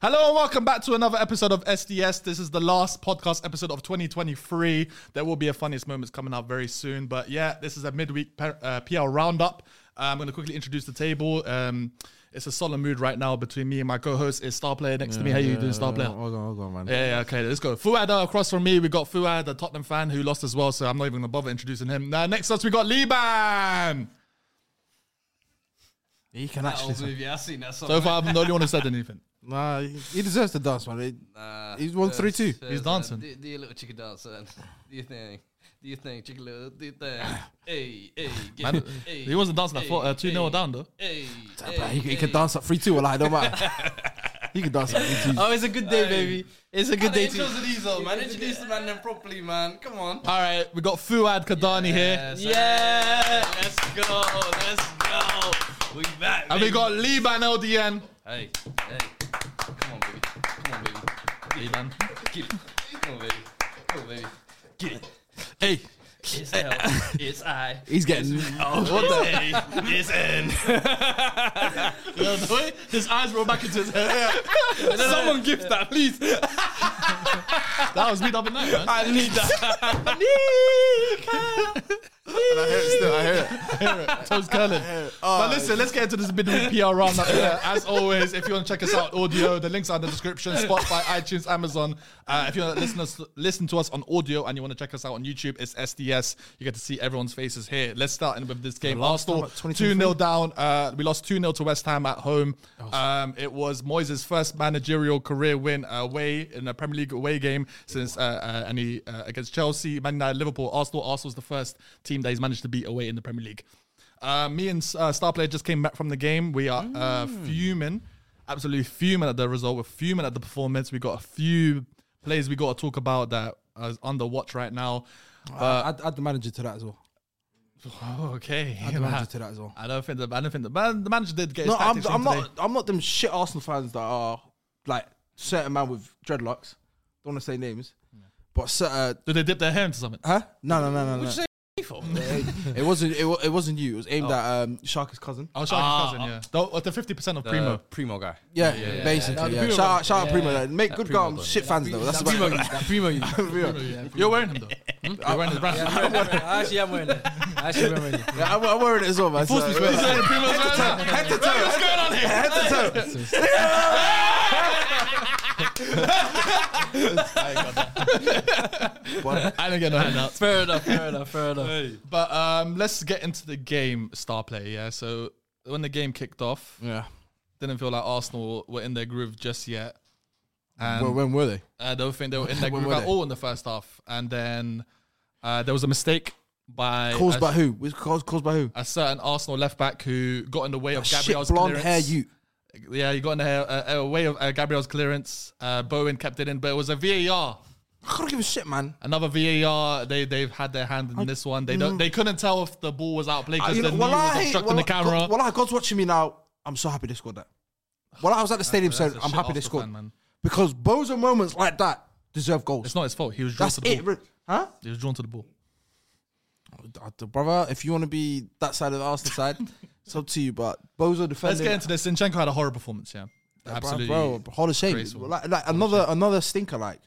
Hello and welcome back to another episode of SDS. This is the last podcast episode of 2023. There will be a funniest moments coming up very soon, but yeah, this is a midweek per, uh, PL roundup. Uh, I'm going to quickly introduce the table. Um, it's a solemn mood right now between me and my co-host. Is Star Player next to me? How you doing, Star Player? Hold on, hold on, man. Yeah, yeah, okay, let's go. Fuad uh, across from me. We got Fuad, a Tottenham fan who lost as well, so I'm not even gonna bother introducing him. Now, next us, we got Liban. He can actually. old movie. I've seen that. So far, I'm the only one who said anything. Nah, he, he deserves to dance, man. He- he's won three two. He's dancing. Do, do your little chicken dance, son. Do your thing. Do your thing, chicken little. Do your thing. hey, hey, get Man, it. hey, he wasn't dancing. I thought uh, two 0 hey, down though. Hey, Bro, hey, he, he can dance at three two. Like, don't matter. he can dance at three two. Oh, it's a good day, baby. It's a good day Hey, too. Joseph Diesel, man. Introduce the man then properly, man. Come on. All right, we got Fuad Kadani here, Yes, Yeah, Let's go. Let's go. We back. and we baby. got Liban LDN. Hey, hey. Come on, baby. Come on, baby. Liban. Get it. Come on, baby. Come on, baby. Get it. Hey, It's hell. it's I. He's getting. It's N. his eyes roll back into his head. someone gift that, please. That was me up in night, man. I need that. I hear it still. I hear it. Toes curling. Oh, but listen, let's get into this bit of PR roundup. here. As always, if you want to check us out, audio, the links are in the description. Spotify, iTunes, Amazon. Uh, if you want to listen, us, listen to us on audio and you want to check us out on YouTube, it's SDS. You get to see everyone's faces here. Let's start in with this game. Arsenal time at 2 0 down. Uh, we lost 2 0 to West Ham at home. Um, it was Moyes' first managerial career win away in a Premier League away game since uh, uh, and he, uh, against Chelsea, Man United, Liverpool, Arsenal. Arsenal's the first team that he's managed to beat away in the Premier League. Uh, me and uh, Star Player just came back from the game. We are uh, fuming, absolutely fuming at the result. We're fuming at the performance. We got a few plays we got to talk about that is under watch right now. add, add the manager to that as well. Oh, okay, Add the manager to that as well. I don't think the I don't think the, man, the manager did get. His No, I'm, tactics in I'm today. not. I'm not them shit Arsenal fans that are like certain man with dreadlocks. Don't want to say names, but cer- uh, Did they dip their hair into something? huh? No, no, no, no. no. Would you It wasn't. It, wa- it wasn't you. It was aimed at um, Shark's cousin. Oh, Ah. Sharky's cousin, yeah. The, uh, the 50% of Primo. Primo guy. Yeah, basically. Yeah. Shout out, shout out Primo. though. Make good goal. I'm Shit fans though. That's about it. that primo you. You're wearing him, though. You're wearing his brand. I actually am wearing it. I actually am wearing it. Yeah, I'm, I'm wearing it as well, man. Forced me to wear that. He's wearing Primo's right now. Head to toe. What's going on here? Head to toe. I didn't get no handout. Fair enough. Fair enough. Fair enough. But um, let's get into the game, star play. Yeah. So when the game kicked off, Yeah. didn't feel like Arsenal were in their groove just yet. And Well, when were they? I don't think they were in their When groove were at they? all in the first half. And then uh, there was a mistake by Caused a, by who? Was caused, caused by who? a certain Arsenal left back who got in the way of Gabriel's Shit, blonde hair. clearance. You. Yeah, you got in a, a, a way of uh, Gabriel's clearance. Uh, Bowen kept it in, but it was a VAR. I can't give a shit, man. Another VAR. They they've had their hand in this one. They don't. They couldn't tell if the ball was out of play because mm. You the know, knee wallahi, was obstructing the wallahi, camera. God, wallahi, God's watching me now. I'm so happy they scored that. Well, I was at the stadium, so that's a I'm shit happy they Arsenal scored fan, man. because bozo moments like that deserve goals. It's not his fault. He was drawn That's to the it, ball. re- huh? He was drawn to the ball. Uh, Brother, if you want to be that side of the Arsenal side, it's up to you. But Bozo Let's defending. get into this. Sinchenko had a horror performance. Yeah, absolutely. Oh, Bro, bro, hall of shame. Graceful. Like, like another another stinker. Like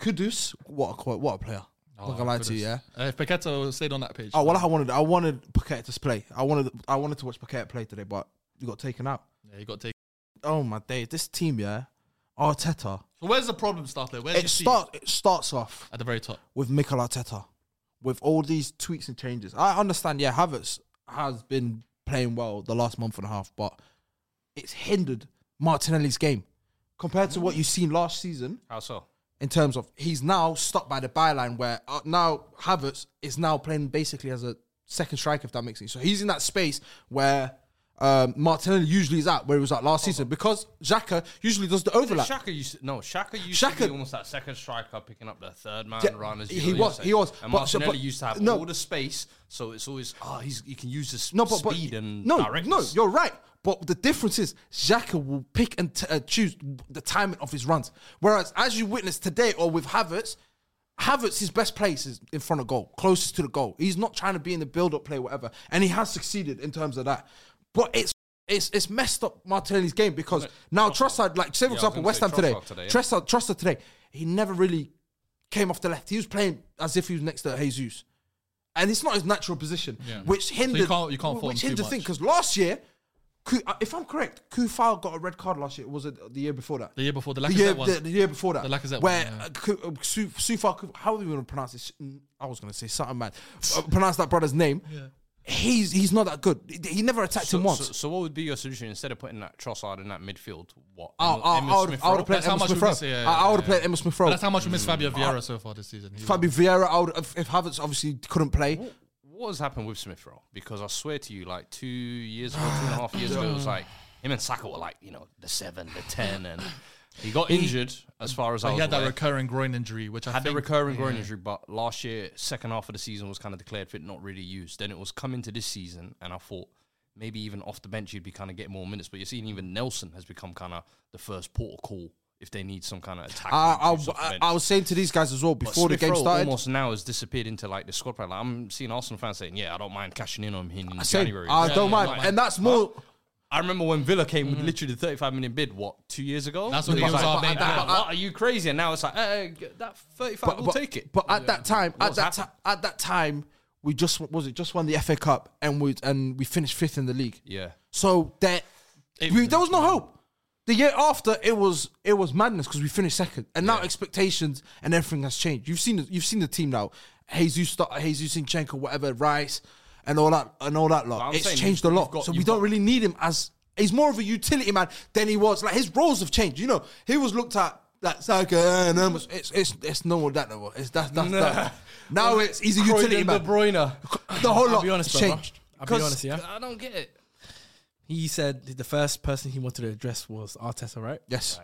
Kudus, what a qu- what a player. not gonna lie to you, yeah. Uh, if Paqueta stayed on that pitch, Oh well, I wanted I wanted Paquette to play. I wanted I wanted to watch Paquette play today, but you got taken out. yeah, you got to take. Oh my days, this team, yeah, Arteta. So where's the problem, Star player? Where do It you see start it starts off at the very top? with Mikel Arteta, with all these tweaks and changes. I understand, yeah, Havertz has been playing well the last month and a half, but it's hindered Martinelli's game compared to what you've seen last season. How so? in terms of he's now stuck by the byline where uh, now Havertz is now playing basically as a second striker, if that makes sense. So he's in that space where um, Martinelli usually is at, where he was at last season, because Xhaka usually does the overlap. Shaka used to, no Shaka used Shaka- to be almost that second striker picking up the third man Yeah, runners. he was- he was, And but- so- Martinelli but- used to have no. all the space, so it's always ah he's he can use his No, but, but speed and no, no, directness. you're right. But the difference is Xhaka will pick and t- uh, choose the timing of his runs. Whereas, as you witnessed today, or with Havertz, Havertz his best place is in front of goal, closest to the goal. He's not trying to be in the build-up play, whatever, and he has succeeded in terms of that. But it's it's it's messed up Martinelli's game because now Trossard, like say for Yeah, I was example, gonna West say Ham today, Trossard today, yeah. Trossard, Trossard today, he never really came off the left. He was playing as if he was next to Jesus. And it's not his natural position, Yeah. which So you hindered can't- you can't fault which him too hindered thing much. because last year, Ku- uh, if I'm correct, Kufal got a red card last year. Was it the year before that? The year before, the The Lacazette year, one. the, the year before that, The Lacazette where one, yeah. uh, Ku- uh, Su- Sufal, Ku- how are we going to pronounce this? I was going to say something man. Uh, pronounce that brother's name. He's he's not that good. He- He never attacked So, him so, once. so what would be your solution instead of putting that Trossard in that midfield? What? I- I Emil- I Emil would Smith-Rowe? have played That's how Emma much we Smith Rowe. miss- yeah, yeah, I- I would have yeah. played Emma Smith But Rowe. that's how much we miss Fabio Ah. Vieira so far this season. He was- Fabi Vieira, I would, if, if Havertz obviously couldn't play, what has happened with Smith Rowe? Because I swear to you, like two years ago, two and a half years ago, it was like him and Saka were like, you know, the seven, the ten, and he got injured as far as I But was he had that aware. recurring groin injury, which I had the think recurring groin injury, but last year, second half of the season was kind of declared fit, not really used. Then it was come into this season, and I thought maybe even off the bench you'd be kind of getting more minutes. But you're seeing even Nelson has become kind of the first port of call if they need some kind of attack. I, I, I, I was saying to these guys as well But before the game Smith-Rowe started. almost now has disappeared into like the squad play. Like, I'm seeing Arsenal fans saying, "Yeah, I don't mind cashing in on him in Same. January." I Yeah, don't yeah, mind, Mm-hmm. like- and that's more. I remember when Villa came with literally the 35 million bid. What two years ago? That's when It he was like, our main "Nah, man." what, are you crazy? And now it's like, eh, g- that 35, But, we'll but- take it. But at that time, at What's that ti- happened? at that time, we just was it just won the FA Cup and we and we finished fifth in the league. yeah. So that we, there was no hope. The year after, it was it was madness because we finished second, and now expectations and everything has changed. You've seen the- you've seen the team now. Jesus, Sta- Jesus Sinchenko, whatever, Rice, and all that and all that But lot. I'm It's saying changed a you've- lot, you've got- so we you've don't got- really need him as he's more of a utility man than he was. Like his roles have changed. You know, he was looked at. Like Saka and Hermes. it's it's it's no more that no more. It's that that's that. Now it's he's a Croydon utility man. De Bruyne. The whole I'll lot be honest, brother. changed. I'll be 'Cause honest, yeah. I don't get it. He said the first person he wanted to address was Arteta, right? Yes,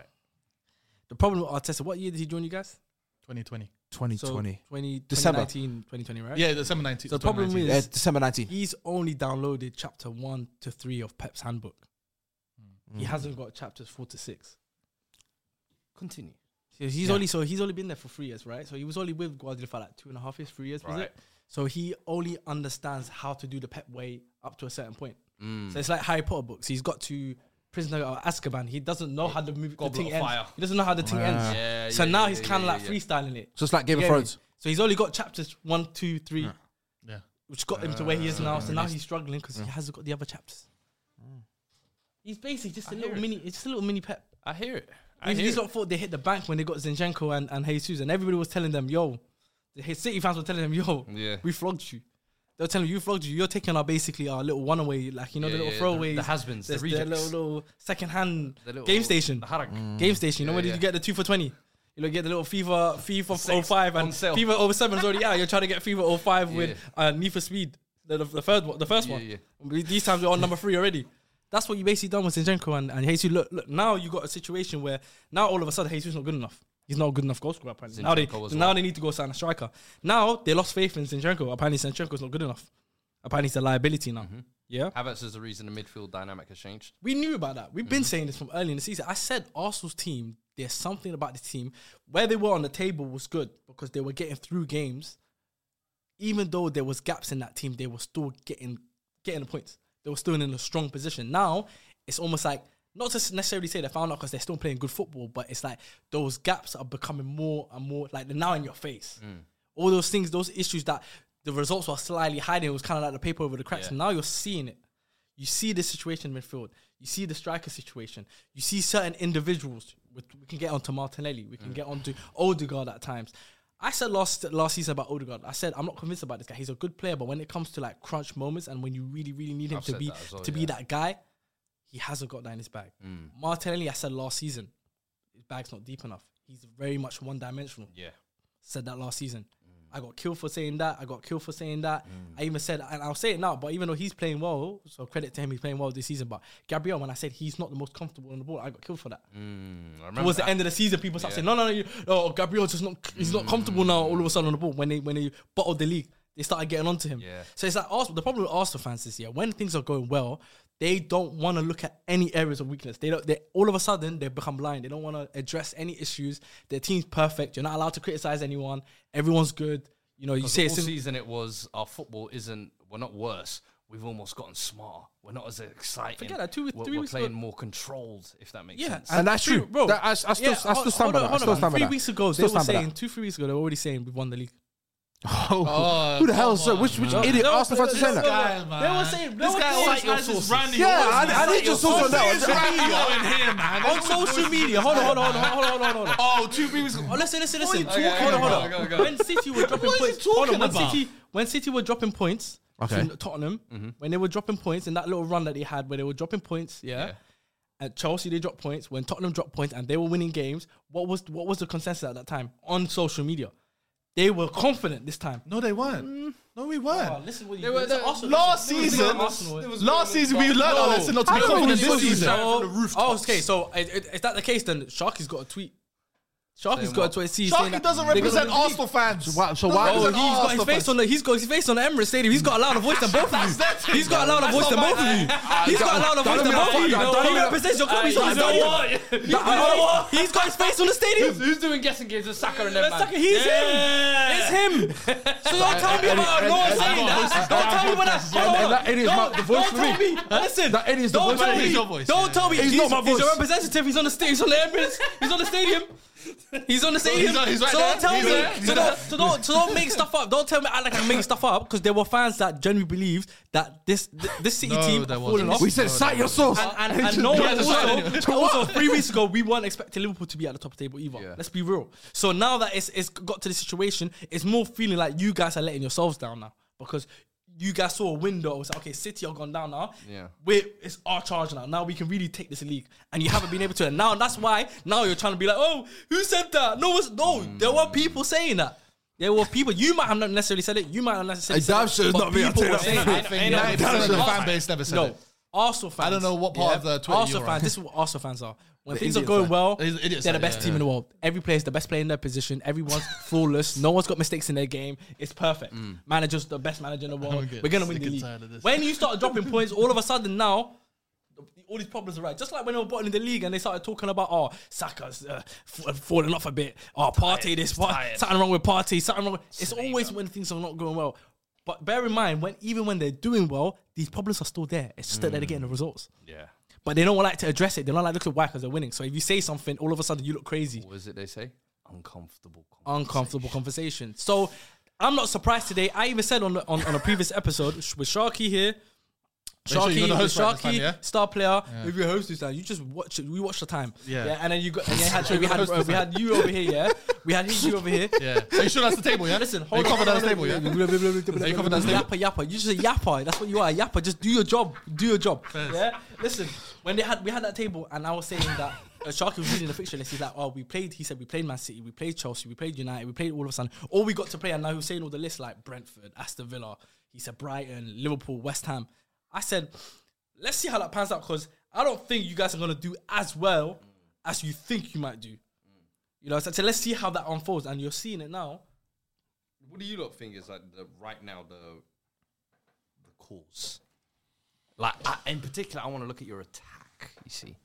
The problem with Arteta, what year did he join you guys? 2020. twenty So twenty. 20, December. 2019, 2020, right? Yeah, December 19th. So the problem 2019. Yeah, is December 19. he's only downloaded chapter one to three of Pep's handbook. He hasn't got chapters four to six. Continue. So he's only so he's only been there for three years, right? So he was only with Guardiola for like two and a half years, three years, was Right. it? So he only understands how to do the Pep way up to a certain point. Mm. So it's like Harry Potter books. He's got to Prisoner of Azkaban. He doesn't know how the movie the Goblet thing of ends. Fire. He doesn't know how the thing ends. Yeah, so yeah, now yeah, he's yeah, kind of yeah, like yeah. freestyling it. Just like Game of You get me? Thrones. So he's only got chapters one, two, three, Yeah. which got him to where he is now. So now he's struggling because he hasn't got the other chapters. He's basically just a little mini. It's just a little mini Pep. I hear it. I These, hear these it. lot thought they hit the bank when they got Zinchenko and, and Jesus, and everybody was telling them, yo, the H- City fans were telling them, yo, Yeah. we flogged you. They were telling you, you flogged you. You're taking our basically our little one away, like, you know, Yeah, the little yeah, the- throwaways. the has-beens, the There's rejects. little, little second hand The little- game station. the Harak. Game station. You know, where yeah. did you get the two for 20? You know, get the little FIFA FIFA Six 05 on and sale. FIFA 07 is already out. You're trying to get FIFA 05 Yeah. with uh, Need for Speed, the, the, the third one, the first Yeah, one. yeah. We- These times we're on number three already. That's what you basically done with Zinchenko and, and Jesus. Look, look, now you got a situation where now all of a sudden Jesus is not good enough. He's not a good enough goal scorer apparently. Now they, Zinchenko as now well. they need to go sign a striker. Now they lost faith in Zinchenko. Apparently Zinchenko's not good enough. Apparently it's a liability now. Mm-hmm. Yeah. Havertz is the reason the midfield dynamic has changed. We knew about that. We've been saying this from early in the season. I said Arsenal's team, there's something about the team. Where they were on the table was good because they were getting through games. Even though there was gaps in that team, they were still getting getting the points. They were still in a strong position. Now it's almost like not to s- necessarily say they found out because they're still playing good football, but it's like those gaps are becoming more and more like they're now in your face. All those things, those issues that the results were slightly hiding. It was kind of like the paper over the cracks. And now you're seeing it. You see the situation in midfield. You see the striker situation. You see certain individuals. With, we can get onto Martinelli. We can Mm. get onto Odegaard at times. I said last last season about Odegaard. I said I'm not convinced about this guy. He's a good player, but when it comes to like crunch moments and when you really really need him I've to said be that as well, to be yeah. Mm. that guy, he hasn't got that in his bag. Martinelli, I said last season, his bag's not deep enough. He's very much one dimensional Yeah. said that last season. I got killed for saying that. I got killed for saying that. I even said, and I'll say it now, but even though he's playing well, so credit to him, he's playing well this season. But Gabriel, when I said he's not the most comfortable on the ball, I got killed for that. I remember Mm. Towards the that. end of the season, people start saying, "No, no, no, you, oh, Gabriel's just not, he's not comfortable now." All of a sudden on the ball, when they when they bottled the league, they started getting onto him. Yeah. So it's like Arsenal. The problem with Arsenal fans this year, when things are going well, they don't want to look at any areas of weakness. They don't. They all of a sudden they become blind. They don't want to address any issues. Their team's perfect. You're not allowed to criticize anyone. Everyone's good. You know, you Because say all it's season it was our football isn't we're not worse. We've almost gotten smarter. We're not as exciting. Forget that, two- we're, three we're weeks playing ago- more controlled, if that makes Yeah, sense. And that's true. bro. That- I- I still- I still hold- stand by that. hold on, I still hold on. stand by Three that. weeks ago, Still they were stand by that. saying two, three weeks ago, they were already saying we won the league. Oh, who the hell? So which which Oh, idiot Arsenal fans are saying this guy, that? man. They were saying this they guy were saying- always has his Randy. Yeah, always I- has I need his your source on that one. It's Randy in here, man. on social media. Hold on, hold on, hold on, hold on, hold on, hold on. Oh, two people. Oh, listen, listen, What are listen. you talking hold on, hold on. about? Go, go, go. When City were dropping What is he points, hold on, talking when about? City when City were dropping points Okay. to Tottenham, when they were dropping points in that little run that they had, where they were dropping points, yeah. At Chelsea, they dropped points. When Tottenham dropped points and they were winning games, what was what was the consensus at that time on social media? They were confident this time. No, they weren't. No, we weren't. listen, what you They were- they- Oh, last season, last season we learned our lesson not to be I don't confident know this what he's season. doing. Oh, okay. So i- i- is that the case? Then Sharky's got a tweet. Saying Sharky's got what? a tweet. See, saying Sharky that doesn't they're gonna represent win the league. Arsenal fans. Why- Doesn't so why- Oh, he's represent got his Arsenal face fans. on the. He's got his face on the Emirates Stadium. He's got a louder voice than both of That's you. their team, He's got a though. louder That's voice than not both my- of you. He's got a louder voice Don't even than both of fuck- don't you. He even- represents your club. He's Uh, on the you know stadium. what? He's got- He's got his face on the stadium. Who's doing guessing games with Saka and them? That's like- he's him. It's him. So don't tell me about no one saying that. Don't tell me when I. And- and that idiot's Don't- not the voice don't for me. tell Listen. That idiot's the Don't voice tell for me. me. He's your voice. Don't tell me. He's not my He's voice. a representative. He's on the stage. He's on the Emirates. He's on the stadium. He's on the stadium. he's right so there. don't tell He's me. there. He's So don't, so don't, so don't make stuff up. Don't tell me I like I'm making stuff up because there were fans that genuinely believed that this this City No, team there are falling wasn't. off. We said cite your source. And, and, and no one Yeah, that's what I also, also three weeks ago we weren't expecting Liverpool to be at the top of the table either. Let's be real. So now that it's it's got to the situation, it's more feeling like you guys are letting yourselves down now because you guys saw a window. It's like, okay, City are gone down now. Yeah. we're it's our charge now. Now we can really take this league, and you haven't been able to. And now that's why now you're trying to be like, oh, who said that? No, it's, no, there were people saying that. There were people. You might have not necessarily said it. You might not necessarily. Hey, damn said sure it, it's but not me, I'll people tell you were that. saying it. Ain't- ain't- 99% of ain't- the Arsenal- fan base never said no. it. Arsenal fans. I don't know what part of the Twitter Arsenal you're fans. on. This is what Arsenal fans are. When things Indian are going fan. well, He's an idiot they're the fan, best yeah. team in the world. Every player's the best player in their position. Everyone's flawless. No one's got mistakes in their game. It's perfect. Manager's the best manager in the world. Mm. get We're gonna win sick the and league. tired of this. When you start dropping points, all of a sudden now. All these problems are right. Just like when they were bottom in the league and they started talking about, oh, Saka's uh, f- falling off a bit. Oh, party this, part, something wrong with party, something wrong. With, it's always when things are not going well. But bear in mind, when even when they're doing well, these problems are still there. It's just that they're getting the results yeah. but they don't like to address it. They don't like look at why because they're winning. So if you say something, all of a sudden you look crazy. What is it they say? Uncomfortable. Uncomfortable conversation. So I'm not surprised today. I even said on the, on, on a previous episode sh- with Sharky here. sure Sharky, you're the with host right this Sharky, time, yeah? star player. If you're host this time, you just watch it. We watch the time. Yeah. and then you got. And then had, we you're the had host uh, this we time. had you over here. Yeah. We had you over here. Yeah. Are you sure that's the table, yeah? Listen, Are you hold on. covered on the table, yeah? Are you covered on the table? Yapper, yapper. You just a yapper. That's what you are. a Yapper. Just do your job. Do your job. Yeah. Listen, when they had we had that table, and I was saying that uh, Sharky was reading the fixture list. He's like, oh, we played. He said we played Man City, we played Chelsea, we played United, we played all of a sudden. All we got to play, and now he was saying all the lists like Brentford, Aston Villa. He said Brighton, Liverpool, West Ham. I said, let's see how that pans out because I don't think you guys are gonna do as well as you think you might do. You know, so I said, let's see how that unfolds, and you're seeing it now. What do you lot think is like the right now the the cause? Like I, in particular, I want to look at your attack. You see,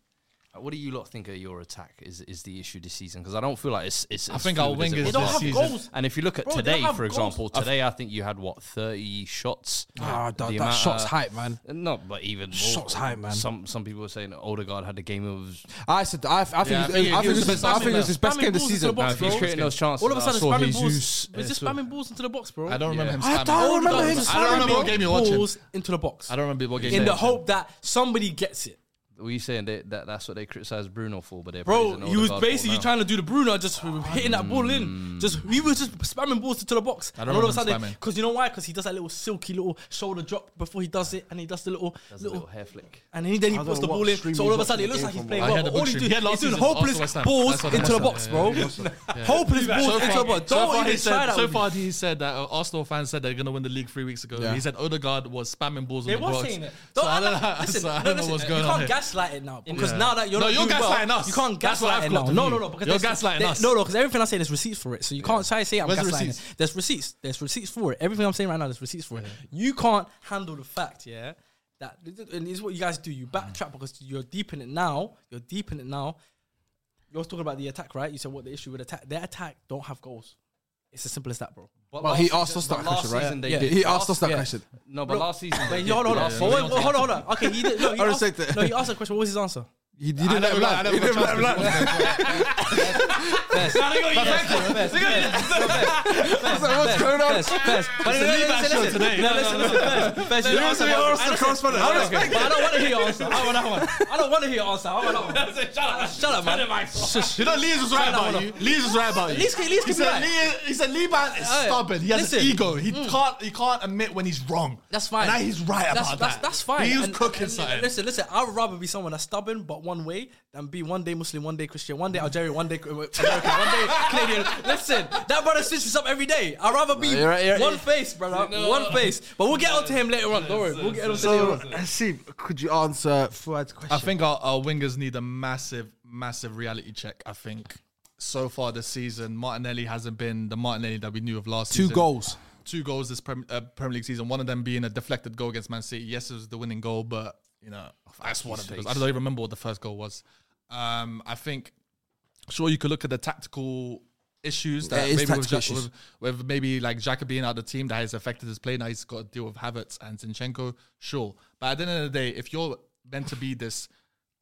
Like, what do you lot think of your attack is is the issue this season? Because I don't feel like it's. it's I think our wingers They don't this have season. goals. And if you look at Bro, they don't today, have for goals. example, today I think you had what thirty shots. Ah, The that, that amount shot's of- hype, man. Not, but even more. Shots high, man. Some some people were saying that Odegaard had the game of. I said I, I think Yeah, it's- I think I he think was it's his- spamming I think it's his best spamming game this balls into season. the box, if he's bro. creating those chances, All of a I sudden, saw spamming Jesus- balls. It's just I saw- spamming balls into the box, bro. I don't remember him I spamming. don't All remember the him time. I don't remember what Spamming game you're watching. balls into the box. I don't remember what game In you're the watching. hope that somebody gets it. What are you saying? They, that that's what they criticized Bruno for, but they're Bro, praising he was Odegaard for basically now. trying to do the Bruno, just hitting that ball in. Just he was just spamming balls to the box. I And don't all remember of a him sudden, spamming. because you know why? Because he does that little silky little shoulder drop before he does it, and he does the little That's a little. little hair flick. and then he, then he I don't puts know the what ball in. stream So he all of a watched sudden, it the looks game like he's from. playing I well. had the but All book he stream. do, He had last he's doing season, Arsenal hopeless West Ham. balls That's what I into the said, box, yeah, bro. yeah, Hopeless So balls far- into the box. so far Don't he even try said- that. So with me. far, he said that uh, Arsenal fans said they're going to win the league three weeks ago. Yeah. He said Odegaard was spamming balls They on the were box. saying it. So Don't I don't act know- like- listen, so I no, don't know listen, what's going you on. here. can't gaslight it now because Yeah. now that you're No, not you're doing gaslighting well, us. you can't That's what gaslight I've it got now. to No, do. no, no, because You're there's- gaslighting there- us. No, no, because everything I say there's receipts for it, so you can't try to say I'm Where's the gaslighting. receipts? it. There's receipts. There's receipts for it. Everything I'm saying right now, there's receipts for it. You can't handle the fact, yeah. That and this is what you guys do. You backtrack because you're deep in it now. You're deep in it now. You're talking about the attack, right? You said what the issue with attack? Their attack don't have goals. It's as simple as that, bro. Well, last he season- asked us but that last question, right? season they Yeah. did. He asked us that yeah. question. No, but last season. they Wait, did. hold on, Last hold on, season Wait, they wait, hold did. on, hold on. Okay, he did, no, he I asked, respect it. no, he asked a question. What was his answer? He, he didn't let never him got- I land. never He got didn't let him chance to land. I was like, what's going on? No, listen, listen, first, first, you You're the answer that one. Arsenal Listen, correspondent. I respect it. I don't want to hear your answer. I want that one. I don't want to hear your answer. I want that one. Shut up, shut up, man. You know, Leeds was right about you. Leeds was right about you. Leeds can- Leeds he can be said, right. Lee- he said Liban is Aye. stubborn. He has an Listen. Hmm. ego. He can't. He can't admit when he's wrong. That's fine. And now he's right that's, about that's, that. That's fine. He was And- cooking and- something. and Listen, listen. I would rather be someone that's stubborn but one way than be one day Muslim, one day Christian, one day Algerian, one day American, one day Canadian. Listen, that brother switches up every day. I'd rather be you're right, you're- one face, brother, one face. But we'll get onto him later on. Don't worry, we'll get onto him later So, on. Asim, could you answer Fuad's question? Uh, I think our, our wingers need a massive, massive reality check. I think so far this season, Martinelli hasn't been the Martinelli that we knew of last two season. goals. Two goals this Prem, uh, Premier League season. One of them being a deflected goal against Man City. Yes, it was the winning goal, but you know that's one of the goals. I don't even remember what the first goal was. Um, I think sure you could look at the tactical issues that There is maybe with, tactical Ja- issues. with, with maybe like Xhaka being out of the team that has affected his play. Now he's got to deal with Havertz and Zinchenko. Sure, but at the end of the day, if you're meant to be this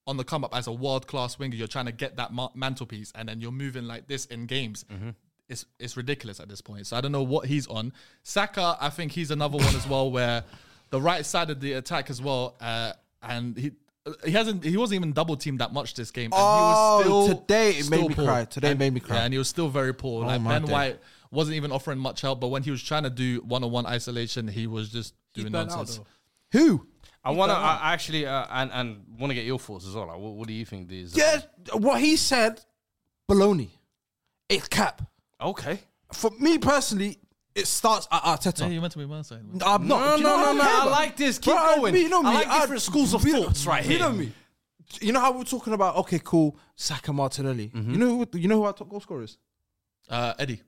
on the come up as a world class winger, you're trying to get that ma- mantelpiece, and then you're moving like this in games. Mm-hmm. It's it's ridiculous at this point. So I don't know what he's on. Saka, I think he's another one as well, where the right side of the attack as well, uh, and he. uh, He hasn't. He wasn't even double teamed that much this game. And he was Oh, still- today it made still me poor. cry. Today it And- made me cry. Oh yeah, and he was still very poor. like my Ben day. White wasn't even offering much help, but when he was trying to do one-on-one isolation, he was just doing burnt out, nonsense. though. Who? I want to I actually uh, and and want to get your thoughts as well. Like, what, what do you think? These uh, Yeah, what he said, baloney. It's cap. okay. For me personally, it starts at Arteta. Yeah, you meant to be my side. man. I'm No, not. do you know no, what no, I'm no, saying? I like this. Keep Bruh, going. You know me. I like different schools of you know- thoughts right You know here. me. You know how we're talking about? Okay, cool. Saka Martinelli. Mm-hmm. You know. Who, you know who our top goal scorer is? Uh, Eddie,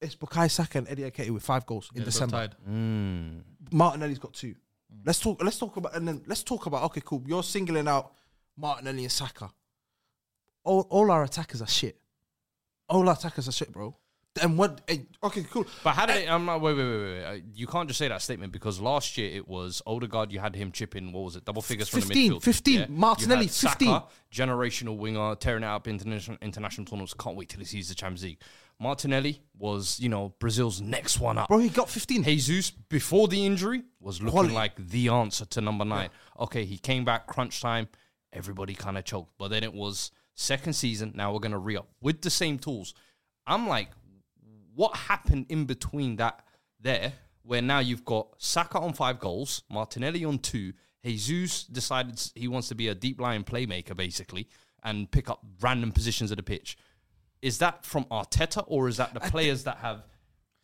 It's Bukai Saka and Eddie Nketiah with five goals in Yeah, they're December. tied. Martinelli's got two. Let's talk. Let's talk about and then let's talk about. Okay, cool. You're singling out Martinelli and Saka. All, all our attackers are shit. All our attackers are shit, bro. And what? eh, Okay, cool. But how did it? I'm not. Wait, wait, wait, wait, wait. Uh, You can't just say that statement because last year it was Odegaard. You had him chipping. What was it? Double figures from the 15, midfield. 15, You Martinelli, had Saka, 15. generational winger, tearing it up international international tournaments. Can't wait till he sees the Champions League. Martinelli was, you know, Brazil's next one up. Bro, he got 15. Jesus before the injury was looking Quality. like the answer to number nine. Okay, he came back crunch time. Everybody kind of choked, but then it was second season. Now we're gonna re up with the same tools. I'm like, what happened in between that there, where now you've got Saka on five goals, Martinelli on two. Jesus decided he wants to be a deep line playmaker basically and pick up random positions of the pitch. Is that from Arteta or is that the players that have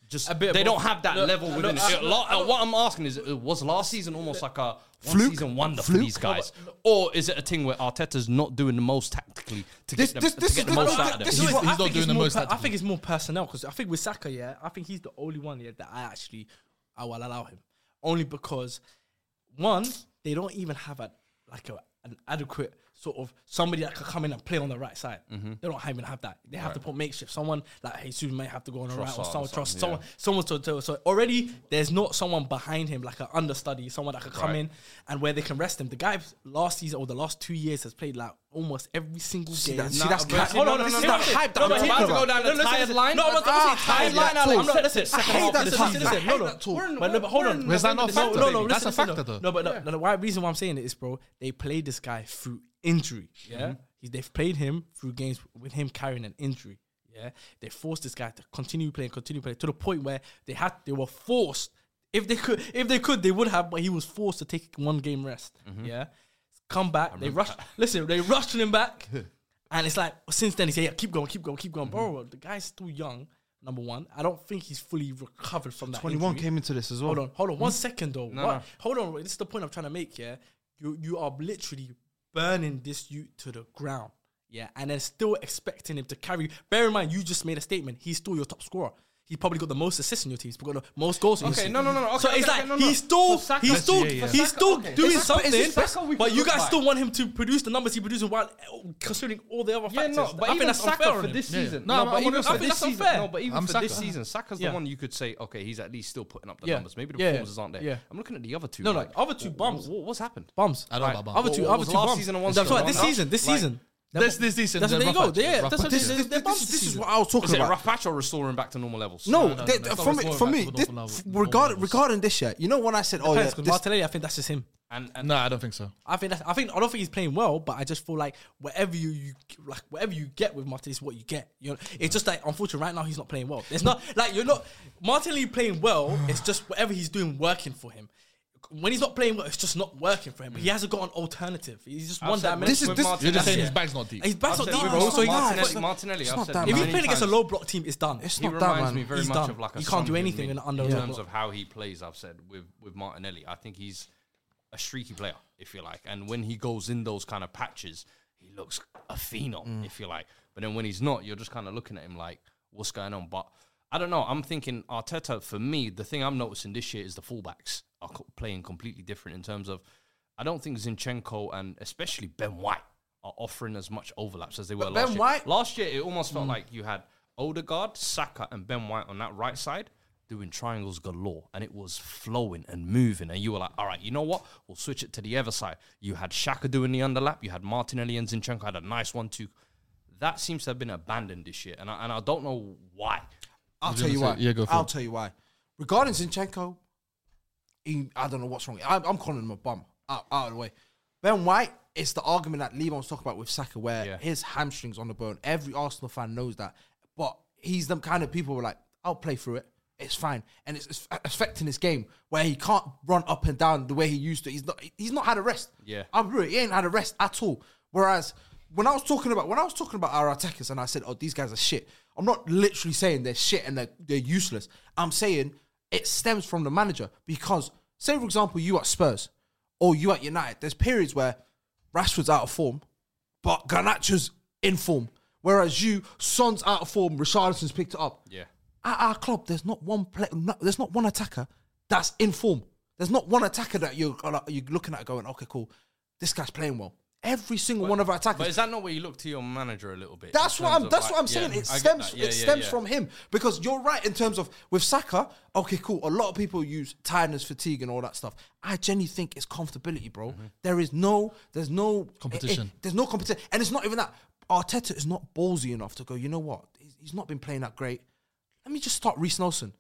just A bit of they both. don't have that Look, level I within don't- it. I- Lo- uh, what I'm asking is, uh, was last season almost like a one Fluke? season wonder for Fluke? these guys, or is it a thing where Arteta's not doing the most tactically to This- get, them, this- this to get is- the most this- out of them? This He's- is what he's I not think doing it's the more most per- I tactically. think it's more personnel because I think with Saka, yeah, I think he's the only one yeah that I actually I will allow him only because one they don't even have a like a, an adequate sort of somebody that could come in and play on the right side. Mm-hmm. They don't even have that. They have to put makeshift someone like Jesus may have to go on the right Trossard or or someone trust something, someone someone to, to so already there's not someone behind him like an understudy someone that could come in and where they can rest him. The guy last season or the last two years has played like almost every single game. that- see, that's but- cap. Hold on, No, this no, is no, not no. hype. No, but he- about to go no, down no, the listen, tired listen. line. No, I'm not- Ah, I'm not saying tired tired line, line. Alex. I'm not- listen, I hate hold on, that listen, talk. listen, I listen. hate No, no. that talk. We're in- But no, but hold on. Is that not a No, factor? no, no, That's a listen, listen, factor, though. No, but no, no, the why reason why I'm saying it is, bro, they played this guy through injury. Yeah, He- they've played him through games with him carrying an injury. Yeah, they forced this guy to continue playing, continue playing to the point where they had they were forced. If they could, if they could, they would have. But he was forced to take one game rest. Yeah, come back. They rushed. Listen, they rushed him back, and it's like since then he said, "Yeah, keep going, keep going, keep going." Bro, the guy's still young. Number one, I don't think he's fully recovered from that. 21 injury. came into this as well. Hold on, hold on, one second though. Oh. No, What- no. Hold on, wait, this is the point I'm trying to make. Yeah, you you are literally burning this youth to the ground. Yeah, and then still expecting him to carry. Bear in mind, you just made a statement. He's still your top scorer. He probably got the most assists in your team. He's got the most goals. In your Okay, team. no, no, no, no, so okay, it's okay, like no, no. he's still, For Saka- he's still, Let's see, yeah, yeah. he's For still Saka, okay. doing Is this- something. is this Saka we but can you look guys back? still want him to produce the numbers he produces while considering all the other Yeah, factors. no, but I even think that's Saka unfair on for him. this Yeah, yeah. season. No, but I'm even honest for with you. this I think season, that's unfair. No, but even I'm for this Saka. season, Saka's Yeah. the one you could say, okay, he's at least still putting up the Yeah. numbers. Maybe the Yeah, yeah. performances aren't there. Yeah. I'm looking at the other two. No, no, like, other two wh- wh- bums. wh- What's happened? Bums. I don't know about Other bums. two, What- what other was two last bums. season and one That's season? right. This Like- season, this like- season. This this season. That's the there you rough go. patch, Yeah, rough that's what patch. this, This, this, this, this, this is what I was Was talking it about. Rafael or restoring back to normal levels? No, no, they- no, it's not from Rafael, for me, it's this, Rafael Lowell. f- Rafael regard, Lowell's. regarding this year, you know when I said, oh yeah, Depends, 'cause this, Martinelli, I think that's just him. and, Mm. and No, I don't think so. I think that's, I think I don't think he's playing well, but I just feel like whatever you, you like, whatever you get with Martinelli is what you get. You know, it's just like unfortunately right now he's not playing well. It's not like you're not Martinelli playing well. It's just whatever he's doing working for him. When he's not playing well, it's just not working for him. He hasn't got an alternative. He's just one said dimension. with- This is- with this- Martinelli- You're just saying Yeah. his bag's not deep. He's back I've not said deep. with bro, Rafa so he's Martinelli- not- it's Martinelli, not- Martinelli, it's I've not said that many If he Martinelli played against a times. low block team, it's done. It's He not that reminds man. me very He's much done. of like a He can't do Son anything Heung-min in under in the terms block. of how he plays. I've said with with Martinelli, I think he's a streaky player, if you like, and when he goes in those kind of patches, he looks a phenom, Mm. if you like. But then when he's not, you're just kind of looking at him like, what's going on? But I don't know. I'm thinking Arteta. For me, the thing I'm noticing this year is the fullbacks are co- playing completely different in terms of. I don't think Zinchenko and especially Ben White are offering as much overlaps as they were last Ben year. White- Hmm. Last year, it almost felt like you had Odegaard, Saka, and Ben White on that right side doing triangles galore, and it was flowing and moving. And you were like, all right, you know what? We'll switch it to the other side. You had Shaka doing the underlap, you had Martinelli and Zinchenko had a nice one, too. That seems to have been abandoned this year, and I, and I don't know why. I'll tell you gonna why. say- yeah, go for I'll it. tell you why. Regarding Zinchenko, he, I don't know what's wrong. I'm, I'm calling him a bum. Out, out of the way. Ben White is the argument that Levon's talking about with Saka, where Yeah. his hamstrings on the bone. Every Arsenal fan knows that, but he's them kind of people who are like, I'll play through it. It's fine, and it's, it's affecting his game where he can't run up and down the way he used to. He's not. He's not had a rest. Yeah. I'm real. He ain't had a rest at all. Whereas when I was talking about when I was talking about our attackers and I said, "Oh, these guys are shit," I'm not literally saying they're shit and they're, they're useless. I'm saying it stems from the manager because, say for example, you at Spurs or you at United. There's periods where Rashford's out of form, but Garnacho's in form. Whereas you, Son's out of form, Richardson's picked it up Yeah. at our club, there's not one play, no, there's not one attacker that's in form. There's not one attacker that you're you're looking at going, okay, cool, this guy's playing well. Every single one of our attackers. But is that not where you look to your manager a little bit? in That's what terms I'm. of That's like- what I'm Yeah, saying. It I get stems. that. Yeah, it yeah, stems yeah. from him because you're right in terms of with Saka. Okay, cool. A lot of people use tiredness, fatigue, and all that stuff. I genuinely think it's comfortability, bro. Mm-hmm. There is no. There's no Competition. eh, eh, there's no competition, and it's not even that. Arteta is not ballsy enough to go. You know what? He's, he's not been playing that great. Let me just start Reece Nelson.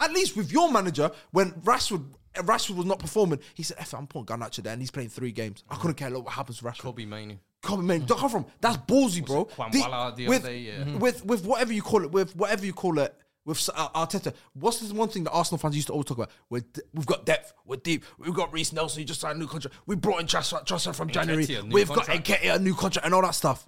At least with your manager, when Rashford. uh, Rashford was not performing. He said, F, it, I'm putting Garnacho there and he's playing three games. I couldn't care what happens to Rashford. Kobe Mainey. Come on, man, don't come from. That's ballsy, bro. Kwan The- Wala the other with, day, yeah. with with whatever you call it, with whatever you call it, with S- uh, Arteta. What's this one thing that Arsenal fans used to always talk about? We're d- we've got depth, we're deep. We've got Reece Nelson, who just signed a new contract. We brought in Transfer, transfer from January. Nketiah, new We've contract. Mm-hmm. got Nketiah, a new contract, and all that stuff.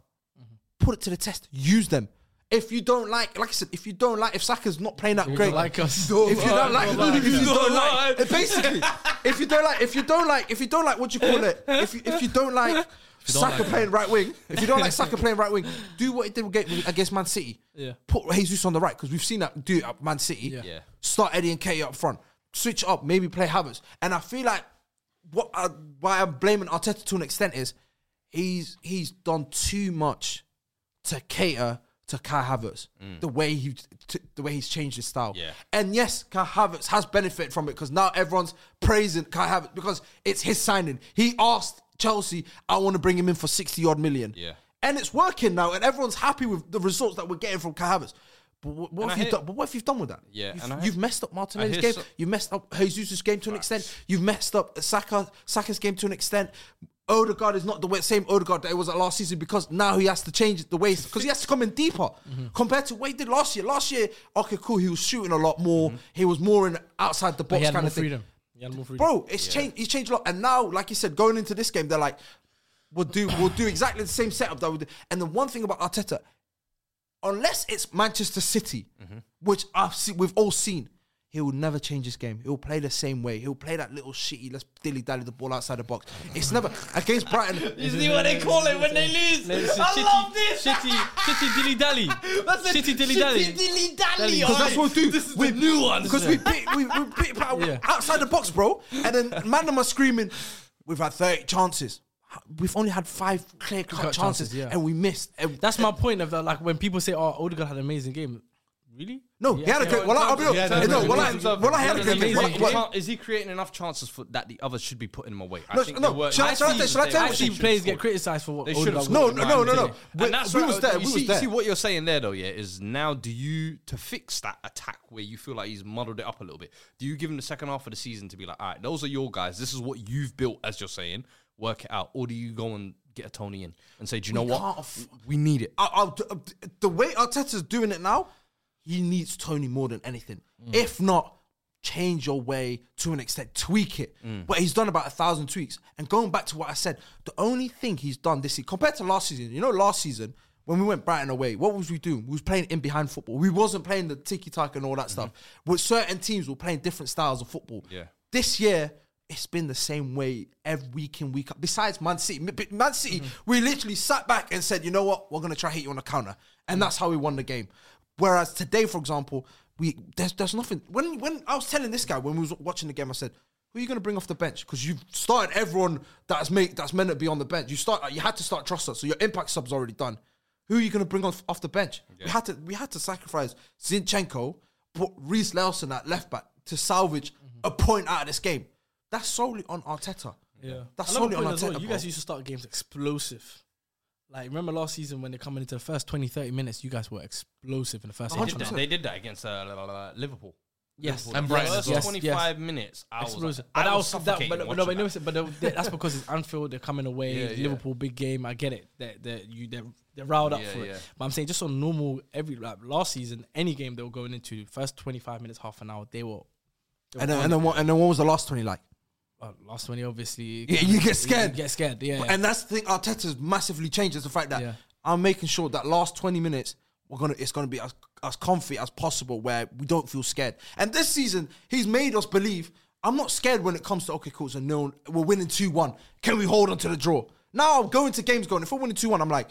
Put it to the test. Use them. If you don't like, like I said, if you don't like, if Saka's not playing that great, like If us. you don't like, Don't like if you us. don't Don't like, like. basically, if you don't like, if you don't like, if you don't like, what do you call it? If you, if you don't like don't Saka like- playing right wing, if you don't like Saka playing right wing, do what he did against- against Man City. Yeah. Put Jesus on the right because we've seen that do it at Man City. Yeah. Yeah. Start Eddie and Katie up front. Switch up, maybe play Havertz. And I feel like what I, why I'm blaming Arteta to an extent is he's he's done too much to cater to Kai Havertz the way he t- the way he's changed his style. Mm. Yeah. And yes, Kai Havertz has benefited from it because now everyone's praising Kai Havertz because it's his signing. He asked Chelsea, "I want to bring him in for sixty odd million. Yeah. And it's working now, and everyone's happy with the results that we're getting from Kai Havertz. But what, what And I have you hear- done? But what have you done with that? Yeah, you've, and I- you've messed up Martinelli's hear game. so- you've messed up Jesus' game to an extent. You've messed up Saka Saka's game to an extent. Odegaard is not the wa- same Odegaard that it was at last season because now he has to change the ways because he has to come in deeper Mm-hmm. compared to what he did last year. Last year, okay, cool, he was shooting a lot more. He was more in outside the Mm-hmm. But box he had kind more of thing. freedom. He had more freedom. Bro, it's changed. He's changed a lot, and now, like you said, going into this game, they're like, "We'll do, we'll do exactly the same setup that we did." And the one thing about Arteta, unless it's Manchester City, Mm-hmm. which I've seen, we've all seen, he will never change his game. He'll play the same way. He'll play that little shitty, let's dilly dally the ball outside the box. It's never against Brighton. You see what they call it when they lose? it's a I shitty- love this. shitty- shitty dilly dally. That's Shitty dilly dally. dilly dally. Because that's what we do. This is we, the new one. Because we beat, we, we beat Power Yeah. outside the box, bro. And then Manama screaming, "We've had thirty chances. We've only had five clear cut Cut chances, chances, yeah. and we missed." And Eh, That's my point of that. Like when people say, "Oh, Odegaard had an amazing game," really? no, he had a great. Well, I'll be Yeah, honest. that's No, right. well, In terms I, of- well, I had a in great terms game. of amazing Well, well, chan- Is he creating enough chances for that the others should be putting him away? I No, think no, they were- shall I- I shall I see tell- shall I they- tell you- I see should players scored. get criticised for what They should Odegaard have was. scored. No, in no, no, my no, opinion. no. We- And that's we what was there, we You was see, you there. see what you're saying there, though. Yeah, is now do you to fix that attack where you feel like he's muddled it up a little bit? Do you give him the second half of the season to be like, all right, those are your guys. This is what you've built, as you're saying. Work it out, or do you go and get a Tony in and say, do you know can't what? aff- Ah, we need it. I, I'll, d- the way Arteta's doing it now, he needs Tony more than anything. If not, change your way to an extent, tweak it. But he's done about a thousand tweaks. And going back to what I said, the only thing he's done this season compared to last season, you know, last season when we went Brighton away, what was we doing? We was playing in behind football. We wasn't playing the tiki taka and all that stuff. With certain teams, we're playing different styles of football. Yeah. This year. It's been the same way every week in week out. Besides Man City, M- but Man City, we literally sat back and said, "You know what? We're gonna try hit you on the counter," and that's how we won the game. Whereas today, for example, we there's there's nothing. When when I was telling this guy when we was watching the game, I said, "Who are you going to bring off the bench? Because you've started everyone that's make that's meant to be on the bench. You start you had to start Trossard, so your impact sub's already done. Who are you going to bring off off the bench? We had to we had to sacrifice Zinchenko, put Reese Nelson at left back to salvage Mm-hmm. a point out of this game. That's solely on Arteta. Yeah, that's Another solely on point as Arteta. well, You guys bro. used to start games explosive. Like remember last season when they're coming into the first 20, 30 minutes, you guys were explosive in the first. They half. did, that. 100%. they did that against uh, la- la- la- Liverpool. Yes, Liverpool. And The Brighton as First well. Yes, yes. 25 minutes, I was, Explosive. I But that was was that, suffocating but, but no, but, watching no, that. but no, that- that's because it's Anfield. They're coming away. Yeah, yeah. Liverpool, big game. I get it. They're they're, you, they're, they're riled up Yeah, for it. yeah. But I'm saying just on normal every like last season, any game they were going into first 25 minutes, half an hour, they were. they were And then, and on it. then what? And then what was the last twenty like? Uh, last twenty, obviously. Yeah, you get scared. You get scared. Yeah. And that's the thing Arteta's massively changed is the fact that Yeah. I'm making sure that last 20 minutes we're gonna it's gonna be as as comfy as possible where we don't feel scared. And this season, he's made us believe I'm not scared when it comes to okay, cool, it's a no we're winning 2-1. Can we hold on to the draw? Now I'm going to games going. If we're winning 2-1, I'm like,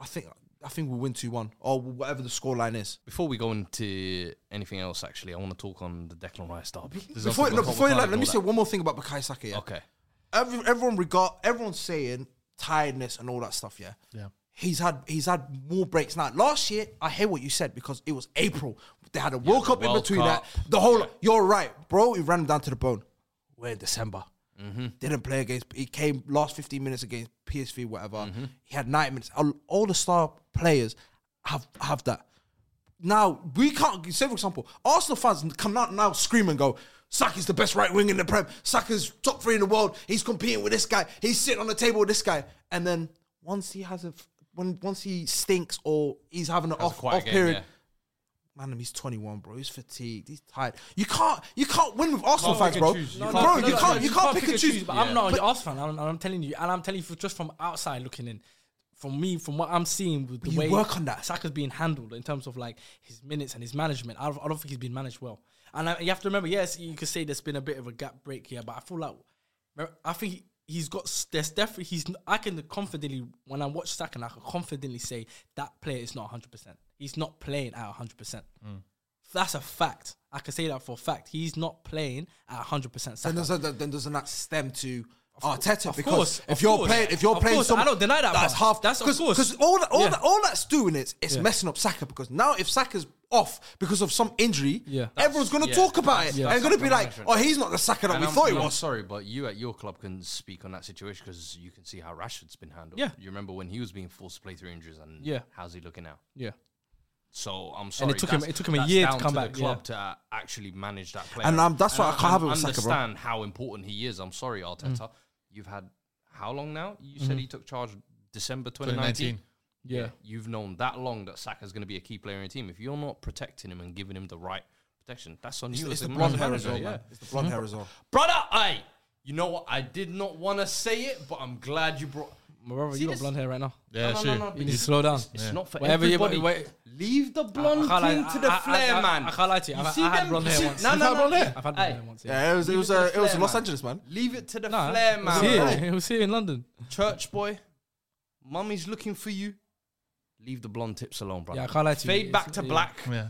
I think I think we'll win 2-1 or whatever the scoreline is. Before we go into anything else, actually, I want to talk on the Declan Rice derby. There's Before, nothing- no, we can't- before we you can't like, let me say ignore one more thing about Bukayo Saka. Yeah. that. Okay. every, everyone regard everyone's saying tiredness and all that stuff. Yeah, yeah. He's had he's had more breaks now. Last year, I hear what you said because it was April. They had a World Cup in World between Cup. that. The whole you're right, bro. He ran him down to the bone. We're in December. Didn't play against. He came last 15 minutes against PSV, whatever. He had 90 minutes. All, all the star players have have that. Now we can't say, for example, Arsenal fans come out now scream and go, "Saka's the best right wing in the Prem. Saka's top three in the world. He's competing with this guy. He's sitting on the table with this guy." And then once he has a, f- when once he stinks or he's having an That's off quite a off game, period, yeah. man, he's 21, bro. He's fatigued. He's tired. You can't you can't win with Arsenal fans, pick bro. and choose. You No, no, bro, no, you no, can't no, you can't pick and choose. But I'm not an Arsenal fan. I'm, I'm telling you, and I'm telling you just from outside looking in. From me, from what I'm seeing with the you way work on that. Saka's being handled in terms of like his minutes and his management, I don't, I don't think he's been managed well. And I, you have to remember, yes, you could say there's been a bit of a gap break here, but I feel like I think he- he's got s- there's definitely he's n- I can confidently when I watch Saka, I can confidently say that player is not 100. percent He's not playing at 100. percent Mm. That's a fact. I can say that for a fact. He's not playing at 100. percent Then doesn't then doesn't that stem to Arteta? of because course, if of you're course. playing, if you're Of playing, course, some, I don't deny that That's part. half. That's of cause, course. Because all that, all, Yeah. that, all that's doing is it's Yeah. messing up Saka. Because now if Saka's off because of some injury, Yeah. everyone's going to yeah, talk about it that's- yeah. and going to be That's like, management. "Oh, he's not the Saka that And we I'm, thought he and I'm was." sorry, but you at your club can speak on that situation because you can see how Rashford's been handled. Yeah. You remember when he was being forced to play through injuries and Yeah. how's he looking now? Yeah. So I'm sorry. took him- that's- it took him a that's year to down come the back, club yeah. to uh, actually manage that player. And, um, that's why I can't have it with Saka, bro. Mm. understand how important he is. I'm sorry, Arteta. You've had how long now? You said he took charge December 2019. 2019. Yeah. You've known that long that Saka's going to be a key player in your team. If you're not protecting him and giving him the right protection, that's on It's, you. it's as the a blonde hair as manager, well, yeah. man. It's the blonde hair as well. Brother, I. You know what? I did not want to say it, but I'm glad you brought. My brother, See you got this- blonde hair right now. Yeah, no, sure. no, no, no. You need to slow down. It's not for Whatever you- everybody. wait. Leave the blonde can't lie, thing I- to the I- I- flair, I- man. I can't lie to you, I've- see I had them- blonde hair see- once. No, You've no, had no. blonde hair? I've had blonde Aye. hair once, yeah. Yeah, it was it Leave was it to uh, the it was flair, Los man. Angeles, man. Leave it to the Nah, flair, it man. was here. It was here in London. Church boy, mummy's looking for you. Leave the blonde tips alone, brother. Yeah, I can't lie to you. Fade It's- back to yeah. black. Yeah.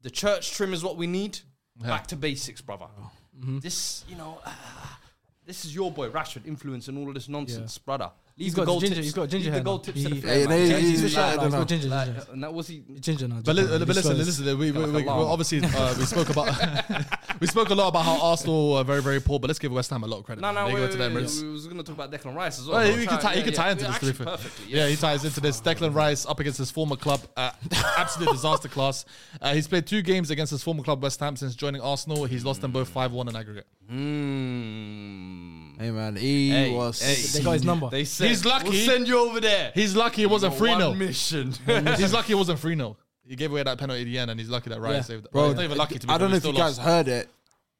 The church trim is what we need. Yeah. Back to basics, brother. Oh. Mm-hmm. Mm-hmm. This, you know, ah, this is your boy Rashford influence and all of this nonsense, brother. Leave He's the got gold ginger. tips- He's got ginger leave hair. the gold now. tips to He- the flair, Yeah, man. they- Change he- his he's shit like, up. I don't He's got know. ginger. Like, ginger. Uh, and that was he. Ginger now. But, li- ginger now, but listen, ginger. listen. We, we, Kinda we, like we a well, llama. obviously uh, we spoke about we spoke a lot about how Arsenal are very very poor, but let's give West Ham a lot of credit. No, no, they wait, go wait, to wait, the Emirates. we was going to talk about Declan Rice as well. Well, but he I'll could tie, he yeah, could yeah, tie into yeah, this. to be actually fair. perfectly. Yeah. he ties into this. Declan Rice up against his former club, uh, absolute disaster class. Uh, he's played two games against his former club West Ham since joining Arsenal. He's lost them both five one in aggregate. Mm. Hey man, he Hey, was. hey. They got his number. They said He's lucky. We'll send you over there. He's lucky it wasn't Got free one nil. mission. He's lucky it wasn't free nil. He gave away that penalty at the end, and he's lucky that Rice Yeah. saved it. Bro, He's not even lucky to be. I don't fair, know if he you still guys lost. heard it.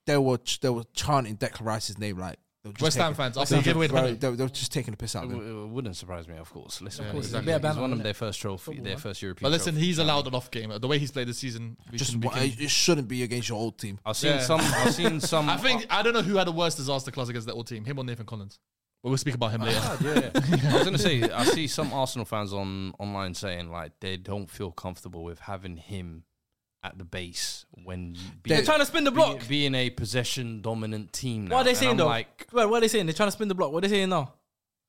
They were ch- they were chanting Declan Rice's name like they were just West Ham taking- fans, West after he Ham gave away the bro, penalty. they, were- they were just taking the piss out of him. It wouldn't surprise me, of course. Listen, Yeah, he's- exactly. he's one of Yeah. their first trophy, their first European. But listen, trophy. he's allowed an off game. The way he's played this season, we Just shouldn't be wha- it it shouldn't be against your old team. I've seen Yeah. some. I've seen some. I think I don't know who had the worst disaster class against that old team, him or Nathan Collins. But we'll speak about him later. yeah, yeah. I was gonna say I see some Arsenal fans on online saying like they don't feel comfortable with having him at the base when be- They're They're trying to spin the be- block. being a possession dominant team. Now. What are they And saying I'm though? Like Well, what are they saying? They're trying to spin the block. What are they saying now?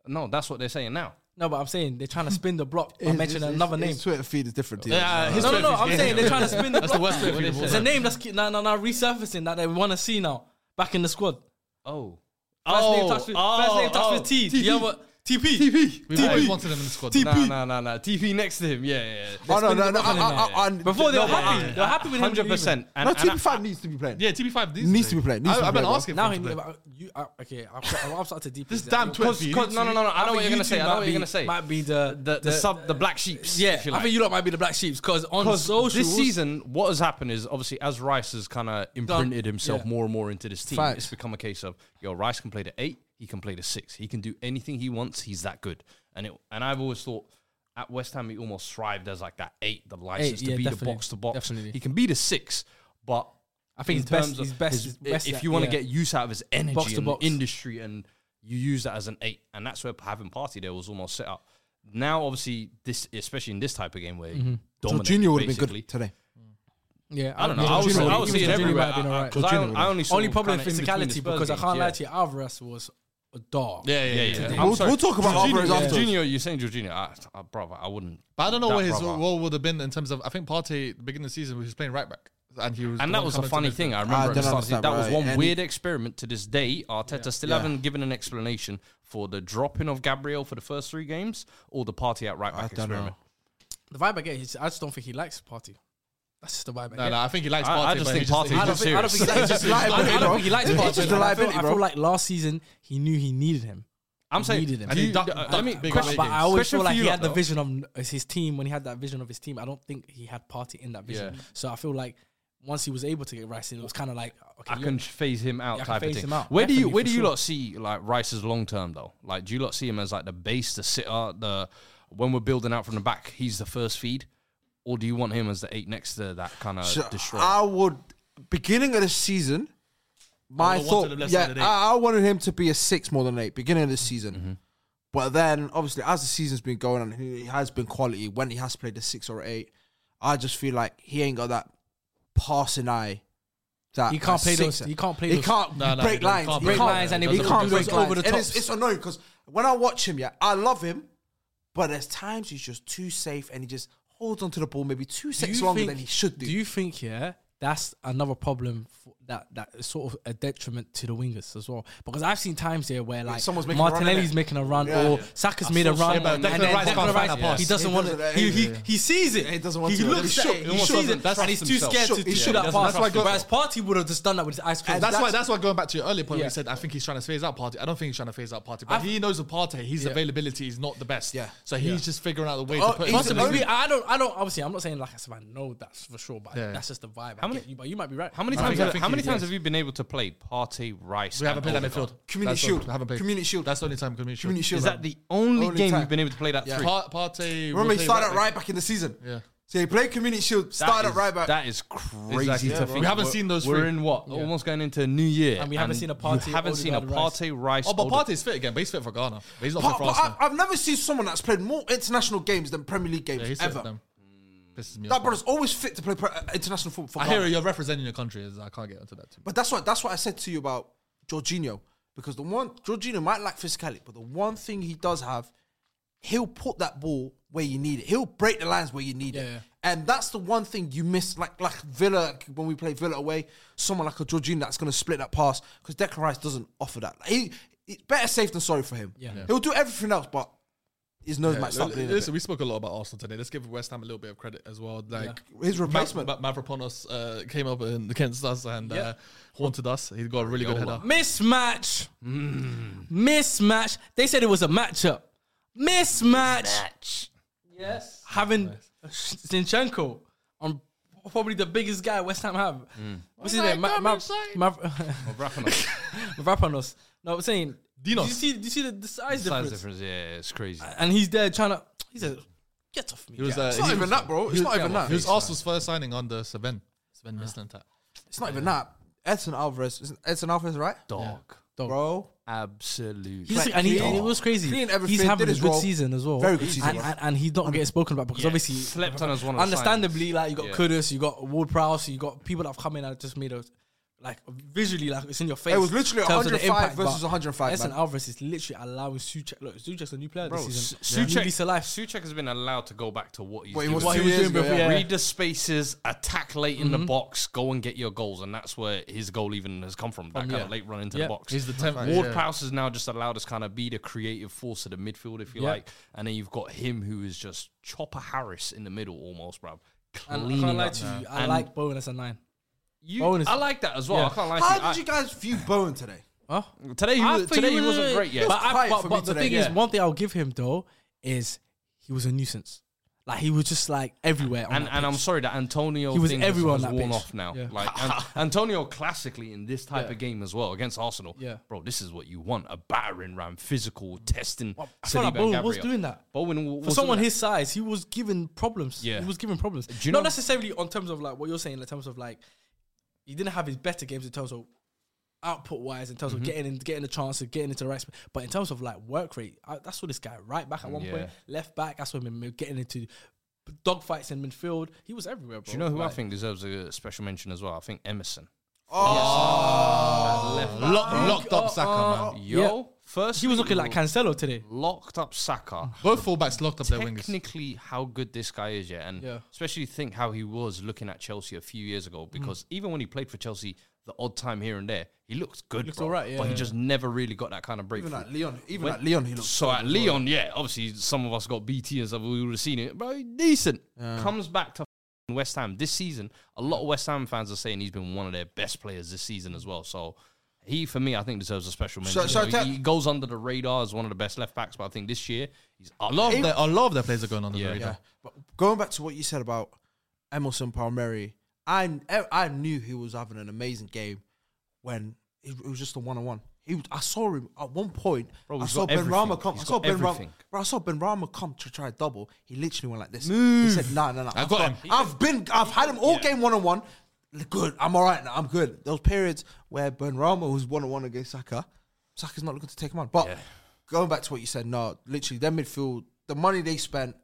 no, that's what they're saying now. No, but I'm saying they're trying to spin the block by mentioning another name. His Twitter feed is different. Uh, to yours. Yeah, his No, no, Twitter no. feed- I'm saying they're trying to spin the That's the block. worst Twitter feed of all It's a time. name that's keep- now, now, now resurfacing that they want to see now back in the squad. Oh, First name touched with, first name touched with T. The other TP. TP. We've always wanted him in the squad. No, no, no, no. TP next to him. Yeah, yeah. yeah. Oh no, no, no. I- in I- I- I- Before they no, were happy. They were happy with him. Hundred percent. No, TP five needs to be playing. Yeah, TB5 needs, Needs to be played, I, needs to be I've been played, asking Now for he, him to play. you, uh, okay, I've, I've started deep. This damn Twitter feed. Because no, no, no, no. I know what you're gonna say. I know what you're gonna say. Might be the the, the sub the black sheeps. Yeah, if you I like. think you lot might be the black sheeps because on Because socials this season, what has happened is obviously as Rice has kind of imprinted himself yeah. more and more into this team, Facts. it's become a case of yo, Rice can play the eight, he can play the six, he can do anything he wants. He's that good, and it and I've always thought. At West Ham, he almost thrived as like that eight, the license to yeah, be the definitely, box to box. definitely. He can be the six, but I in think his best- terms his best- his best if at- you want to yeah. get use out of his energy Box to and box. industry, and you use that as an eight, and that's where having party there was almost set up. Now, obviously, this especially in this type of game where Mm-hmm. he So dominated, Junior would have been basically. good today. yeah, I don't know. I was, Jorginho I would- even was seeing it Jorginho everywhere. Might have been alright. Because I, Jorginho would I have only saw Only problem kinda in between the physicality Spurs because I games, can't yeah. lie to you, Alvarez was a dog. Yeah, yeah, yeah. Today. I'm We'll- sorry. we'll talk about Jorginho, Alvarez yeah. afterwards. Jorginho, you're saying Jorginho. I, I, uh, brother, I wouldn't. But I don't know that what his brother. role would have been in terms of. I think Partey, beginning of the season, he was playing right back. And he was. And the that one was a coming to funny midfield. thing. I I remember at the don't start of the season, understand, that was right. one And- weird experiment. To this day, Arteta still haven't given an explanation for the dropping of Gabriel for the first three games or the party at right back don't know. experiment. The vibe I get is I just don't think he likes party. That's just the vibe No, I get. no, I think he likes Partey. I- I just but think he just- Partey he is I don't, just- just think, I don't think he likes He's just liability, bro. Partey. I don't- I don't think he likes Partey. He's just a And I feel- liability, I bro. feel like last season he knew he needed him. I'm saying. needed him. do And he you- ducked- uh, let ducked me- big question- away But I always question feel for like you he lot, had the though. vision of as his team when he had that vision of his team. I don't think he had party in that vision. Yeah. So I feel like once he was able to get Rice in, it was kind of like okay, I look, can phase him out Yeah, I can type of phase thing. him out, Where do you definitely, where for do you sure. lot see like Rice's long term though? Like do you lot see him as like the base, the sitter, the when we're building out from the back, he's the first feed? Or do you want him as the eight next to that kind of So destroyer? I would beginning of the season. My would've thought, wanted him left yeah, sided eight. I, I wanted him to be a six more than an eight beginning of the season. Mm-hmm. But then, obviously, as the season's been going on, he he has been quality when he has played a six or eight. I just feel like he ain't got that passing eye. That He can't that play those- sixer. he can't play He those- can't No, no, he break can't lines. break He can't- lines and he he doesn't can't do break those lines. over the And it's, tops. it's annoying because when I watch him, yeah, I love him, but there's times he's just too safe and he just holds onto the ball maybe two Do you seconds longer think- than he should do. Do you think yeah that's another problem for that that is sort of a detriment to the wingers as well. Because I've seen times here where like someone's making a run, Martinelli's innit? making a run Yeah. or Saka's made a saw run, someone- and Yeah, then Declan Rice Declan can't Rice, find that he pass. doesn't He want doesn't- it. He, he, yeah. he sees it. Yeah, he doesn't want he to. looks He at shook- it. he He almost sees doesn't. it, That's and he's himself. too scared Shook- to he shoot shook. that That's pass. why I got- Whereas Party would have just done that with his eyes closed. And That's, why. that's- That's why going back to your earlier point, when you Yeah. said I think he's trying to phase out Partey. I don't think he's trying to phase out Partey, but I've- he knows with Partey, his Yeah. availability is not the best. Yeah. So he's just figuring out the way Oh, to put he's him into the the only- league. Possibly. I don't. I don't. Obviously, I'm not saying like I said. I know that's for sure, but Yeah. that's just the vibe. I How many- get you, but you might be right. How many I times? think- I Have, think how many he- times yeah. have you been able to play Partey, Rice? We haven't and played that midfield. Odegaard? Oh, Community That's all. Shield. We haven't played. Community Shield. That's the only time community shield. Community Shield. Is that man. the only, Only game time. you've been able to play that Yeah. three? Pa- Partey. Remember, will he play started back. right, back in the season. Yeah. So he played Community Shield, That started is- right back. That is crazy Exactly. to Yeah, think. we haven't We're- seen those We're three. in what? Yeah. Almost going into a new year, And we haven't seen a Partey, You haven't seen a Odegaard, Rice. Partey Rice. Oh, but Odegaard. Partey's fit again, but he's fit for Ghana. But he's not fit But, for but I, Arsenal. I've never seen someone that's played more international games than Premier League Yeah, games he's fit for ever. Mm. them. Pisses me That off. brother's always fit to play pre- uh, international football. For I Ghana. hear you're representing your country. is- I can't get into that too much. But that's what that's what I said to you about Jorginho. Because the one Jorginho might lack physicality, but the one thing he does have, he'll put that ball where you need it. He'll break the lines where you need it. Yeah. And that's the one thing you miss, like like Villa like when we play Villa away, someone like a Jorginho that's gonna split that pass because Declan Rice doesn't offer that. He, it's better safe than sorry for him. Yeah. Yeah. He'll do everything else, but his nose might L- start bleeding. a Listen, bit. we spoke a lot about Arsenal today. Let's give West Ham a little bit of credit as well. Like His replacement. Ma- Ma- Mavropanos uh, came up and against us and uh, haunted us. He got a really good header. Mismatch. Mm. Mismatch. They said it was a matchup. Mismatch. Yes. Having Zinchenko on probably the biggest guy West Ham have. Mm. What's his name? Ma- Ma- Ma- Oh, Raphanos. Mavropanos. No, I'm saying. Dinos. Do you see? Do you see the, the size, Size difference? difference, yeah, it's crazy. And he's there trying to. He said, "Get off me." He was, Jack." uh, It's not he even was- that, bro. It's he was- not even that. He was Arsenal's first signing under Sven. Sven Mislintat. it's not even that. Edson Alvarez, isn't Edson Alvarez right? Dog. Bro, Absolute. He's Like, and he, clean- it was crazy. clean everything, He's having did a his good role. season as well. Very good season, And, bro. and, and he's not getting spoken about because Yeah, obviously slept on as one of the Understandably, signings. like you got Yeah. Kudus, you got Ward Prowse, you got people that have come in and just made a like visually like it's in your face. was literally in terms of the 105 impact, versus but 105, Edson man. Alvarez is literally allowing Suchek. Look, Suchek's a new player Bro, this season. Su- New Suchek, lease of life. Suchek has been allowed to go back to what he's What he doing. was What he two was years doing ago, before, yeah. yeah. Mm-hmm. Read the spaces, attack late in the box, go and get your goals, and that's where his goal even has come from. That kind yeah. of late run into Yeah. the box. He's the tenth- Ward yeah. Prowse has now just allowed us kind of be the creative force of the midfield, if you Yeah. like, and then you've got him who is just Chopper Harris in the middle almost, bro. And I Cleaning can't lie up. to you, I And like Bowen as a nine. you- Bowen is- I like that as well. Yeah. I can't lie to you. How I- did you guys view Bowen today? Huh? Today he, I was, thought today he was- wasn't great yet. But, was I- quiet but- for but me the today, thing is, yeah. one thing I'll give him though is he was a nuisance. Like he was just like everywhere. on and that and I'm pitch. sorry that Antonio He was thing has- everywhere on has that worn pitch. off now. Yeah. Like An- Antonio, classically in this type Yeah. of game as well against Arsenal. Yeah. bro, this is what you want: a battering ram, physical testing. Well, I feel like Saliba and Bowen was Gabriel. doing that. Bowen w- was for doing someone that. his size, he was given problems. Yeah. he was given problems. you Not know- necessarily on terms of like what you're saying, in terms of like he didn't have his better games in terms of output wise, in terms Mm-hmm. of getting in, getting the chances, getting into the right. sp- But in terms of like work rate, I, that's what this guy right back at one point, Yeah. left back. That's when we're getting into dogfights in midfield. He was everywhere. Bro. Do you know who I Like, think deserves a special mention as well? I think Emerson. Oh, Left back. Lock, locked up uh, Saka, man. Yo, Yeah. first he was looking like Cancelo today. locked up Saka. Both fullbacks locked up their wingers. technically how good this guy is, yeah, and Yeah. especially think how he was looking at Chelsea a few years Mm. ago. Because even when he played for Chelsea, the odd time here and there, he looked good, Looked bro. alright, yeah, but he yeah. just never really got that kind of even breakthrough. at Leon, even When- at Leon, he looks. so at Leon, yeah, obviously some of us got BT and stuff. We would have seen it, but decent. Comes back to f***ing West Ham this season. A lot of West Ham fans are saying he's been one of their best players this season as well. So. He, for me, I think deserves a special mention. So- so You know, tell- he goes under the radar as one of the best left backs, but I think this year he's up A lot there. of their, a lot of their players are going under Yeah. the radar. Yeah, but going back to what you said about Emerson Palmieri, I I knew he was having an amazing game when it it was just a one on one. He, was- I saw him at one point. Bro, I he's saw got Ben Rama everything. come. I He's saw got Ben Rama. everything. Bro, I saw Ben Rama come to try a double. He literally went like this. He Move. said, "No, no, no. I got him." I've been. I've had him all game one on one. Good. I'm all right now. I'm good. Those periods where Ben Rama was one on one against Saka, Saka's not looking to take him on. But going back to what you said, no, literally, their midfield, the money they spent,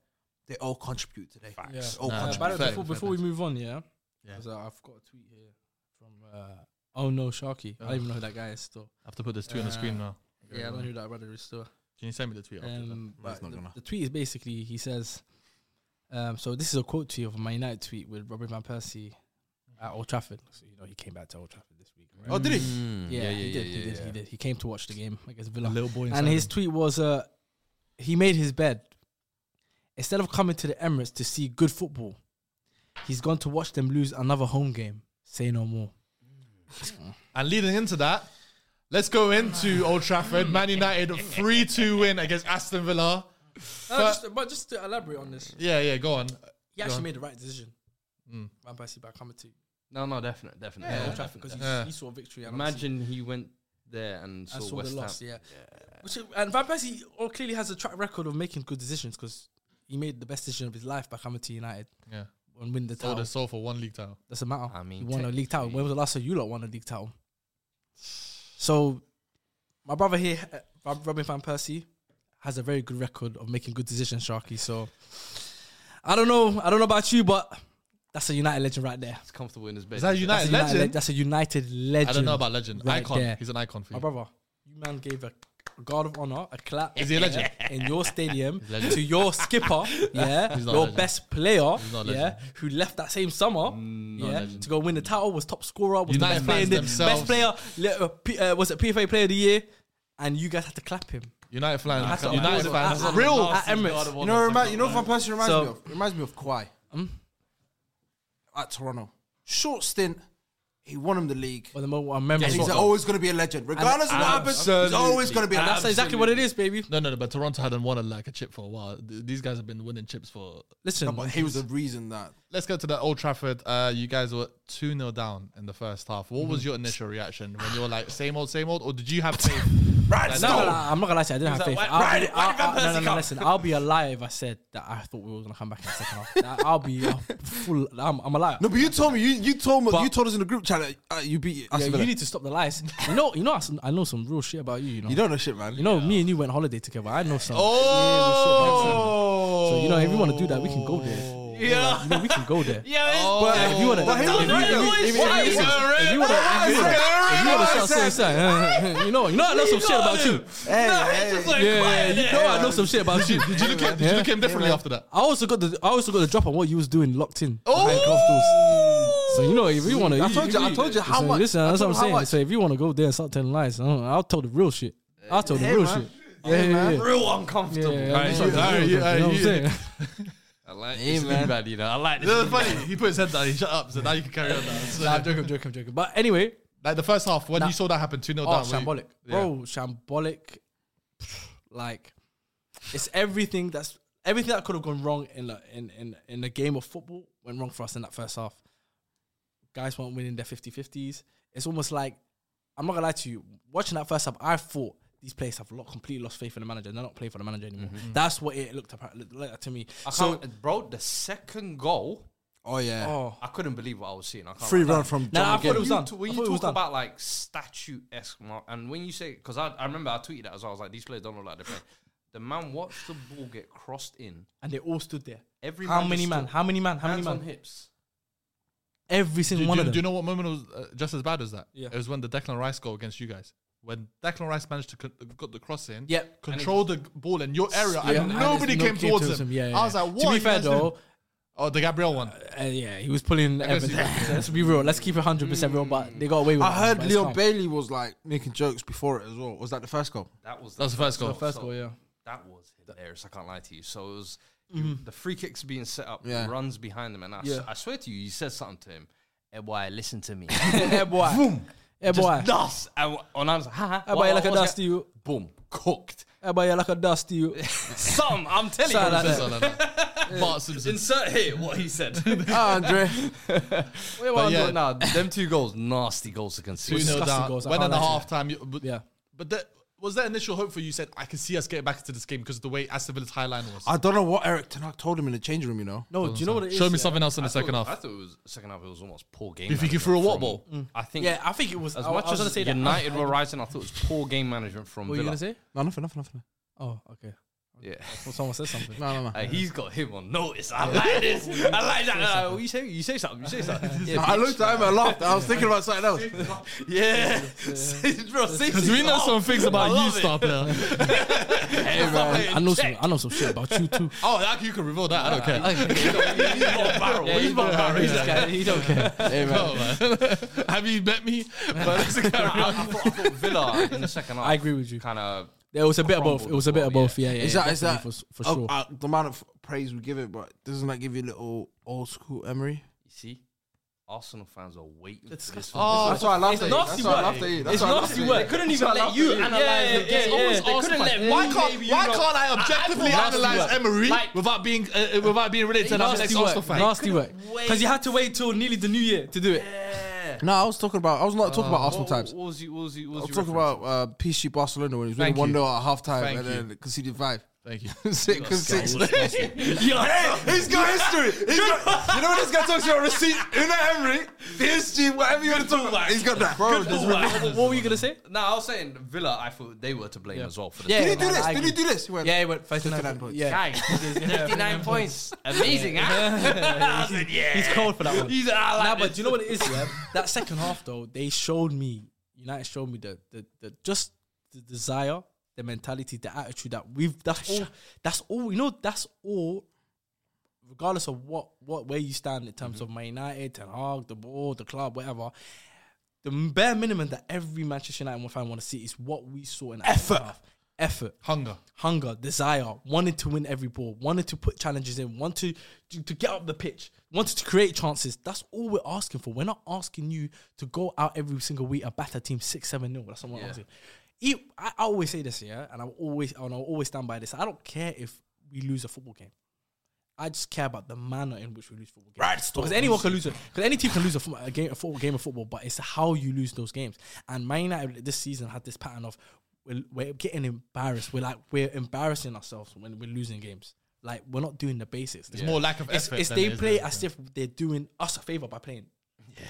they all contribute today. They all Nah, Uh, contribute. by the way, Fair, fair before, before we move on, yeah, 'Cause, uh, I've got a tweet here from uh, oh no Sharky. I don't even know who that guy is still. I have to put this two on the screen now. Yeah, I don't know who that brother is still. Can you send me the tweet? after that? Um, but the, the tweet is basically he says, um, so this is a quote to you of my United tweet with Robert van Persie. at Old Trafford. So, you know, he came back to Old Trafford this week. Right? Oh, did he? yeah, Mm. yeah, he yeah, did. yeah, he did. yeah. He did. He came to watch the game against Villa. little boy inside and his him. tweet was, uh, "He made his bed. Instead of coming to the Emirates to see good football, he's gone to watch them lose another home game. Say no more." And leading into that, let's go into Old Trafford. Man United 3 2 win against Aston Villa. just- but Oh, just to elaborate on this, Yeah, yeah, go on. he actually actually on. made the right decision. Mm. Van Persie back coming to No, no, definitely, definitely. Old Trafford because Yeah. he saw victory. And obviously- Imagine he went there and saw, I saw West the loss, Ham. yeah. Which is- and Van Persie all clearly has a track record of making good decisions because he made the best decision of his life by coming to United Yeah. and win the Sold title. us all for one league title. Doesn't matter. I mean, he won a league title. When was the last time you lot won a league title? So, my brother here, uh, Rob- Robin Van Persie, has a very good record of making good decisions, Sharky. So, I don't know. I don't know about you, but that's a United legend right there. He's comfortable in his bed. Is that a He's United That's a United, legend? le- that's a United legend. I don't know about legend. right icon. there. He's an icon for My you. Oh, brother, you man gave a guard of honor, a clap. Is he a legend? yeah, In your stadium legend. to your skipper, yeah, He's not a your legend. best player, not a yeah, legend. Mm, who left that same summer, yeah, to go win the title, was top scorer, was United the best player, in the, fans best player, le- uh, P- uh, was it PFA Player of the Year, and you guys had to clap him. United fans. That's not United bad. fans. That's not Real. bad. At Emirates. You know, remi- you know, Van Persie reminds So- Hmm? me of reminds me of Kawhi at Toronto. Short stint, he won him the league. But the moment I remember, And he's always going to be a legend, regardless of what happens. He's Absolutely. always going to be a and that's legend. exactly what it is, baby. No, no, no, but Toronto hadn't won a, like a chip for a while. Th- These guys have been winning chips for. Listen, But he was the reason that Let's go to the Old Trafford. Uh, you guys were 2 0 down in the first half. What Mhm. was your initial reaction when you were like, same old, same old? Or did you have faith? right. Like, No, no. no, no, I'm not gonna lie to you. I didn't have faith. like, I'll why- why be- did- why did I'll- Van I'll- no, Persie no, no, come? listen. I'll be a liar if I said that I thought we were gonna come back in the second half. I'll be a full. I'm, I'm a liar. No, but you told me you you told me But- you told us in the group chat that, uh, you beat Yeah, Aston Villa. you need to stop the lies. You know, you know, I s- I know some real shit about you. You know, You don't know shit, man. You know, me and you went holiday together. I know some. Oh! So you know, if you want to do that, we can go there. Yeah. You know, we can go there. Oh, Yeah, But if you wanna- but if you- if you- if you- if you- Why if you- is it If you want to, if you want to, if you want to start saying something, you know, you know, I know some shit about you. Hey, hey, Yeah, you know, I know some shit about you. Did you look at, did you look at him differently after that? I also got the I also got the drop on what you was doing locked in behind closed doors. So you know if you want to, Oh! I told you- I told you how much- Listen, I that's what told I'm you how saying. much. So if you want to go there and start telling lies, I don't know, I'll tell the real shit. I'll tell the Hey, real man. shit. Yeah, yeah, yeah. real uncomfortable. Yeah, Alright, that's you- what I'm alright, you- saying. You know what I'm alright, you- saying? I like Hey, this man. league bad, you know. I like It was this. funny. He put his head down. He shut up. So now you can carry on. Now. So, Nah, I'm joking, I'm joking, I'm joking. But anyway, like the first half, when you saw that happen, two 0 oh, down. were you- shambolic, bro, shambolic. Like, it's everything that's everything that could have gone wrong in the in in in the game of football went wrong for us in that first half. Guys weren't winning their 50-50s. It's almost like I'm not gonna lie to you. Watching that first half, I thought these players have lo- completely lost faith in the manager. They're not playing for the manager anymore. That's what it looked, appa- looked like to me. Mm-hmm. I So, can't, bro, the second goal, Oh yeah. oh, I couldn't believe what I was seeing. I can't Free lie. run from Nah, John I thought it McGinn. was You done. t- I when thought you it was talk done. about like statue esque, and when you say, because I, I remember I tweeted that as well, I was like, these players don't look like they play. The man watched the ball get crossed in. and they all stood there. Every how man many just man? stood, How many man? How many hands on man? hips. Every Do, single you- one do, of you- them. do you know what moment was uh, just as bad as that? Yeah. It was when the Declan Rice goal against you guys. When Declan Rice managed to con- got the cross in, Yep. And control the ball in your area, Yeah, and and nobody there's no came kid towards him. Yeah, yeah, I was yeah. like, what? To are be you fair guys doing? though, oh, the Gabriel one. uh, yeah, he was pulling. guess he everything. Let's be real. Let's keep it hundred percent real. But they got away with. I it, heard but it's Leon calm. Bailey was like making jokes before it as well. Was that the first goal? That was That was the first goal. The first goal, yeah. That was hilarious. I can't lie to you. So it was you- the free kicks being set up, Yeah. he runs behind them, and I, s- Mm-hmm. Yeah. I swear to you, he says something to him. Hey boy, listen to me. Eh, boy. Eh, boy. Just dust. And w- and I was like, ha ha. Eh, boy, what- like a what was dust that? to you. Boom, cooked. Eh, boy, like a dust to you. Some, I'm telling Something like you. that. That's all I know. Bart Simpson. Insert here what he said. Ah, Andre. but yeah. yeah, nah, them two goals, nasty goals to Two concede. 0 disgusting down. goals. I When in can't the lie to you. half time, you, but, Yeah. But that, was that initial hope for you? Said I can see us getting back into this game because of the way Aston Villa's high line was. I don't know what Eric Ten Hag told him in the changing room. You know. No, do you know what it is? Show me yeah? something else in I the second thought- half. I thought it was second half. It was almost poor game. You think he management threw a what from- ball? I think. Mm. Yeah, I think it was. As I, much I was as gonna say that. United were rising, I thought it was poor game management from What were you Villa. gonna say? No, nothing, nothing, nothing. Oh, okay. Yeah. Well, someone says something. No, no, no. Hey, he's got him on notice. I like this. I like that. Uh, what you say? You say something. You say something. Yeah, I bitch. looked at him and laughed. I was thinking about something else. Yeah. Because Because we know some things about you, star player. Hey, I know some. I know some shit about you too. Oh, that, you can reveal that. I don't care. Yeah, he's not barrel. He's this guy. He don't care. Hey, man. Oh, Have you met me? But let's carry I, I, on. thought, I thought Villa in the second half. I agree with you. Kind of. It was a bit of both. Crumbled It was a bit of well, both. Yeah, yeah. Is that, is that definitely for, for oh, sure? uh, the amount of praise we give it, but doesn't that give you a little old school Emery? You see, Arsenal fans are waiting for this. disgusting. Oh, That's why I laughed It's nasty work. It's nasty work. They couldn't even let you analyze the game. They couldn't let me, Why can't maybe you Why know. can't I I- I objectively thought- analyze Nasty work. Emery Like- without being uh, without being related to the Nasty next Arsenal work. fan? Nasty work. wait. Because you had to wait till nearly the new year to do it. No, I was talking about. I was not talking about Arsenal What, times. what was you? What was you? What I was was your talking reference? about uh, PSG Barcelona when he was Thank winning one you. 0 at half time Thank and you. then conceded five. Thank you. Sick, conceded. Yo, hey, He's got history. He's got, you know when this guy talks about receipt, Una Emery, PSG, whatever you want to talk about, he's got that. Bro, What were you gonna say? No, I was saying Villa. I thought they were to blame as well for this. Did he do this? Did he do this? He went, Yeah, he went 59 59 points. points. Yeah, Guys, 59 points. Amazing, huh? I was like, yeah. he's cold for that one. He's, I like nah, but this. do you know what it is? Yeah, that second half though, they showed me United showed me the the, the just the desire, the mentality, the attitude that we've. That's Oh. all. That's all. You know, that's all. Regardless of what what where you stand in Mm-hmm. terms of Man United, Ten Hag, the ball, the club, whatever. The bare minimum that every Manchester United fan want to see is what we saw in that second Effort. half. effort, Hunger. hunger, desire, wanted to win every ball, wanted to put challenges in, wanted to, to, to get up the pitch, wanted to create chances. That's all we're asking for. We're not asking you to go out every single week and batter team six, seven nil. That's not what I'm asking. E- I, I always say this, yeah, and I always and I always stand by this. I don't care if we lose a football game. I just care about the manner in which we lose football games. Right, because anyone can lose it. Because any team can lose a, fo- a game, a football game of football, but it's how you lose those games. And Man United this season had this pattern of we're, we're getting embarrassed. We're like we're embarrassing ourselves when we're losing games. Like we're not doing the basics. It's more lack of it's, effort It's than they it is play anything. as if they're doing us a favor by playing.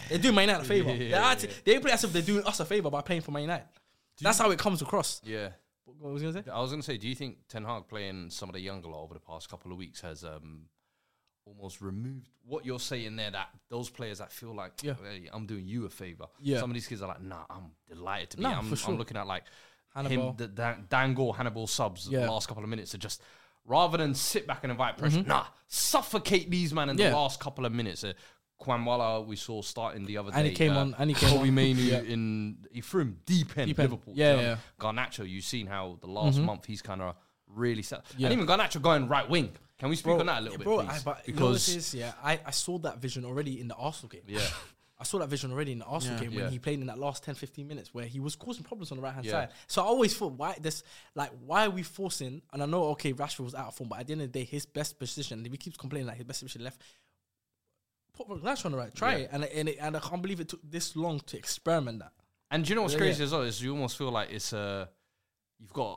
They're doing Man United a favor. They're acting- They play as if they're doing us a favor by playing for Man United. That's how it comes across. Yeah. What was I gonna say? I was going to say, do you think Ten Hag playing some of the younger lot over the past couple of weeks has um, almost removed what you're saying there? That those players that feel like, Yeah. hey, I'm doing you a favor. Yeah. Some of these kids are like, nah, I'm delighted to be. Nah, here. I'm, for sure. I'm looking at like Hannibal. him, the Dan- Dangle, Hannibal subs Yeah. Mm-hmm. the last couple of minutes are just. Rather than sit back and invite pressure, nah, suffocate these man in Yeah. the last couple of minutes. Uh, Kwanwala, we saw starting the other And day. he came uh, on- and he came Kobe on. Mainoo Yeah. in he threw him deep end Deep end. Liverpool. Yeah, Um, yeah. Mm-hmm. Garnacho, you've seen how the last month he's kind of really set. Yeah. And even Garnacho going right wing. Can we speak on that a little Yeah, bit, bro, please? I, but because because yeah, I, I saw that vision already in the Arsenal game. Yeah. I saw that vision already in the Arsenal game when Yeah. he played in that last 10, 15 minutes where he was causing problems on the right hand Yeah. side. So I always thought, why this? Like, why are we forcing? And I know, okay, Rashford was out of form, but at the end of the day, his best position. He keeps complaining like his best position left. Put Rashford on the right. Try it, and and, it, and I can't believe it took this long to experiment that. and do you know what's Yeah, crazy yeah. as well is you almost feel like it's a you've got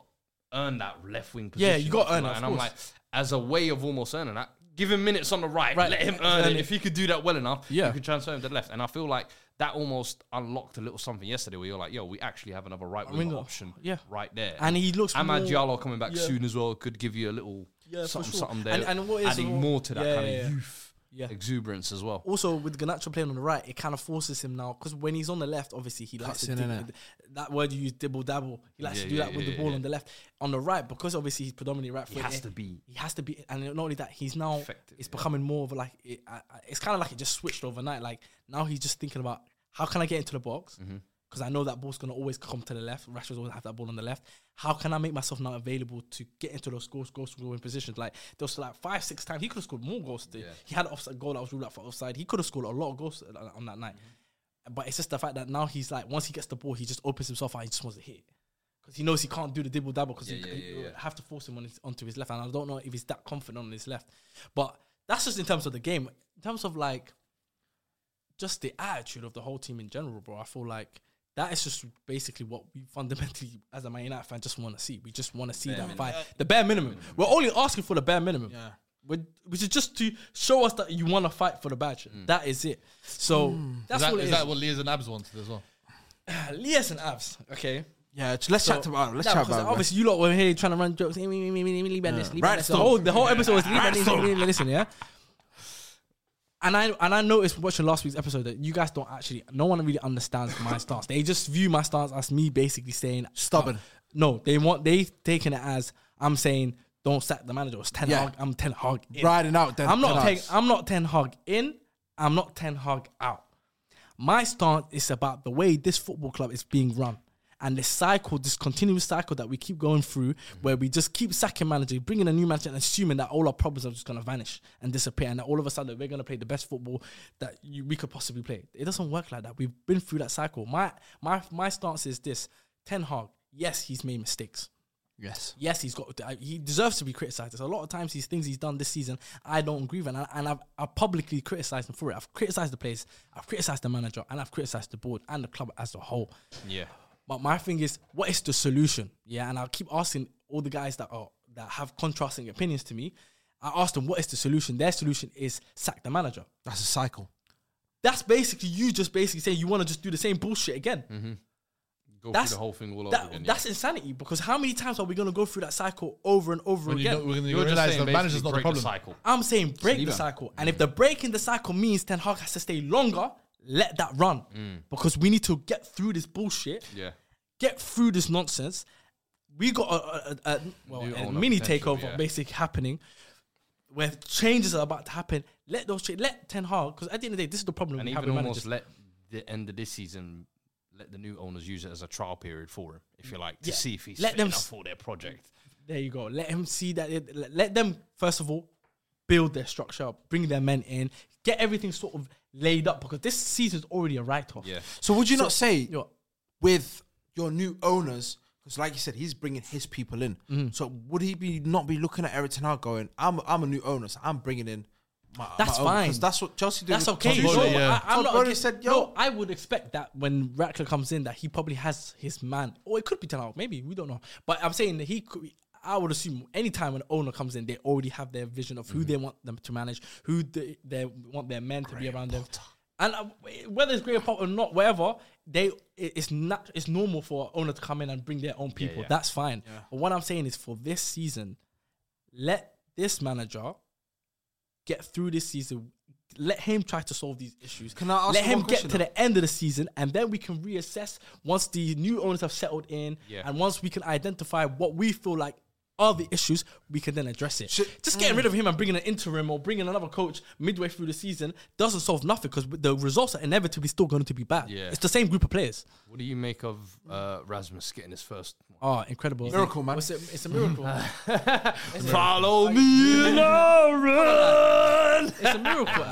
to earn that left wing position. Yeah, you gotta I feel earn it, like. of And I'm like, as a way of almost earning that, give him minutes on the right, Right. let him earn Earn it. it. If he could do that well enough, Yeah. you could transfer him to the left. And I feel like that almost unlocked a little something yesterday where you're like, yo, we actually have another right wing winger. option Yeah. right there. And he looks Ahmad more- Diallo coming back Yeah. soon as well could give you a little Yeah, for something, sure. something there. And- and what is adding all- more to that Yeah, kind of yeah, yeah. youth Yeah. exuberance as well. also with Ganacho playing on the right, it kind of forces him now because when he's on the left, obviously he likes to in, dib- innit? that word you use dibble dabble. He likes to Yeah, do yeah, that with yeah, the ball yeah. on the left. On the right, because obviously he's predominantly right footed, has to be. He has to be, and not only that, he's now Effective, it's yeah. becoming more of like it, I- I- it's kind of like it just switched overnight. Like now he's just thinking about how can I get into the box. Mm-hmm. Because I know that ball's gonna always come to the left. Rashford's always have that ball on the left. How can I make myself now available to get into those goals, goal scoring positions? Like there was like five, six times he could have scored more goals. Today. He had an offside goal that was ruled out for offside. He could have scored a lot of goals uh, on that night. Mm-hmm. But it's just the fact that now he's like once he gets the ball, he just opens himself out. He just wants to hit because he knows he can't do the dibble dabble because Yeah, you yeah, yeah, yeah. have to force him on his, onto his left. And I don't know if he's that confident on his left, but that's just in terms of the game. In terms of like just the attitude of the whole team in general, bro. I feel like that is just basically what we fundamentally, as a Man United fan, just want to see. We just want to see that fight, the bare minimum. We're only asking for the bare minimum. Yeah. Which is just to show us that you want to fight for the badge. That is it. So that's Is that, all it is is. that what Lears and Abs wanted as well? Lias and Abs, okay. Yeah, ch- let's chat about it. Let's Nah, chat because about it. man. Obviously, you lot were here trying to run jokes. "Eh, me, me, me, me, me, Lee Bendis, Lee Bendis." The Ratstorm. whole the whole episode was Lee Bendis, Lee Bendis, Listen, yeah. And I and I noticed watching last week's episode that you guys don't actually no one really understands my stance. They just view my stance as me basically saying uh, Stubborn. No, they want they taking it as I'm saying don't sack the manager. It's ten Yeah. hog. I'm ten hog. in. Riding out Ten- I'm not Ten ten. Hag's. I'm not ten hog in. I'm not ten hog out. My stance is about the way this football club is being run. And this cycle, this continuous cycle that we keep going through, where we just keep sacking managers, bringing a new manager, and assuming that all our problems are just going to vanish and disappear, and that all of a sudden we're going to play the best football that you, we could possibly play. It doesn't work like that. We've been through that cycle. My my my stance is this: Ten Hag, yes, he's made mistakes. Yes. Yes, he's got. He deserves to be criticised. There's a lot of times these things he's done this season, I don't agree with, and, I, and I've, I've publicly criticised him for it. I've criticised the players, I've criticised the manager, and I've criticised the board and the club as a whole. Yeah. But my thing is, what is the solution? Yeah, and I'll keep asking all the guys that are that have contrasting opinions to me. I asked them what is the solution. Their solution is sack the manager. That's a cycle. That's basically you just basically saying you want to just do the same bullshit again. Go That's- through the whole thing all over That- again. yeah. that's insanity because how many times are we going to go through that cycle over and over When you, again? go, when you You're just realize saying the manager's basically not the break problem. cycle. I'm saying break leave the it. cycle. And if the breaking the cycle means Ten Hag has to stay longer, let that run. Mm. Because we need to get through this bullshit, Yeah. get through this nonsense. We got a, a, a, a- well, New a owner mini potential, takeover yeah. basically happening where changes are about to happen. Let those change, let Ten Hag, because at the end of the day, this is the problem And we have with even almost managers. let the end of this season, let the new owners use it as a trial period for him, if you like, to Yeah. see if he's Let fit them enough s- for their project. There you go. Let him see that. It, let- let them first of all build their structure, bring their men in, get everything sort of laid up because this season's already a write off. Yeah. So would you not say You know, with your new owners, because like you said, he's bringing his people in. Mm. So would he be not be looking at Eric Ten Hag going, "I'm I'm a new owner, so I'm bringing in." My, That's my own," 'cause fine. That's what Chelsea did. That's with okay. Tuchel. Todd No, Bowley, yeah. I, am Todd not Bowley against- said, no, "Yo." I would expect that when Rattler comes in, that he probably has his man, or it could be Ten Hag, maybe we don't know. But I'm saying that he could. I would assume anytime an owner comes in, they already have their vision of who Mm. they want them to manage, who they, they want their men to be around them, and uh, whether it's Graham Potter or not, whatever they, it- it's not, it's normal for an owner to come in and bring their own people. yeah. That's fine. But what I'm saying is, for this season, let this manager get through this season. Let him try to solve these issues. Can I ask let you him one get question to the end of the season, and then we can reassess once the new owners have settled in, Yeah. and once we can identify what we feel like are the issues, we can then address it. Should- Mm. Just getting rid of him and bringing an interim or bringing another coach midway through the season doesn't solve nothing because the results are inevitably still going to be bad. Yeah. It's the same group of players. What do you make of uh, Rasmus getting his first? Oh, incredible! Miracle, man. It's a, it's a miracle. Follow me and I'll run. it's a miracle.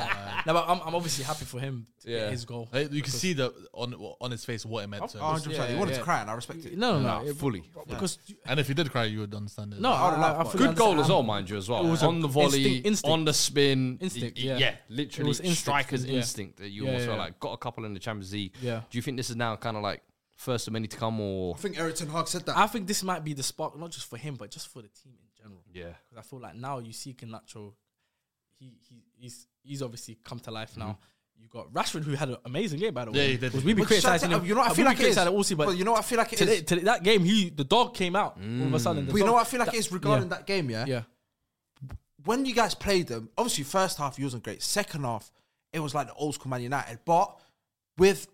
no, but I'm, I'm obviously happy for him. To get his goal. Uh, You can see the on on his face what it meant to Oh, him. 100%. he wanted to cry, and I respect it. No, no, no, Nah, fully. Because you- And if he did cry, you would understand it. no, I, would've I, laughed, I but- fully Good goal understand. as well, mind you, as well. It was on a the volley, instinct- instinct. on the spin, Instinct, y- yeah. yeah. literally It was instinct, striker's yeah. instinct that you Yeah, almost felt yeah. like got a couple in the Champions League. Yeah. Do you think this is now kind of like first of many to come, or I think Eric Ten Hag said that. I think this might be the spark, not just for him, but just for the team in general. yeah, Because I feel like now you see Canacho, he, he he's he's obviously come to life now. You got Rashford, who had an amazing game by the way. Yeah, he did. Because we be Mm-hmm. But shut criticizing up, him. You know, what I we feel be like it is. criticizing All season, but, But you know, what I feel like it today, is. today, that game, he the dog came out all of a sudden. the But you know, dog- what I feel like that- it is regarding yeah. that game. Yeah, Yeah, when you guys played them, obviously first half you wasn't great. Second half, it was like the old school Man United. But with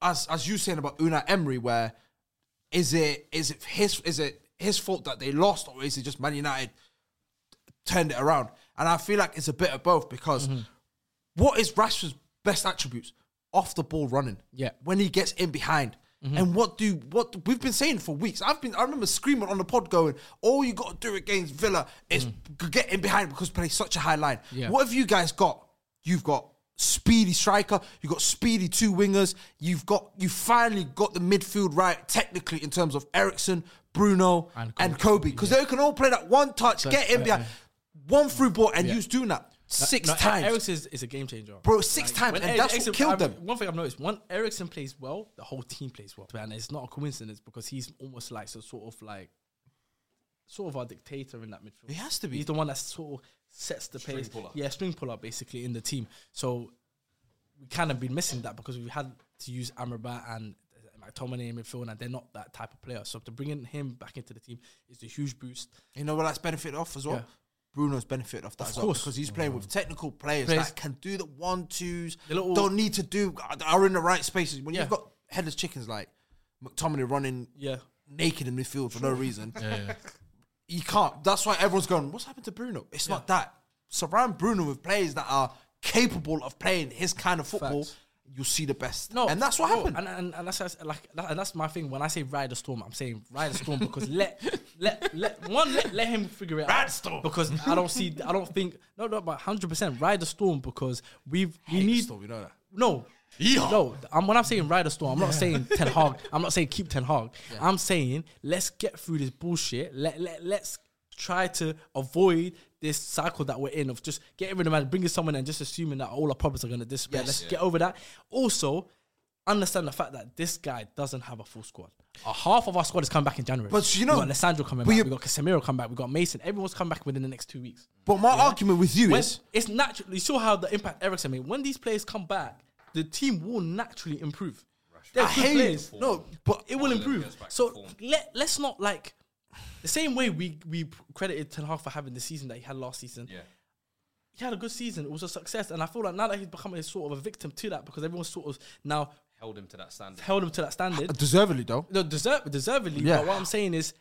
as as you saying about Una Emery, where is it is it his is it his fault that they lost or is it just Man United turned it around? And I feel like it's a bit of both because Mm-hmm. what is Rashford's best attributes? Off the ball running. Yeah. Mm-hmm. When he gets in behind. And what do what we've been saying for weeks? I've been I remember screaming on the pod going, all you got to do against Villa is g- get in behind because play such a high line. Mm. Yeah. What have you guys got? You've got speedy striker, you've got speedy two wingers, you've got you finally got the midfield right technically in terms of Ericsson, Bruno, And and, Kobe. Kobe. Because they can all play that one touch, get in yeah, behind, one through ball, and you's doing that six No, times. Eriksen is, is a game changer, Bro, six times, when and Eri- that's Eriksen- what killed I've- them. One thing I've noticed: when Ericsson plays well, the whole team plays well, and it's not a coincidence because he's almost like so sort of like sort of our dictator in that midfield. He has to be. He's the one that sort of sets the pace. Yeah, string puller basically in the team. So we kind of been missing that because we've had to use Amrabat and. uh, McTominay and midfield, and they're not that type of player. So to bringing him back into the team is a huge boost. You know what that's benefited off as well? Yeah. Bruno's benefited off that Of as well course. Mm. because he's playing with technical players, Players. that can do the one twos, The little- don't need to do, are in the right spaces. When Yeah. you've got headless chickens like McTominay running Yeah, naked in midfield for no reason, you can't. That's why everyone's going, what's happened to Bruno? It's not that. Surround Bruno with players that are capable of playing his kind of football, Facts. you'll see the best. no, and that's what no, happened. And, and, and that's that's- like that, and that's my thing. When I say ride the storm, I'm saying ride the storm because let let let one let, let him figure it out. Ride the storm. because I don't see I don't think no no but hundred percent ride the storm because we've we need we know that. No. No, I'm, when I'm saying ride a storm, I'm not saying Ten Hag. I'm not saying keep Ten Hag. I'm saying let's get through this bullshit. Let, let, let's try to avoid this cycle that we're in of just getting rid of man, bringing someone and just assuming that all our problems are going to disappear. Let's get over that. Also, understand the fact that this guy doesn't have a full squad. A half of our squad is coming back in January. But you we know- got Alessandro coming but back. you- We got Casemiro coming back. We got Mason. Everyone's coming back within the next two weeks. But my argument with you When- is it's natural. You saw how the impact Ericsson made. When these players come back, the team will naturally improve. They're I good hate players. it. No, but it will Oil and improve. gets back to So form. let let's not like the same way we we credited Ten Hag for having the season that he had last season. Yeah. He had a good season. It was a success, and I feel like now that he's become a sort of a victim to that because everyone's sort of now Held him to that standard. held him to that standard. deservedly though. No, deserve, deservedly. Yeah. But what I'm saying is,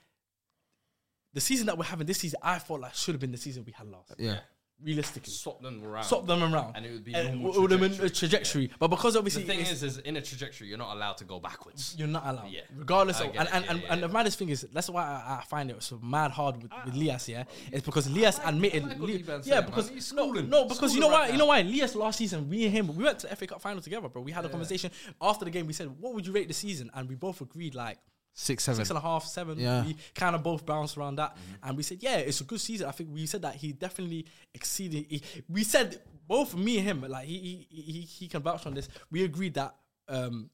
the season that we're having this season, I felt like should have been the season we had last. Yeah. Realistically, Swap them around. swap them around, And it would be And normal it would have been a trajectory. trajectory. But because The obviously thing it's- is, is in a trajectory, you're not allowed to go backwards. you're not allowed, Yeah. regardless I of, get and it, and, yeah, and, yeah, and the yeah. Ah. maddest thing is that's why I, I find it so mad hard with, with Lias. Yeah, it's because Lias admitted, like what Li- you've been yeah, saying, because man. He's no, schooling. no, because you Schooling know right why, you now. know why Lias last season, we and him, we went to the FA Cup final together, bro. We had a conversation after the game. We said, what would you rate the season? And we both agreed like. Six, seven. six and a half, seven. Yeah. Mm-hmm. We kind of both bounced around that, and we said, yeah, it's a good season. I think we said that he definitely exceeded. He, we said both me and him, like he he he, he can vouch on this. We agreed that um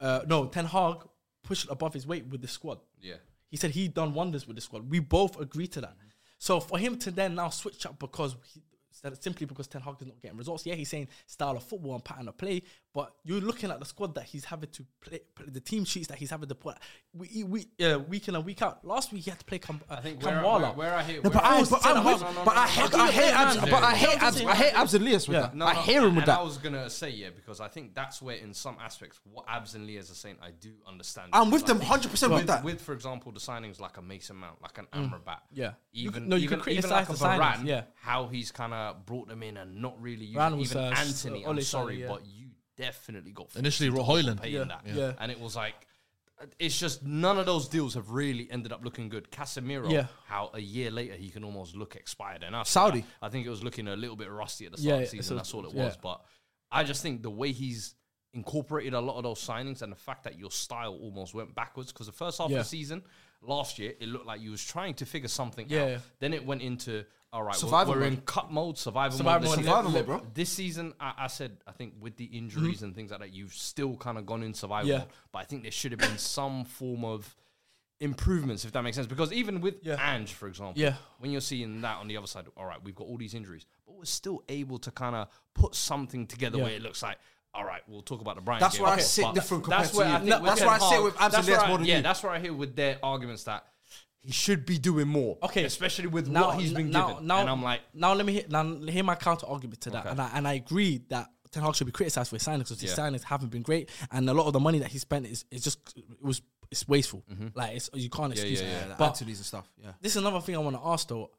uh, no Ten Hag pushed above his weight with the squad. Yeah. He said he done wonders with the squad. We both agreed to that. So for him to then now switch up because he, that- simply because Ten Hag is not getting results. Yeah, he's saying style of football and pattern of play, but you're looking at the squad that he's having to play, play the team sheets that he's having to put we, we uh, week in and week out. Last week he had to play Cam, uh, I think where, where, Kamwala. where I hit. No, where but I, was but ten I'm and a with, half. No, no, but no, I no. hate, I'll I do it hate, right abs, now. but I hate, Yeah. abs, I hate abs and Leas with Yeah. that. No, I no, hear him with and that. I was gonna say yeah because I think that's where in some aspects what Abs and Leas are saying I do understand. I'm with Because I them think 100% with that. With for example the signings like a Mason Mount, like an Amrabat, Mm. yeah. You even could- no, you even, could even like a criticise the signings, Varane, yeah. how he's kind of brought them in and not really used Varane was, even uh, s- Anthony. Ole's I'm signing, sorry, yeah. but you definitely got Initially, forced Roy into Hoyland. paying Yeah, that, yeah. and it was like. It's just none of those deals have really ended up looking good. Casemiro, Yeah. how a year later he can almost look expired, and I feel Saudi. like- I think it was looking a little bit rusty at the Yeah, start of yeah, the season. so- that's all it yeah. was. But I just think the way he's incorporated a lot of those signings and the fact that your style almost went backwards because the first half Yeah. of the season last year it looked like you was trying to figure something Yeah, out. yeah. Then it went into all right, we're- Survival we're, mode. in cut mode, survival, Survival mode. mode, This season- yeah. Survival mode, bro. Mm-hmm. This season, I, I said I think with the injuries and things like that, you've still kind of gone in survival. Yeah. mode. But I think there should have been some form of improvements, if that makes sense. Because even with Yeah. Ange, for example, Yeah. when you're seeing that on the other side, all right, we've got all these injuries, but we're still able to kind of put something together Yeah. where it looks like, all right, we'll talk about the Brian. That's game, where I but sit different compared That's to where you. I think No, with that's Ten where I sit Hag- with that's Abs and where Leas I- more than Yeah, you. that's where I hear with their arguments that he should be doing more. Okay. especially with what he's been now, given. Now, and I'm like, now let me hear, now hear my counter argument to that, and I and I agree that Ten Hag should be criticised for his signings because his Yeah. signings haven't been great, and a lot of the money that he spent is is just it was it's wasteful. Like it's, you can't excuse Mm-hmm. yeah, it. yeah. But Anthony's and stuff. Yeah. this is another thing I want to ask though.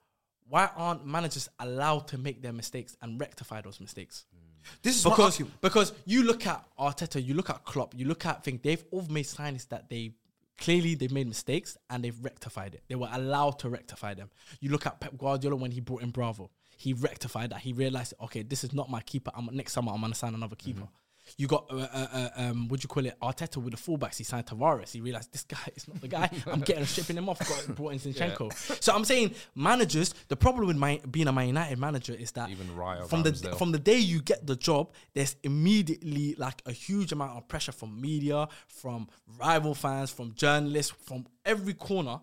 Why aren't managers allowed to make their mistakes and rectify those mistakes? Mm. This is my because argument. because you look at Arteta, you look at Klopp, you look at things. They've all made signings that they clearly they've made mistakes and they've rectified it. They were allowed to rectify them. You look at Pep Guardiola when he brought in Bravo, he rectified that. He realized, okay, this is not my keeper. I'm next summer I'm gonna sign another keeper. Mm-hmm. You got uh, uh, uh, um, what do you call it? Arteta with the fullbacks. He signed Tavares. He realized this guy is not the guy. I'm getting shipping him off. Got brought in Zinchenko. So I'm saying managers. The problem with my, being a Man United manager is that Even Raya, from the Ramsdale. from from the day you get the job, there's immediately like a huge amount of pressure from media, from rival fans, from journalists, from every corner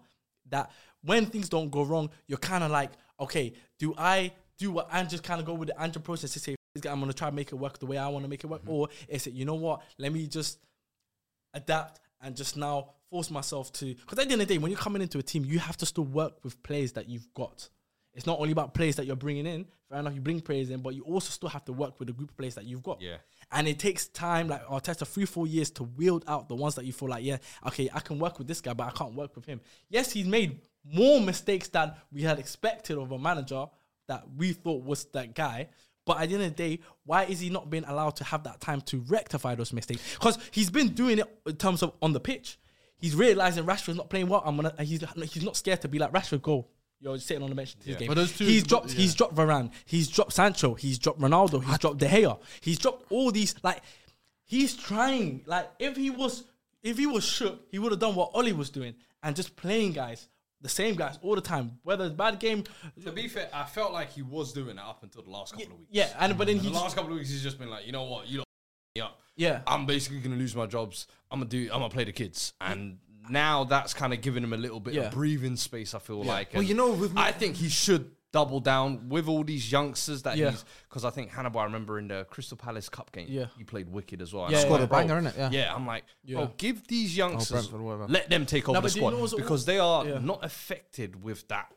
that when things don't go wrong, you're kind of like, okay, do I do what and just kind of go with the Andrew process to say, "F- it, I'm going to try and make it work the way I want to make it work? Or is it, you know what, let me just adapt and just now force myself to. Because at the end of the day, when you're coming into a team, you have to still work with players that you've got. It's not only about players that you're bringing in. Fair enough, you bring players in, but you also still have to work with the group of players that you've got. Yeah. And it takes time, like Arteta, three, four years to wield out the ones that you feel like, yeah, okay, I can work with this guy, but I can't work with him. Yes, he's made more mistakes than we had expected of a manager that we thought was that guy. But at the end of the day, why is he not being allowed to have that time to rectify those mistakes? Because he's been doing it in terms of on the pitch. He's realizing Rashford's not playing well. I'm gonna. He's he's not scared to be like Rashford. Go. You're sitting on the bench this game. But those two- he's dropped. yeah. He's dropped Varane. He's dropped Sancho. He's dropped Ronaldo. He's dropped De Gea. He's dropped all these. Like he's trying. Like if he was, if he was shook, he would have done what Oli was doing and just playing guys, the same guys all the time. Whether it's bad game, To be fair, I felt like he was doing it up until the last couple of weeks. yeah. And but then he the last just, couple of weeks, he's just been like, you know what, you don't me up. Yeah. I'm basically gonna lose my jobs. I'm gonna do. I'm gonna play the kids, and now that's kind of giving him a little bit Yeah. of breathing space. I feel like. Well, And you know, with- I think he should double down with all these youngsters that Yeah. he's because I think Hannibal. I remember in the Crystal Palace Cup game, Yeah. he played wicked as well. And Yeah, I'm scored like, bro, a banger, innit? Yeah. Oh, yeah. I'm like, bro, give these youngsters, Brentford, whatever. let them take over but the do you squad know what's- because they are Yeah. not affected with that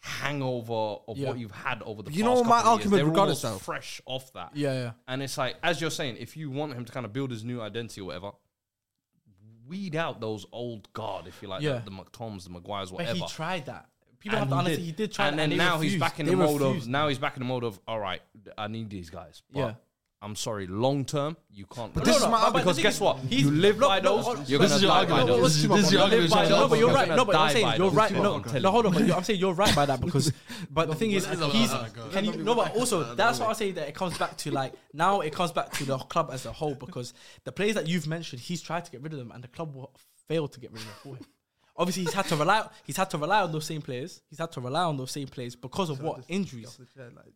hangover of Yeah. what you've had over the You past know my couple of years. argument They're regardless, almost though? fresh off that Yeah, yeah. and it's like as you're saying if you want him to kind of build his new identity or whatever weed out those old guard if you like Yeah. the, the McToms the Maguires but whatever he tried that. People And have to understand he did try, and that, then they now he's refused. back in They the mode of refused. now he's back in the mode of all right I need these guys but Yeah. I'm sorry long term you can't But this is my- but because the thing guess is, what he's- you live no, by no, those hold- you're This gonna is your die by argument. those. This is your- this is your argument. by Shut those. up. No, but you're You're right. gonna No, but I'm die by saying you're those. right. That's what No, I'm telling no, you. hold on. But you're- I'm saying you're right by that because, but the thing is, This is a- he's oh my God. can you no, but also that's why I say that it comes back to like now it comes back to the club as a whole because the players that you've mentioned, he's tried to get rid of them and the club will fail to get rid of them for him. Obviously, he's had to rely. He's had to rely on those same players. He's had to rely on those same players because of what injuries.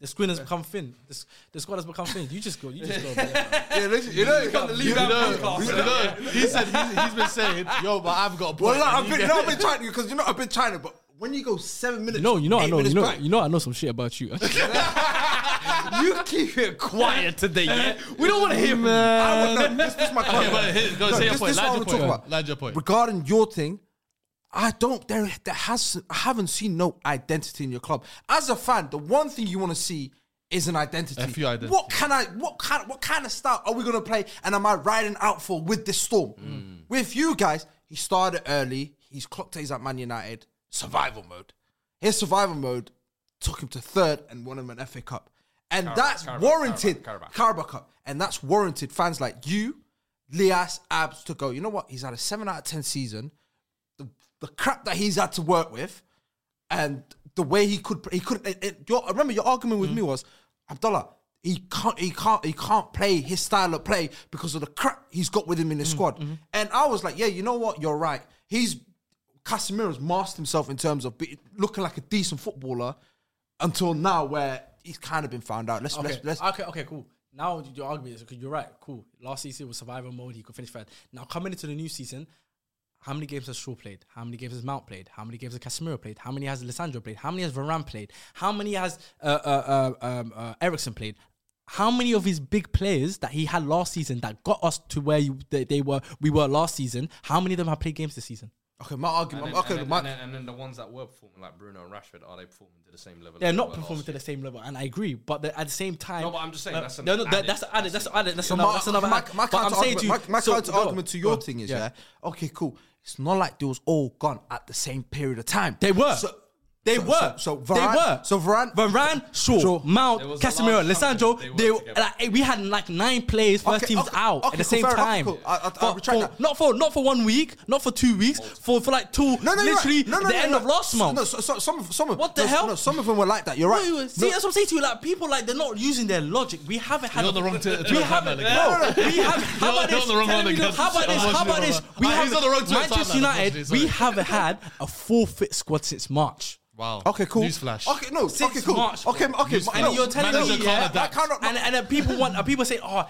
The screen has become thin. The, s- the squad has become thin. You just go. You just go. bro. Yeah, listen, you know, you got the You know, you know, he said he's, he's been saying, "Yo, but I've got a point." Well, no, And I've he been, get- no, I've been trying because you know I've been trying to, but when you go seven minutes, No, you know eight I know. minutes You know. back, You know I know some shit about you. you keep it quiet today yeah we don't want to hear man I would, no, this, this is my Okay, but comment. here, go say your this- point. Land this is what I your wanna talk point. about. Land your point. Regarding your thing, I don't. There, there has. I haven't seen no identity in your club. As a fan, the one thing you want to see is an identity. F your identity. What can I? What kind? What kind of style are we gonna play? And am I riding out for with this storm? Mm. With you guys, he started early. He's clocked days at Man United. Survival mode. His survival mode took him to third and won him an FA Cup. And that's Carabao, warranted. Carabao, Carabao. Carabao Cup. And that's warranted fans like you, Lias, Abs to go, you know what? He's had a 7 out of 10 season. The, the crap that he's had to work with and the way he could, he could, it, it- your, remember your argument with me was, Abdullah, he can't, he can't, he can't play his style of play because of the crap he's got with him in the squad. And I was like, yeah, you know what? You're right. He's, Casemiro's masked himself in terms of be, looking like a decent footballer until now where he's kind of been found out. Let's, Okay. let's, let's, okay, okay, cool. Now your argument is because you're right. Cool. Last season was survival mode. He could finish third. Now coming into the new season, how many games has Shaw played? How many games has Mount played? How many games has Casemiro played? How many has Lissandro played? How many has Varane played? How many has uh, uh, uh, um, uh, Ericsson played? How many of his big players that he had last season that got us to where you, they, they were we were last season? How many of them have played games this season? Okay, my argument. And then, okay, and, then, my, and, then, and then the ones that were performing, like Bruno and Rashford, are they performing to the same level? They're as they not were last performing to year? the same level, and I agree. But the- at the same time, No, but I'm just saying that's an no, no, that- added- that's an added. That's an added. That's so another. my, That's another. my, add. my But I'm counter saying argument, to you, my, my so- counter go on, argument to go your on. thing is yeah. Okay, cool. It's not like they was all gone at the same period of time. They were. They so- were. So, so they Varane, were. So Varane. Varane, Shaw, Shaw. Mount, There was a Casemiro, large chunk Lissandro. they were They, were together. like eh, we had like nine players, first Okay, teams okay, out okay, at the cool, same fair enough, time. cool. I- I- I For- retract for- that. Not for not for one week, not for two weeks, for for like two. No, no, you're literally right. no, no, the you're end right. of last So- month. No, so, so, some of some of What the no, hell? No, some of them were like that. You're right. Wait, wait, See, No, that's what I'm saying to you. Like people, like they're not using their logic. We haven't had. You're on the wrong t- we Twitter haven't. timeline No, again. we haven't. How You're- about you're on this? the wrong Tell one me again. this. How about this? How about this? We Ah, he's haven't. on the wrong Twitter Manchester timeline, United. unfortunately, We sorry. haven't had a full fit squad since March. Wow. Okay, cool. Newsflash. Okay, no. Since okay, cool. March, okay, bro. okay. Newsflash. my- And no, you're telling Manager me, can't yeah, adapt. I cannot- and, and then people want, uh, people say, oh,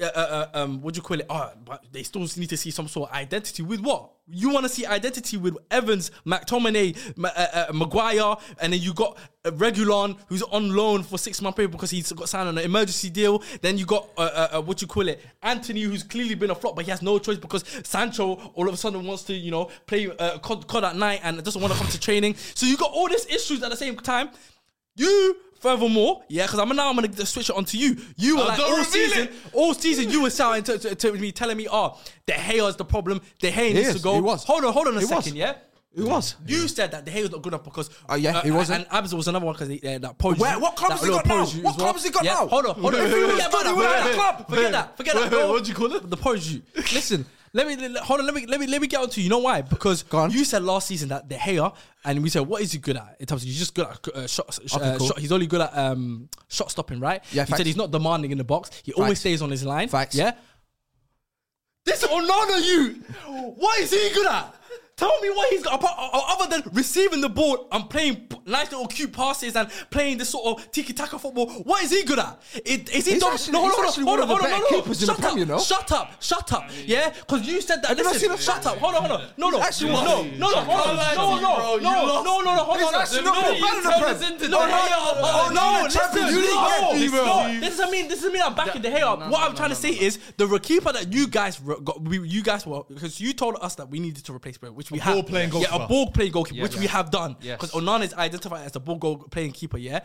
uh, uh, uh, um, what do you call it? Oh, but they still need to see some sort of identity with what you want to see identity with Evans, McTominay, Ma- uh, uh, Maguire, and then you got uh, Regulon who's on loan for six month period because he's got signed on an emergency deal. Then you got uh, uh, uh, what you call it, Anthony, who's clearly been a flop, but he has no choice because Sancho all of a sudden wants to you know play uh, COD, COD at night and doesn't want to come to training. So you got all these issues at the same time. You, furthermore, yeah, because I'm now I'm gonna g- switch it on to you. You were Oh, like don't all reveal season, it. all season you were shouting to, to, to me, telling me, "Oh, De Gea is the problem. De Gea needs is, to go." he was. Hold on, hold on a He was. second, yeah. It was. You said that De Gea was not good enough because uh, Oh, yeah, he wasn't. And Abs was another one because uh, that pose. Where- what club that has he little got now? pose you What as well. club has he got yeah, now? Hold on, hold on. Wait, wait, wait, Forget about wait, wait, that. Forget wait, that. wait, Forget that. Forget wait, that. wait, No. what'd you call it? The pose you. Listen. Let me let- hold on. Let me let me let me get onto you. You know why? Because Go on. you said last season that De Gea, and we said what is he good at in terms of he's just good at uh, shots. sh- Okay, uh, cool. shot, he's only good at um, shot stopping, right? Yeah, He facts. said he's not demanding in the box. He always Facts. stays on his line. Facts. Yeah. This Onana, you. What is he good at? Tell me what he's got apart, o- o- other than receiving the ball and playing p- nice little cute passes and playing this sort of tiki taka football. What is he good at? It, is he He's dom- actually- he's actually one of the better keepers in the Shut Prem, up! you know? Shut up! Shut up! Yeah, because you said that. Have you not Listen, seen him? shut up! Hold on, hold on. No, no, He's actually no, one no, of the- no, no, hold on. Can't No, lie to no, you, bro. You no, lost. no, no, no, hold He's on. actually not No, been you better than turned Prem. us into No, the no, Gea. no, Oh, no, no, Champions listen, League, no, yeah, this- bro. no, this doesn't mean this doesn't mean I'm backing the hair up. What I'm trying to say is the re- keeper that you guys re- got, we, you guys were because you told us that we needed to replace Brent, which we have. ball-playing yeah, goalkeeper. a ball playing goalkeeper, Yeah. which we have done Yes. because Onana is identified as a ball goal playing keeper. Yeah,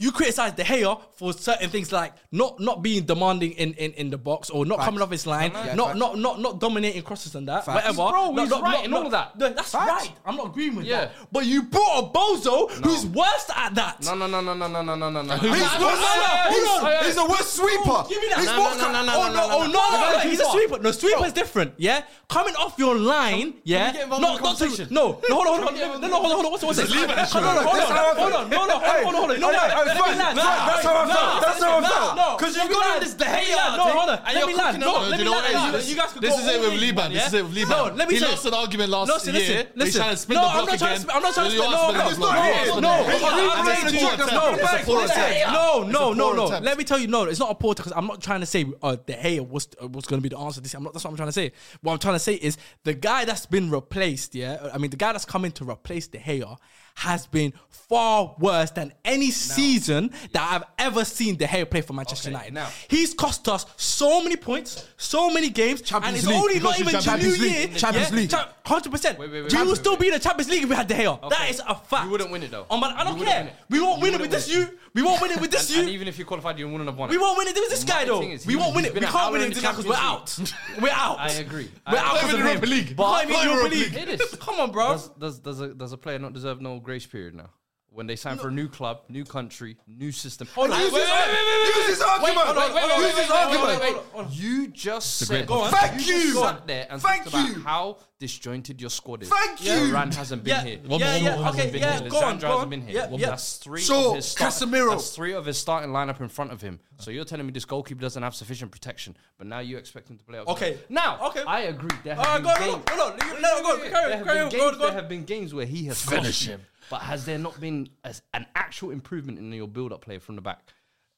you criticize the hair for certain things like not not being demanding in in, in the box or not coming off his line, Yeah, not facts. not not not dominating crosses and that, Facts. whatever. Bro, No, he's no, right no, in no, all of that. no, that's Facts. right. I'm not agreeing with Yeah. that. But you brought a bozo who's worst at that. No, no, no, no, no, no, no, no, no, no. He's Nah, worse. nah, nah, he's- hold on. He's the worst sweeper. Give me that. He's Nah, more nah, ca- nah, nah, Oh nah, no! nah, Oh nah. no! No, no, Keeper. he's a sweeper. No, sweeper's different. Yeah, coming off your line. Yeah, we get involved no, in not the to. conversation? No, no, hold on, hold Can we get on, no, no, hold on, hold on. What's what's this? Hold on, Sure. hold on, hold That's how I on, felt. hold on, no, no, hold on, Hey, hold on, hold on. You know hey, what? hey, Let me fine. land. Nah, Nah, that's how I nah, felt. That's how I nah, felt. no, 'Cause let you've me gone on land. this De Gea Let me land. No, thing, hold on. and Let you're me land. cooking No, it up. let you me know land. what it No, is? You guys could this go is it all with in, Liban. man, This yeah? is it with Liban. No, let me he tell- lost an argument last Listen, year. listen, He's listen. trying to spin No, the I'm block not trying again. to spin- I'm not trying to You spin- asked no, for no, this no, block. no, It's a no, no, block. hold on, It's I'm a poor trying to talk- attempt. no, It's a facts, poor facts. attempt. No, It's a no, no, poor no. attempt. Let me tell you, no, it's not a poor because I'm not trying to say uh, the Gea was uh, was going to be the answer. This, I'm not. That's what I'm trying to say. What I'm trying to say is the guy that's been replaced. Yeah, uh, I mean the guy that's coming to replace the Gea has been far worse than any season that I've ever seen the Gea play for Manchester Okay, United. now- He's cost us so many points, so many games, and Champions it's League. only He not cost you even the new Champions League. year. Champions League. Hundred percent. Wait, wait, wait, You will wait, still wait. be in the Champions League if we had De Gea. That Okay. is a fact. You wouldn't win it, though. Oh, man, I You don't wouldn't care. win it. We won't You win it with wouldn't this win it. you. We won't win it with this And, and you. even if you qualified, you wouldn't have won it. We won't win it with this guy My though. thing is, we he- won't win he's it. We been can't out win it in with the this guy because we're out. Champions We're out. I agree. We're I out agree. because of Not even him. Europa League. We can't Not even Europa Europa League. It is. Come on, bro. Does, does, does, a, does a player not deserve no grace period now? When they sign for a new club, new country, new system. Hold on. I- Use his wait, wait, wait, wait, Use his wait, argument. wait, wait, wait, wait, Use his wait, wait, argument. wait, wait, wait, wait. You just said, great one. Thank just you. sat there and Thank talked about you. how disjointed your squad is. Thank you. Varane hasn't been Yeah, here. yeah, yeah, Firmino hasn't okay, been yeah, here. go on, Lisandro go hasn't on. been here. Yeah, yeah. That's three Shaw, of his start- Casemiro. That's three of his starting lineup in front of him. So you're telling me this goalkeeper doesn't have sufficient protection, but now you expect him to play out. Okay. Now, Okay. I agree. There have All right, been go on, games- hold on, hold on. You- No, go yeah, on. Carry there on, have carry on, been go on, games- go on. There have been games where he has finished him, but has there not been a, an actual improvement in your build-up play from the back?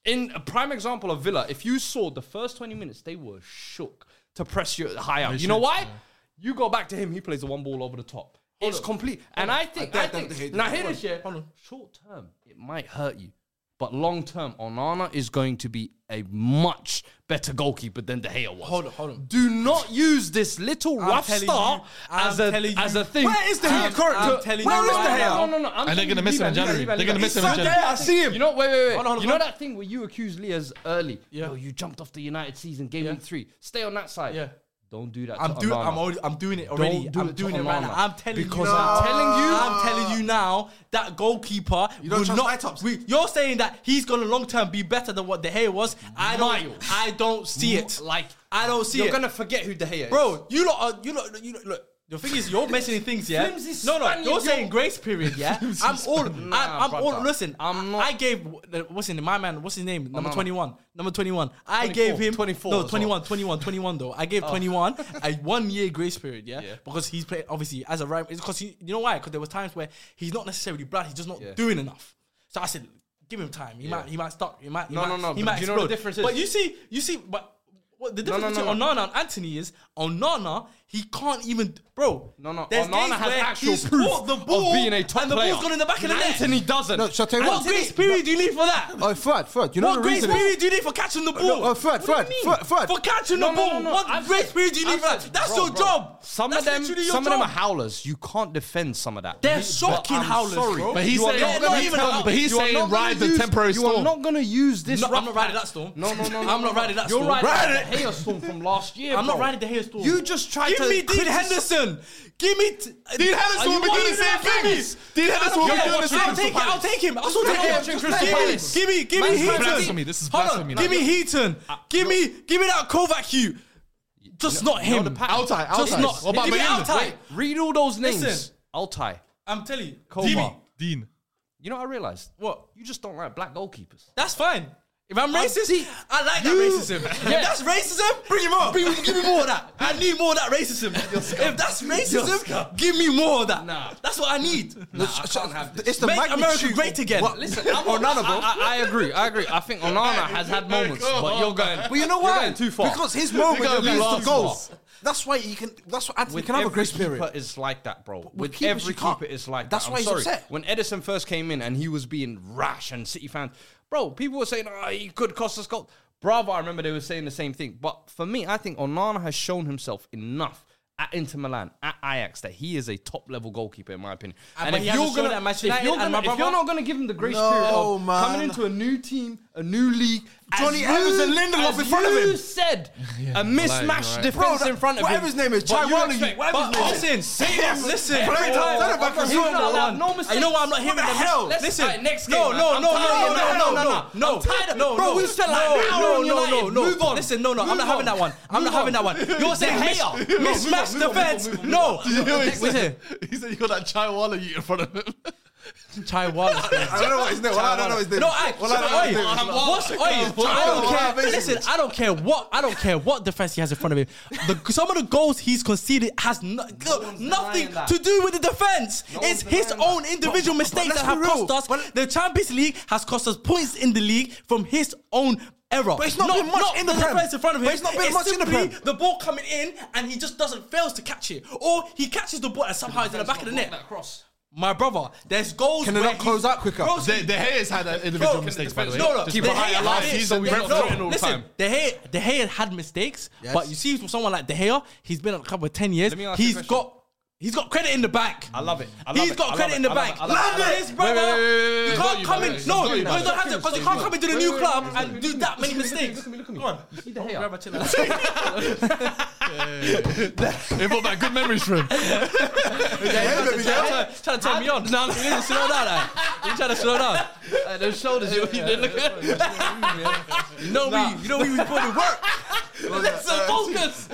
In a prime example of Villa, if you saw the first twenty minutes, they were shook to press you high up. You know why? You go back to him. He plays the one ball over the top. it's complete, and I think I, I don't think hate now this. hear this, yeah. Short term, it might hurt you. But long term, Onana is going to be a much better goalkeeper than De Gea was. Hold on, hold on. Do not use this little I'm rough telling start you, I'm as a telling as you. a thing. Where is De Gea I'm- currently? I'm telling Where you is right De now. Gea? No, no, no. And I'm they're telling gonna you, miss him in Liban, January. Liban, They're gonna Liban. miss him He's in still January. there. I see him. You know, wait, wait, wait. Hold on, hold you on. know that thing where you accuse Lee as early? Yeah. Yo, you jumped off the United season game Yeah. week three. Stay on that side. Yeah. Don't do that. I'm to doing. Onana. I'm already. I'm doing it already. do I'm it to doing it right Onana. now. I'm telling you. Because now- I'm telling you- I'm telling you now that goalkeeper Ah. You don't will trust my not. tops. We, you're saying that he's gonna long term be better than what De Gea was. I don't. Miles. I don't see it. Like, I don't see you're it. gonna forget who De Gea is, Bro, you lot. Are, you lot. You lot. Look. The thing is, you're mentioning things, yeah. Flimsy No, no, Spaniard, you're you're- saying grace period, yeah. I'm all, I'm, Nah, I'm all. brother. Listen, I'm I'm not. not- I gave what's in my man. What's his name? Number Onana. twenty one. Number twenty one. I 24, gave him 24 as No, well. Oh. twenty one. 21, 21 though. I gave 21 a one year grace period, yeah? Yeah. Because he's played obviously as a right. It's because you know why? Because there was times where he's not necessarily bad. He's just not Yeah. doing enough. So I said, give him time. He might, he might start. He might. He No, might, no, no, He but might do you know what the explode. difference is? But you see, you see, but. What the No, no, difference no, between no. Onana and Anthony is Onana, he can't even, bro. No, no, There's Onana games has where actual he's proof caught the of ball being a top and the player. ball's gone in the back of the net. Anthony doesn't. No, shall I tell you What what? grace period do you need for that? Oh, Fred, Fred, you know what the grace reason. period do you need for catching the ball? no, oh, Fred, What do you Fred, mean? Fred, Fred. For catching No, the no, no, ball. no. What I've grace said- period do you I've need for said, that? That's bro, your bro. job. Some That's of them, literally your some of them job. are howlers. You can't defend some of that. They're But shocking I'm howlers, sorry, bro. But he's you are saying- not They're gonna not "Oh, even tell me- out. but he's You are saying not gonna ride the use- temporary you storm. are You're not gonna use this. No, I'm rough not riding pack. that storm. No, no, no, no. I'm not no. riding that You're storm. riding Ride the Hayer storm from last year. I'm not bro. riding the hair storm. You just tried Give to me Dean criticize- Henderson. Give me t- Dean Henderson will be doing the same things. Dean Henderson will be doing the same I'll things take for it. I'll Palace. take him. I'll still Just take play him. watching Give Crystal me, Palace. give me, give me Man's Heaton. blasphemy. This is Hold on. blasphemy now. Give me Heaton. Give me, give me that Kovac hue. Just not him. the pack. Outai, Just Outai. not. What about Give me Bayern? Outai. Read all those names. Listen. Altai, I'm telling you. Koma. Dean. You know what I realized? What? You just don't like black goalkeepers. That's fine. If I'm racist, deep. I like that You- racism. Yeah. If that's racism, bring him on. give me more of that. I need more of that racism. if that's racism, give me more of that. Nah. That's what I need. No, sh- sh- can't have this. It's the Make magnitude. America great again. What- Listen, I'm Onana, bro. I, I- I agree. I agree. I think Onana has had moments, Go but on, you're going. But you know you're why? going too far. Because his You're moment going leads too far. to goals. That's why you can. That's why Anthony with can have a every grace period. keeper is like that, bro. With, keepers, every you can't. keeper is like That's that. why I'm he's sorry. upset. When Edison first came in and he was being rash and City fans, bro, people were saying, oh, he could cost us gold. Bravo, I remember they were saying the same thing. But for me, I think Onana has shown himself enough at Inter Milan, at Ajax, that he is a top level goalkeeper, in my opinion. Ah, but he hasn't shown that at Manchester if you're, United and gonna, my if brother- you're not going to give him the grace No, period of man. coming into a new team, a new league, as Johnny you- Evans and Lindelof as in front of him. You said a mismatched Bro, defense that- in front of whatever him. his name is, But you Chirala, you- expect- whatever but his name is. listen, say Yes. this. Listen, Play it down, turn it back and He's throw it not down. allowed no I mistakes. know I'm not hearing What the them. hell? Let's- Listen, alright, next game, No, man. no, I'm no, no, tired no, of it. No, no, no, no, no, no. I'm tired of- no, Bro, no. we said like No, an hour no, on no, no, United. no. Move on. Listen, no, no, I'm Move not on. having that one. I'm Move not having that one. You're saying Move on, mis- move on, move on, mismatched move on, move on, defense. move on, move on. No, Did you hear what he What's said? it? He said you got that chai walla you in front of him. Chai Wallace. I don't know what his name. Well, I don't know his name. No, I. Well, I don't know his oi, name. I'm- what's- oi, I don't care. Listen, I don't care what I don't care what defense he has in front of him. The, some of the goals he's conceded has no, one's nothing denying that. to do with the defense. it's one's his denying own individual mistakes let's that have be real. cost us. But- the Champions League has cost us points in the league from his own. Error. But it's not been much in the Prem. defense in front of him. But it's not been much in the simply Prem. The ball coming in and he just doesn't fails to catch it, or he catches the ball and somehow it's in the back of the net. cross. My brother, there's goals. Can they where not close he's- out quicker? Bro, The, the Hayes had uh, individual Bro, mistakes, by the way. No, no. Keep De an eye Gea out last had- season, we De- went no, through it all the listen, time. De Gea, De Gea had mistakes, Yes. but you see, from someone like De Gea, he's been at the club for ten years. Let me ask you a He's question. got. He's got credit in the bank. I love it. I love He's it. I got love credit it. in the I love bank. it. I love it. I love this, it. brother. Wait, wait, wait, wait, wait, wait. You Got can't you, come brother. in. It's No, got you, you brother. don't have to because you can't come into the new club and do that many mistakes. Go on. It brought back good memories for him. Hey, baby girl. Trying to turn me on. No, no, you need to slow down. eh? You trying to slow down? Uh, Those shoulders, you you look at. You know me. You know we was born to work. Listen, focus.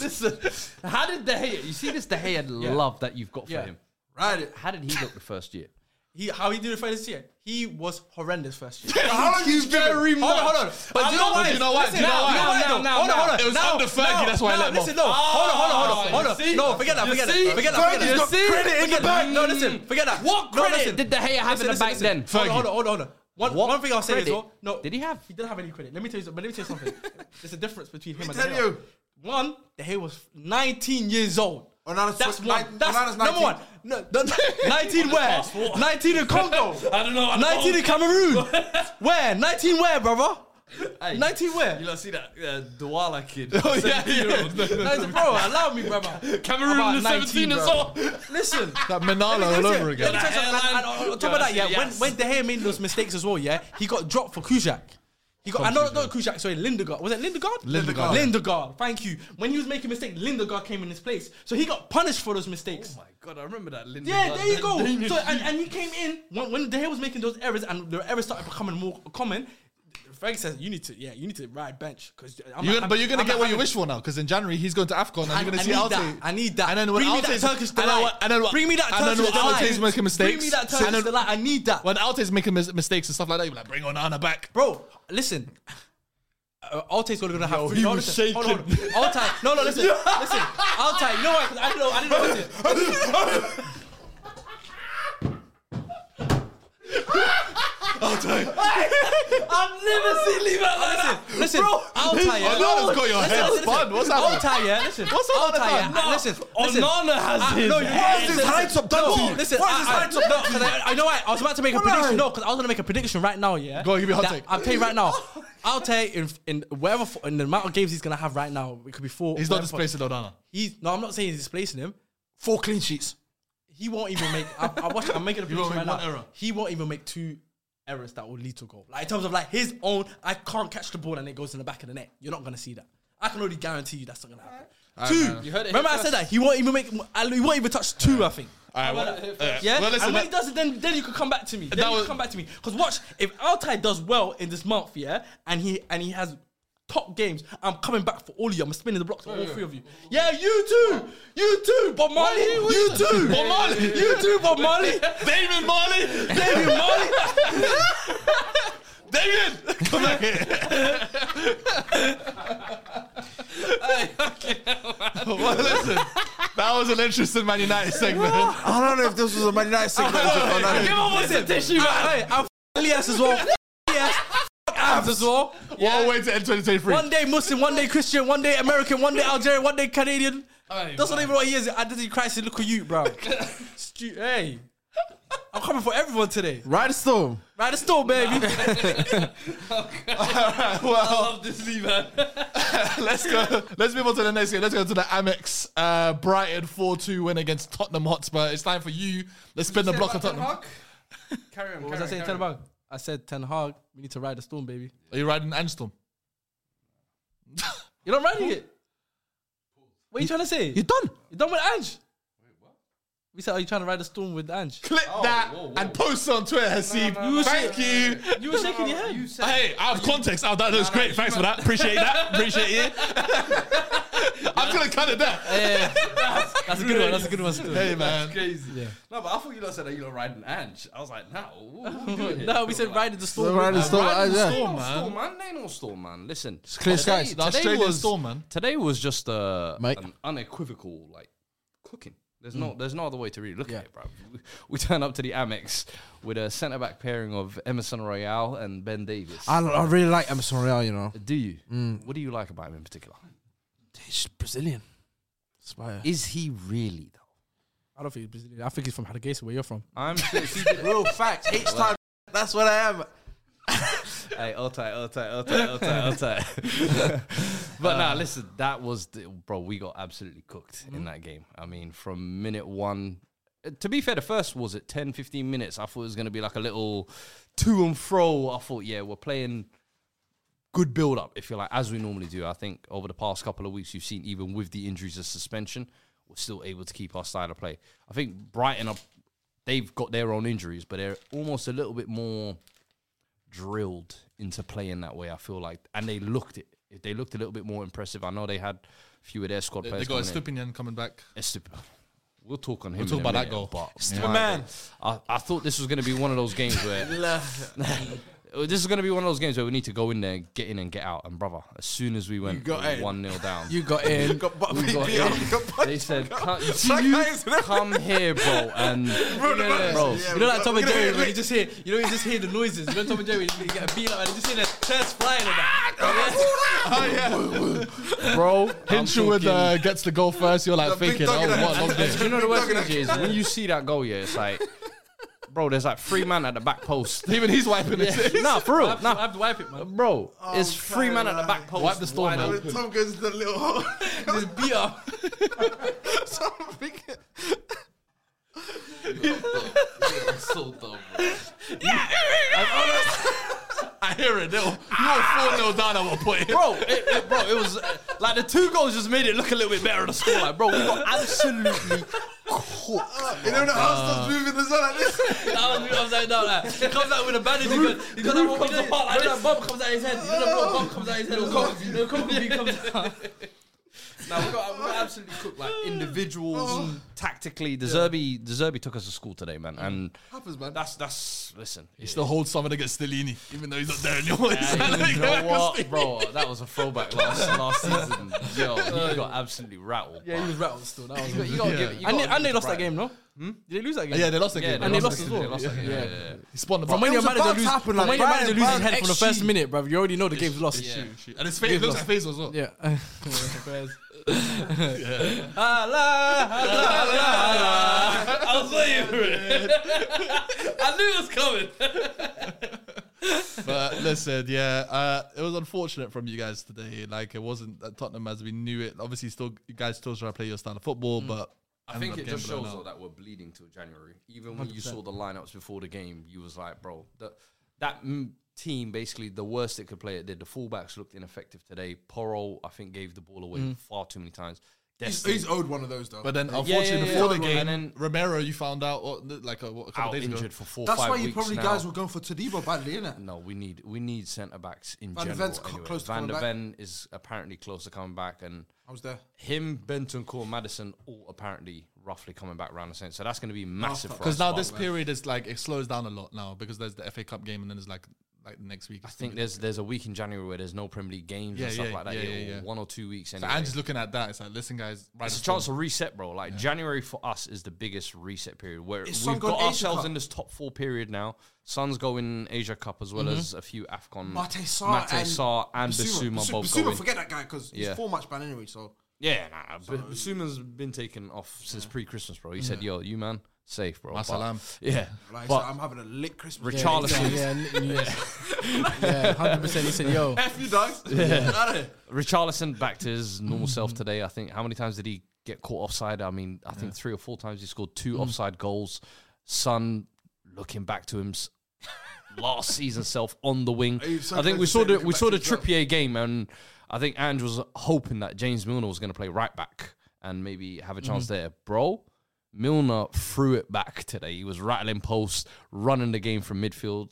Listen, how did De Gea? You see this De Gea love that you've got for Yeah. him. Right. How did he look the first year? He, how he did it for this year? He was horrendous first year. How long you very Hold on, hold on. But I do you love know it. why? Do you know why? Listen, Do you know now, why? now, Now, now, now, hold now. on, hold on. It was now, under Fergie, now, that's why I now, let him Listen, off. no. Hold on, hold on, hold Ah, on. Hold on. you see? No, forget that, You forget that. see? Forget that, forget Fergie's that. got credit in the Forget that. bank. No, listen, forget that. What No, credit listen. did De Gea have in the Listen, bank listen, then? listen. Hold on, hold on, hold on. One, What one thing I'll say is, credit oh, no. did he have? He didn't have any credit. Let me tell you something. Let me tell you something. There's a difference between him and tell De Gea. you. One, De Gea was 19 years old. Onana's That's tw- one. nine- That's Onana's number 19. one. No, no, 19 where? 19 in Congo. I don't know, I don't 19 know. in Cameroon. where? 19 where, brother? Hey, 19 where? You lot see that uh, Douala kid? Oh, yeah, yeah. 19, bro, allow me, brother. Cameroon About the 17 19, years bro. old. Listen. That Manala all over again. Let me tell you something, That and- and on- on top of that, yeah, when, when De Gea made those mistakes as well, yeah, he got dropped for Kujak. He got, I know not Kujak, sorry, Lindegaard. Was it Lindegaard? Lindegaard. Lindegaard, thank you. When he was making mistakes, Lindegaard came in his place. So he got punished for those mistakes. my god, I remember that. Lindegaard, Yeah, there you that go. Danish So, and, youth. and he came in when, when De Gea was making those errors, and the errors started becoming more common. Frank says, "You need to, yeah, you need to ride bench because." You're gonna, but you're gonna get what you wish for. for now, because in January he's going to Afcon and I, you're gonna I see need Alte. that. I need that. And then when Bring me that Alte's Turkish and then delight. what- and then what- Bring me and that then Turkish when delight. Alte's making mistakes. Bring me that and Turkish then delight. I need that. When Alte's making mis- mistakes and stuff like that, you're like, bring on Anna back. Bro, listen. Uh, Altai's gonna gonna have. he no, was listen. Hold on, hold on. Altai, no, no, listen, listen. Altai, you know what? 'Cause I didn't know. I didn't know. Listen. Partey. I've never seen Lee Matt like that. Listen, bro, Altai, yeah. Onana's got your Listen, head listen, spun. What's happening? Altai, yeah. Listen, What's Onana Altai, done? yeah. No, Listen, listen. Onana has I- his No, you head. What is this high top done no, to you? Listen, What is this I- I- high top no, done to 'cause I, I know what, I was about to make a Come prediction. on. No, because I was gonna make a prediction right now. Yeah. Go on, give me a hot That- take. I'll tell you right now. Altai in in whatever fo- in the amount of games he's gonna have right now, it could be four. He's not whatever. displacing Onana. He's no, I'm not saying he's displacing him. Four clean sheets. He won't even make. I, I watch, I'm making a He won't prediction make right now. one error. He won't even make two errors that will lead to a goal. Like in terms of like his own, I can't catch the ball and it goes in the back of the net. You're not gonna see that. I can already guarantee you that's not gonna happen. Two. You heard it Remember here I said that he won't even make. He won't even touch two. I think. All right, well, uh, Yeah. well, listen, and when he that- does it, then then you can come back to me. Then That you was- can come back to me. Because watch, if Altai does well in this month, yeah, and he and he has top games, I'm coming back for all of you. I'm spinning the blocks for all three of you. Yeah, you too. You too, Bob Marley. You too, Bob Marley. You too, Bob Marley. David Marley, David Marley. David, come back here. well, listen, that was an interesting Man United segment. I don't know if this was a Man United segment. or not. Give him some tissue, man. Hey, I'm Elias as well. Elias. Abs as well. What a way to end 2023. One day Muslim, one day Christian, one day American, one day Algerian, one day Canadian. Aye, Doesn't man. even know what he is. Identity crisis. Look at you, bro. Stu- hey, I'm coming for everyone today. Right storm. Right, the store, baby. I well, love this Lee man. let's go. Let's move on to the next game. Let's go to the Amex uh, Brighton 4 2 win against Tottenham Hotspur. It's time for you. Let's spin the block of Tottenham. Are Carry on. what was I saying? Ten Hag. I said Ten Hag. We need to ride the storm, baby. you riding Anstorm? You're not riding it. What are you trying to say? You're done. You done with Ange? We said, are you trying to ride the storm with Ange? Click Oh, that and post on Twitter, Hasib. Thank you. You were shaking your head. You said Hey, out of context, oh, that looks great. Thanks for that. Appreciate that. Appreciate it. I'm gonna cut it there. That's a good one. That's a good one. Still. Hey man, crazy. No, but I thought you lot said that you lot riding Ange. I was like, nah. what- what we doing here? no, we said riding the storm. Right with storm. Right in the yeah. storm, man. Storm, man. They ain't no storm, man. Listen, clear today- skies. The Australian was storm, man. Today was just a Mate. an unequivocal like cooking. There's Mm. no there's no other way to really look at it, bro. We, we turn up to the Amex with a centre back pairing of Emerson Royale and Ben Davis. I, Mm. I really like Emerson Royale, you know. do you? What do you like about him in particular? He's Brazilian. Spire. Is he really though? I don't think he's Brazilian. I think he's from Hargeisa, where you're from. I'm sure if he did. Real facts. Each time. That's what I am. hey, all tight, all tight, all tight, all tight, all tight. but Uh, nah, listen, that was the, bro. We got absolutely cooked hmm? in that game. I mean, from minute one. uh, To be fair, the first was at 10, 15 minutes. I thought it was going to be like a little to and fro. I thought, yeah, we're playing good build up, if you like, as we normally do. I think over the past couple of weeks, you've seen even with the injuries and suspension, we're still able to keep our style of play. I think Brighton are, they've got their own injuries, but they're almost a little bit more drilled into playing that way. I feel like, and they looked it. If they looked a little bit more impressive, I know they had a few of their squad they players. got a coming in. Stupinian coming back. Estep- We'll talk on him. talk in a about that minute, goal. but my man. God. I, I thought this was going to be one of those games where this is going to be one of those games where we need to go in there, get in and get out. And brother, as soon as we went got in. one 0 down, You got in. got butt we got in. they said, "Come- you come here, bro, and bro, You know, like Tom and Jerry, when you just hear, you know, you just hear the noises. You know, Tom and Jerry, you get a beat up and you just hear the chest flying and that. bro. I'm Hinshaw with uh, talking- gets the goal first. You're like thinking, oh, what a long day. Do you know the worst thing is when you see that goal, yeah, it's like, bro, there's like three man at the back post. Even he's wiping his face. nah, for real, I have, to, I nah, have to wipe it, man. bro, it's three man at the back post. Wipe the storm, wide man. open. Tom goes to the little hole. This beat up. so dumb. I hear it. They'll- You're four 0 down at one point. Ah. Bro, it, it- bro, it was uh, like the two goals just made it look a little bit better on the score. Like, bro, we got absolutely You know the Uh, house starts moving as well like this. That was upside down. Like. He comes out with a bandage. He's got, he's got that one. "Oh, You know, you know that bomb comes out his head. You know that little bomb comes out his head. Little cock- little cock beat comes out. Now we got, we got absolutely cooked, like individuals Oh. tactically. The Zerbi, the Zerbi took us to school today, man, and happens, man. That's that's listen. He still holds someone against Stellini, even though he's not there anymore. He's like, you "Yeah, know what, Stellini." bro? That was a throwback last last season. Yo, you got absolutely rattled. Yeah, he was rattled still. That was. You gotta give it- you I, gotta ne- I give it nearly to lost that Brighton. game, no? Hmm? Did they lose that game? Yeah, they lost again. And they lost it. as well. They lost that game, yeah, yeah, yeah. He spawned the From when ball. your was about manager to loses, happen, from like, when your Brian- manager loses his Brian head from the XG. first minute, bruv, you already know the game's lost. And his face looks like face as well. Yeah. I was waiting for it. I knew it was coming. But listen, yeah, uh, it was unfortunate from you guys today. Like it wasn't at Tottenham as we knew it. Obviously, still you guys still try to play your style of football, but Mm. I think it ended up just getting shows blown though, out. that we're bleeding till January. Even when you saw the lineups before the game, you was like, bro, that that mm, team basically the worst it could play it did. The fullbacks looked ineffective today. Poro, I think, gave the ball away far too many times. Mm. He's, Destiny he's owed one of those though. But then, yeah, unfortunately, yeah, before the yeah. game, And then- Romero, you found out or, like a, what, a couple out days ago. injured for four. that's five why you weeks probably now. guys were going for Tadibo badly, innit? No, we need we need centre backs in Van de general. Ven's co- anyway. close to Van coming de back. Ven is apparently close to coming back, and I was there. him, Benton, Core, Madison, all apparently roughly coming back around the same. So that's going to be massive for us. Because now but this period is like it slows down a lot now because there's the FA Cup game and then it's like like next week. I think there's there's a week in January where there's no Premier League games and Yeah, stuff yeah, like that. yeah, Yeah, yeah, yeah. One or two weeks. so Anyway. Ange's looking at that. It's like, listen, guys, right it's a as chance to well. reset, bro. Like January for us is the biggest reset period. Where Is Son we've going got Asia ourselves Cup? in this top four period now. Sun's going Asia Cup as well Mm-hmm. as a few Afcon. Mate Sarr Mm. Mate and Sarr and Bissouma. Basuma Bissu- both Bissouma, going. forget that guy because he's Yeah. four match ban anyway. So Yeah, nah, nah. But Suman's been taken off since pre-Christmas, bro. He said, "Yo, you man, safe, bro." But- Masalam. Yeah, like, so but I'm having a lit Christmas. Richarlison, Yeah, yeah, hundred percent. He said, "Yo, F you dogs. Get out of here. Richarlison back to his normal self today. I think. How many times did he get caught offside? I mean, I think three or four times. He scored two Mm. offside goals. Son looking back to him. s- Last season self on the wing. Hey, so I glad think we you saw said the looking we back saw to the himself. Trippier game, and I think Ange was hoping that James Milner was going to play right back and maybe have a Mm. chance there, bro. Milner threw it back today. He was rattling posts, running the game from midfield.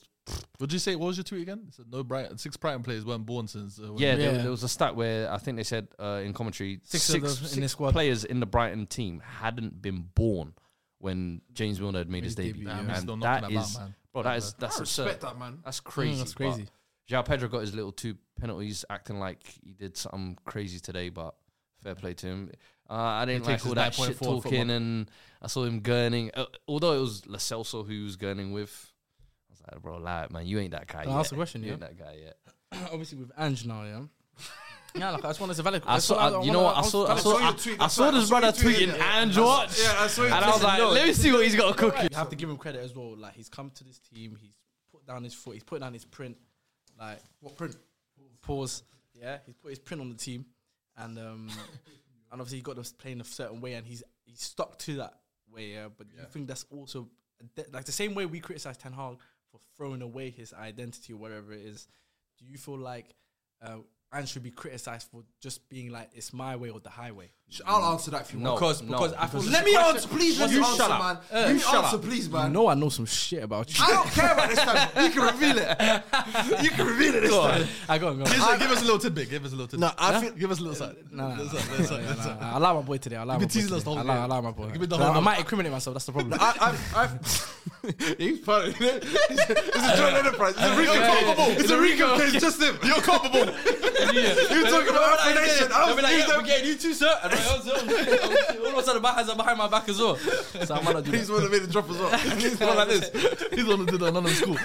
Would you say what was your tweet again? It said no Brighton six Brighton players weren't born since. Uh, when- Yeah, There, Yeah. there was a stat where I think they said uh, in commentary Six of six, those in six the squad. players in the Brighton team hadn't been born when James Milner had made his debut, debut, yeah. and We're still knocking that about, is, man. bro, that is that's I absurd. respect that man. That's crazy. Mm, that's but crazy. João Pedro got his little two penalties, acting like he did something crazy today, but fair play to him. Uh, I didn't takes like his all that 9.4 shit talking, football. and I saw him gurning. Uh, although it was Lo Celso who was gurning with. I was like, bro, lie, man, you ain't that guy. Can I yet. ask a question, You yeah? ain't that guy yet. obviously with Ange now, yeah." Yeah, like I just want to valid. I saw, I, you know what? I saw, I saw, I, your tweet, I that's saw right, I this saw brother your tweet, tweeting yeah. Ange I saw- Watch, yeah, I saw your and I was tweet. like, No. let me see what he's got cooking. You have to give him credit as well. Like he's come to this team, he's put down his foot, he's put down his print. Like What print? pause. Yeah, he's put his print on the team, and um, and obviously he got us playing a certain way, and he's he's stuck to that way. Yeah, but you think that's also that, like the same way we criticize Ten Hag for throwing away his identity or whatever it is. Do you feel like uh, Ange should be criticized for just being like it's my way or the highway? Sh- I'll answer that if you No, want. Because no, because I feel because- Let me answer, please. Let me You answer, shut man. up. you answer, please, I man. know I know some shit about you. I don't care about this time. You can reveal it. You can reveal it this time. I got go. Give us, give us a little tidbit. Give us a little tidbit. No, I Huh? feel- give us a little side. Nah, nah, nah, Little nah, side, little side, nah, little nah, side. nah. I allow my boy today. I allow You've my been boy teasing today. us the whole I allow, I game. allow my boy. Give me the So whole I lot. might incriminate myself. That's the problem. I, I've, I've he's part of it. It's a joint enterprise. It's a Rico Yeah, yeah, yeah. culpable. It's a Rico case. Just him. You're culpable. You talking about affirmation? I was I'm getting you too, sir. And I was, oh, shit. all of a sudden, my hands are behind my back as well. So I might not do He's that. one that made the drop as well. He's the one like this. He's the one who did that. None of school.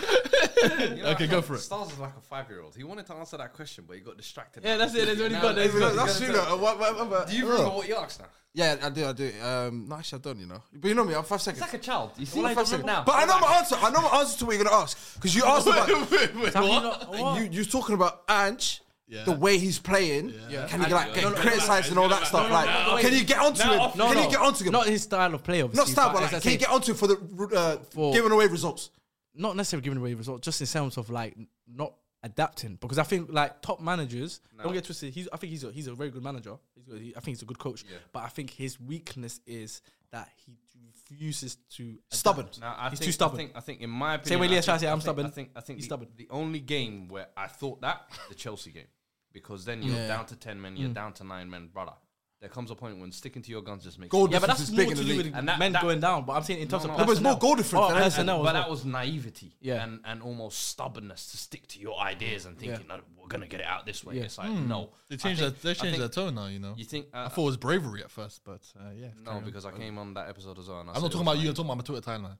Okay, go for it. Stars is like a five-year-old. He wanted to answer that question, but he got distracted. Yeah, that's it. That's what he got. That's That's, what he that's got. true though. What, what, what, what? you remember what you asked now? Yeah, I do. I do. Um, no, actually, I don't. You know, but you know me. I'm five seconds. Like a child. You see, I'm like five seconds. remember now. But I know my answer. I know my answer to what you're gonna ask because you asked about What? you. You're talking about Ange. Yeah. The way he's playing, can he like get No, no, criticised and all that stuff? Like, can you get onto him? No, Can no. you get onto him? Not his style of play, obviously. Not style, but as I like, can you said, get onto him for the uh, For- giving away results? Not necessarily giving away results, just in terms of like not adapting. Because I think like top managers, don't get twisted. He's, I think he's a, he's a very good manager. He's good, he, I think he's a good coach. But I think his weakness is that he refuses to adapt. Stubborn. Now, I he's think, too stubborn. I think, I think in my opinion, Same way I Leah think- Shah said, I I'm think- stubborn. I think, I think He's the, stubborn. the only game where I thought that, the Chelsea game, because then you're down to 10 men, you're down to nine men, brother. there comes a point when sticking to your guns just makes Goal Yeah, but difference that's is more big to in the do league. with And that- men that- going down. But I'm saying in terms No, of no, but it's more personnel. goal difference Oh, than anything. personnel as but well. that was naivety Yeah. and, and almost stubbornness to stick to your ideas and thinking "No, we're gonna get it out this way. It's like no, Hmm. They I changed think- that. They I changed their think- tone now. You know. You think I uh, thought it was bravery at first, but uh, yeah. no because I came on that episode as well. And I I'm not talking about you. I'm talking about my Twitter timeline.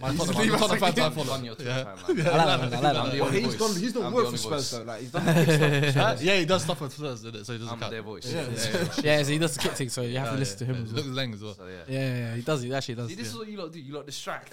My He's Tottenham- Tottenham fans I follow. on your Twitter Yeah. timeline. I like that, I like that. I'm the But only he's voice. done. He's done I'm the work for only Spurs voice. though. Like he's done big stuff. Huh? Uh, yeah, he does stuff with Spurs, doesn't it? so he doesn't I'm count. their voice. yeah, so he does the kick so you have to listen to him. as He well. looks leng as well. So, yeah. Yeah, yeah, yeah, he does. He actually does. See, this yeah. is what you lot do. You lot distract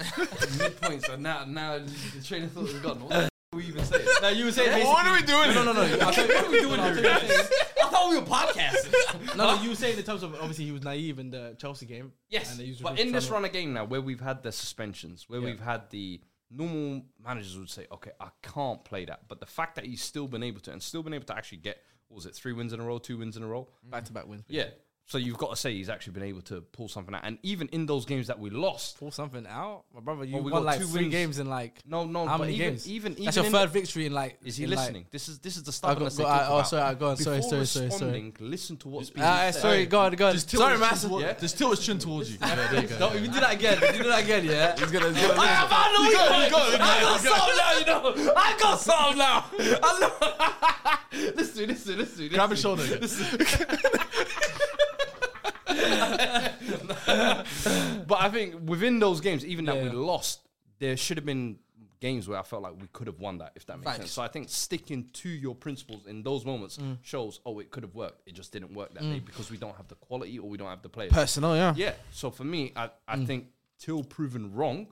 midpoint. So now, now the train of thought is gone. What the f- are we even saying? No, you were saying What are we doing? No, no, no. no. I thought- what are we doing No, I here? thought you were saying- I thought we were podcasting. No, no, you were saying in terms of obviously he was naive in the Chelsea game. Yes, and they used but to- in this run of game now, where we've had the suspensions, where we've had the normal managers would say, "Okay, I can't play that," but the fact that he's still been able to and still been able to actually get what was it three wins in a row, two wins in a row, back to back wins. yeah. So you've got to say he's actually been able to pull something out, and even in those games that we lost, Pull something out, my brother. You Well, we won got like two three wins. games in like No, no, How but many even- games? even- that's even your in third the- victory in like. is he in, like- listening? this is this is the I stuff. got- they I- talk oh, about. sorry, I got- sorry, Before sorry, sorry, sorry. responding, Listen to what's being Ah, said. sorry, go on, go on. Just tilt Sorry, his- Mass. toward- Just tilt his chin towards you. Yeah, there you go. No, if you do that again, if you do that again, yeah. He's gonna. He's gonna I, I got- you know you got it, got, oh, I you got got some now, you know. I got some now. I know. listen, listen, listen. Grab listen. his shoulder. again. But I think within those games, even that Yeah. we lost, there should have been games where I felt like we could have won that, if that makes sense. So I think sticking to your principles in those moments Mm. shows, oh, it could have worked. It just didn't work that day because we don't have the quality or we don't have the players. Personnel, yeah. yeah. So for me, I, I Mm. think till proven wrong,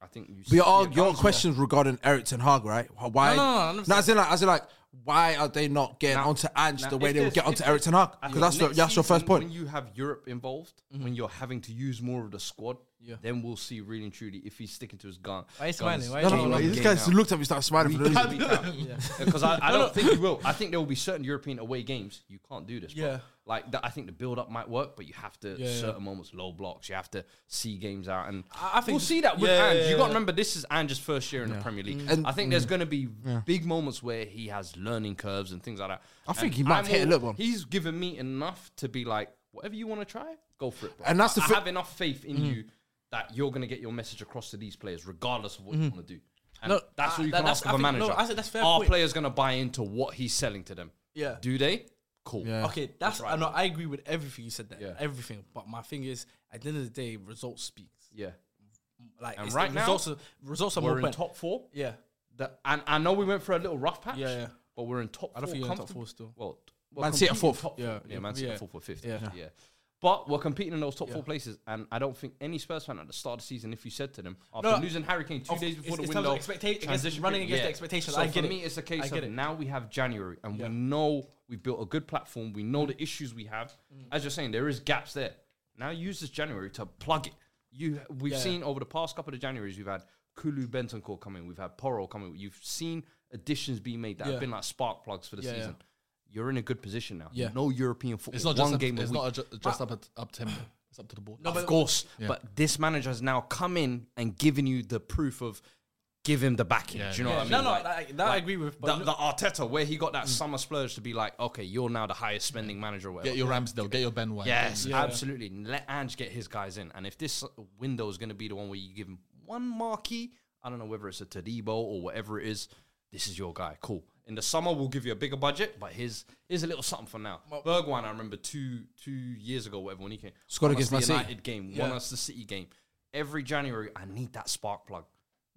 I think you. But stick your, to your, guns, bro. questions regarding Eric Ten Hag, right? Wh- Why? No, no, no, I'm no, as in like, as in like, why are they not getting Now- onto Ange now, the way if they would there's- get onto if Eric Ten Hag? I Because think that's, the, next that's your first season, point. Mm-hmm. When you have Europe involved, when you're having to use more of the squad, then we'll see really and truly if he's sticking to his gun. Why you guns smiling? Why you no, game no, no, in, this game guy's out. looked up and started smiling for no reason. Because I, I don't think he will. I think there will be certain European away games you can't do this. bro. Yeah. Like that, I think the build up might work, but you have to certain moments, low blocks. You have to see games out, and I- I think- we'll see that with Yeah, Ange. yeah, you yeah. got to remember this is Ange's first year in the Premier League. And- I think there's going to be big moments where he has learning curves and things like that. I think And he might I'm have hit a all- little one. He's given me enough to be like, whatever you want to try, go for it. Bro. And that's the I, I thi- have enough faith in Mm. you that you're going to get your message across to these players, regardless of what Mm. you want to do. And No, that's I- what you that- can that's- ask I of a think- no, manager. I said that's fair Are point. players going to buy into what he's selling to them? Yeah. Do they? Cool. Oh, Yeah. Okay, that's, I know. I agree with everything you said there. Yeah. Everything, but my thing is, at the end of the day, results speaks. Yeah. Like And it's right the now, results are, results are more We're in important. top four. Yeah, That, and I know we went for a little rough patch. Yeah, yeah. But we're in top. I don't four think you're in top comfortably. four still. Well, t- we're Man City at competing fourth. top four. Yeah, yeah, Man yeah. City at fourth or fifth. Yeah. Yeah. But we're competing in those top four places, and I don't think any Spurs fan at the start of the season, if you said to them after No, losing Harry Kane two of- days before it's- the it's terms window, of expecta- against- transition running period, against the expectations, So I for get it. me, it's a case I get of it. now we have January, and Yeah. Mm. we know we've built a good platform. We know the issues we have. As you're saying, there is gaps there. Now use this January to plug it. You, we've Yeah. seen over the past couple of Januaries, we've had Kulu Bentoncourt coming, we've had Poro coming. You've seen additions being made that Yeah. have been like spark plugs for the Yeah, yeah. season. You're in a good position now. Yeah. No European football. It's not one just game a It's week. not adju- just up at- up to him. It's up to the board. of course, but this manager has now come in and given you the proof of give him the backing. Do you know what I mean? No, no, Like- like, that I agree with. But the, no- Mm. the Arteta, where he got that summer splurge to be like, okay, you're now the highest spending manager. Or whatever. Get your Ramsdale. Get your Ben White. yes, Yeah. absolutely. Let Ange get his guys in, and if this window is going to be the one where you give him one marquee, I don't know whether it's a Tadebo or whatever it is. This is your guy. Cool. In the summer, we'll give you a bigger budget, but here's here's a little something for now. Bergwijn, I remember two two years ago, whatever, when he came, Scored won us against Man the City. United game, won us the City game. Every January, I need that spark plug.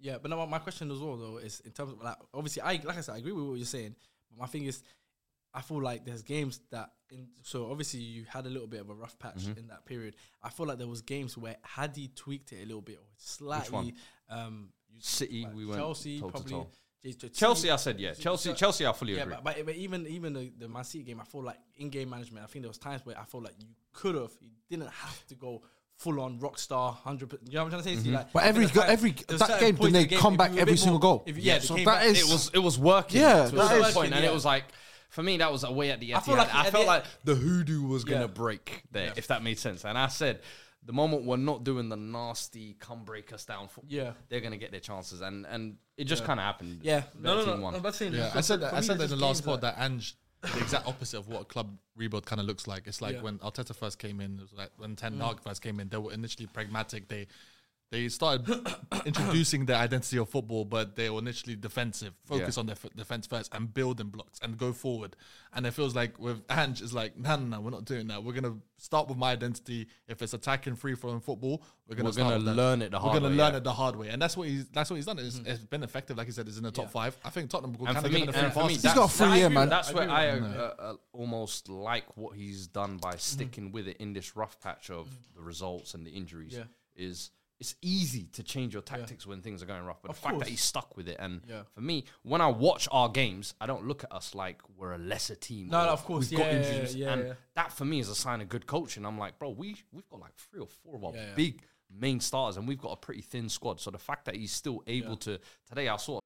Yeah, but no, my- my question as well though is in terms of like obviously I like I said I agree with what you're saying, but my thing is I feel like there's games that in so obviously you had a little bit of a rough patch Mm-hmm. in that period. I feel like there was games where had he tweaked it a little bit or slightly, um, you- City, like we went Chelsea toe to probably toe. J- J- Chelsea, I said, yeah, Chelsea, so- Chelsea, I fully yeah, agree. but, but, but even even the, the Man City game, I feel like in game management, I think there was times where I felt like you could have, you didn't have to go full on rock star hundred. You know what I'm trying to say? So Mm-hmm. you like, But I think every there's go- times- every- there was that certain game, didn't points they in the come if back you were a every bit single more- goal? If you, yeah, Yeah, they so came that back- is- it was it was working. Yeah, to that a certain is- point, and yeah. it was like for me that was away at the Etihad. I feel felt like like, at the- the hoodoo was Yeah. gonna break there, if that made sense. And I said, the moment we're not doing the nasty come break us down football, Yeah. they're gonna get their chances, and and it just kind of happened. Yeah, no, no, no. 13-1. I'm not saying. Yeah, I said that. I said that in the last pod that Ange the exact opposite of what a club rebuild kind of looks like. It's like Yeah. Mm. when Arteta first came in, it was like when Ten Hag first came in, they were initially pragmatic. They they started introducing their identity of football, but they were initially defensive, focus on their f- defense first and build in blocks and go forward. And it feels like with Ange, it's like, no, no, no, we're not doing that. We're going to start with my identity. If it's attacking free flowing football, we're going We're to start gonna with that. learn it the We're hard gonna way, learn yeah. it the hard way. And that's what he's that's what he's done. It's, it's been effective, like he said, is in the top five. I think Tottenham will Mm. And kind for of me, give him and the free for me pass. that's, got a free year, man. That's where I uh, uh, almost like what he's done by sticking with it in this rough patch of the results and the injuries. Mm. Yeah. Is it's easy to change your tactics when things are going rough, but the fact that course. he's stuck with it, and Yeah. for me, when I watch our games, I don't look at us like we're a lesser team. No, or no, of course. we've got Yeah, injuries, yeah, and yeah. that for me is a sign of good coaching. I'm like, bro, we we've got like three or four of our Yeah, yeah. big main stars, and we've got a pretty thin squad. So the fact that he's still able to today, I saw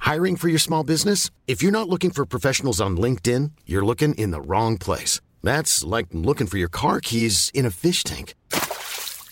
Hiring for your small business? If you're not looking for professionals on LinkedIn, you're looking in the wrong place. That's like looking for your car keys in a fish tank.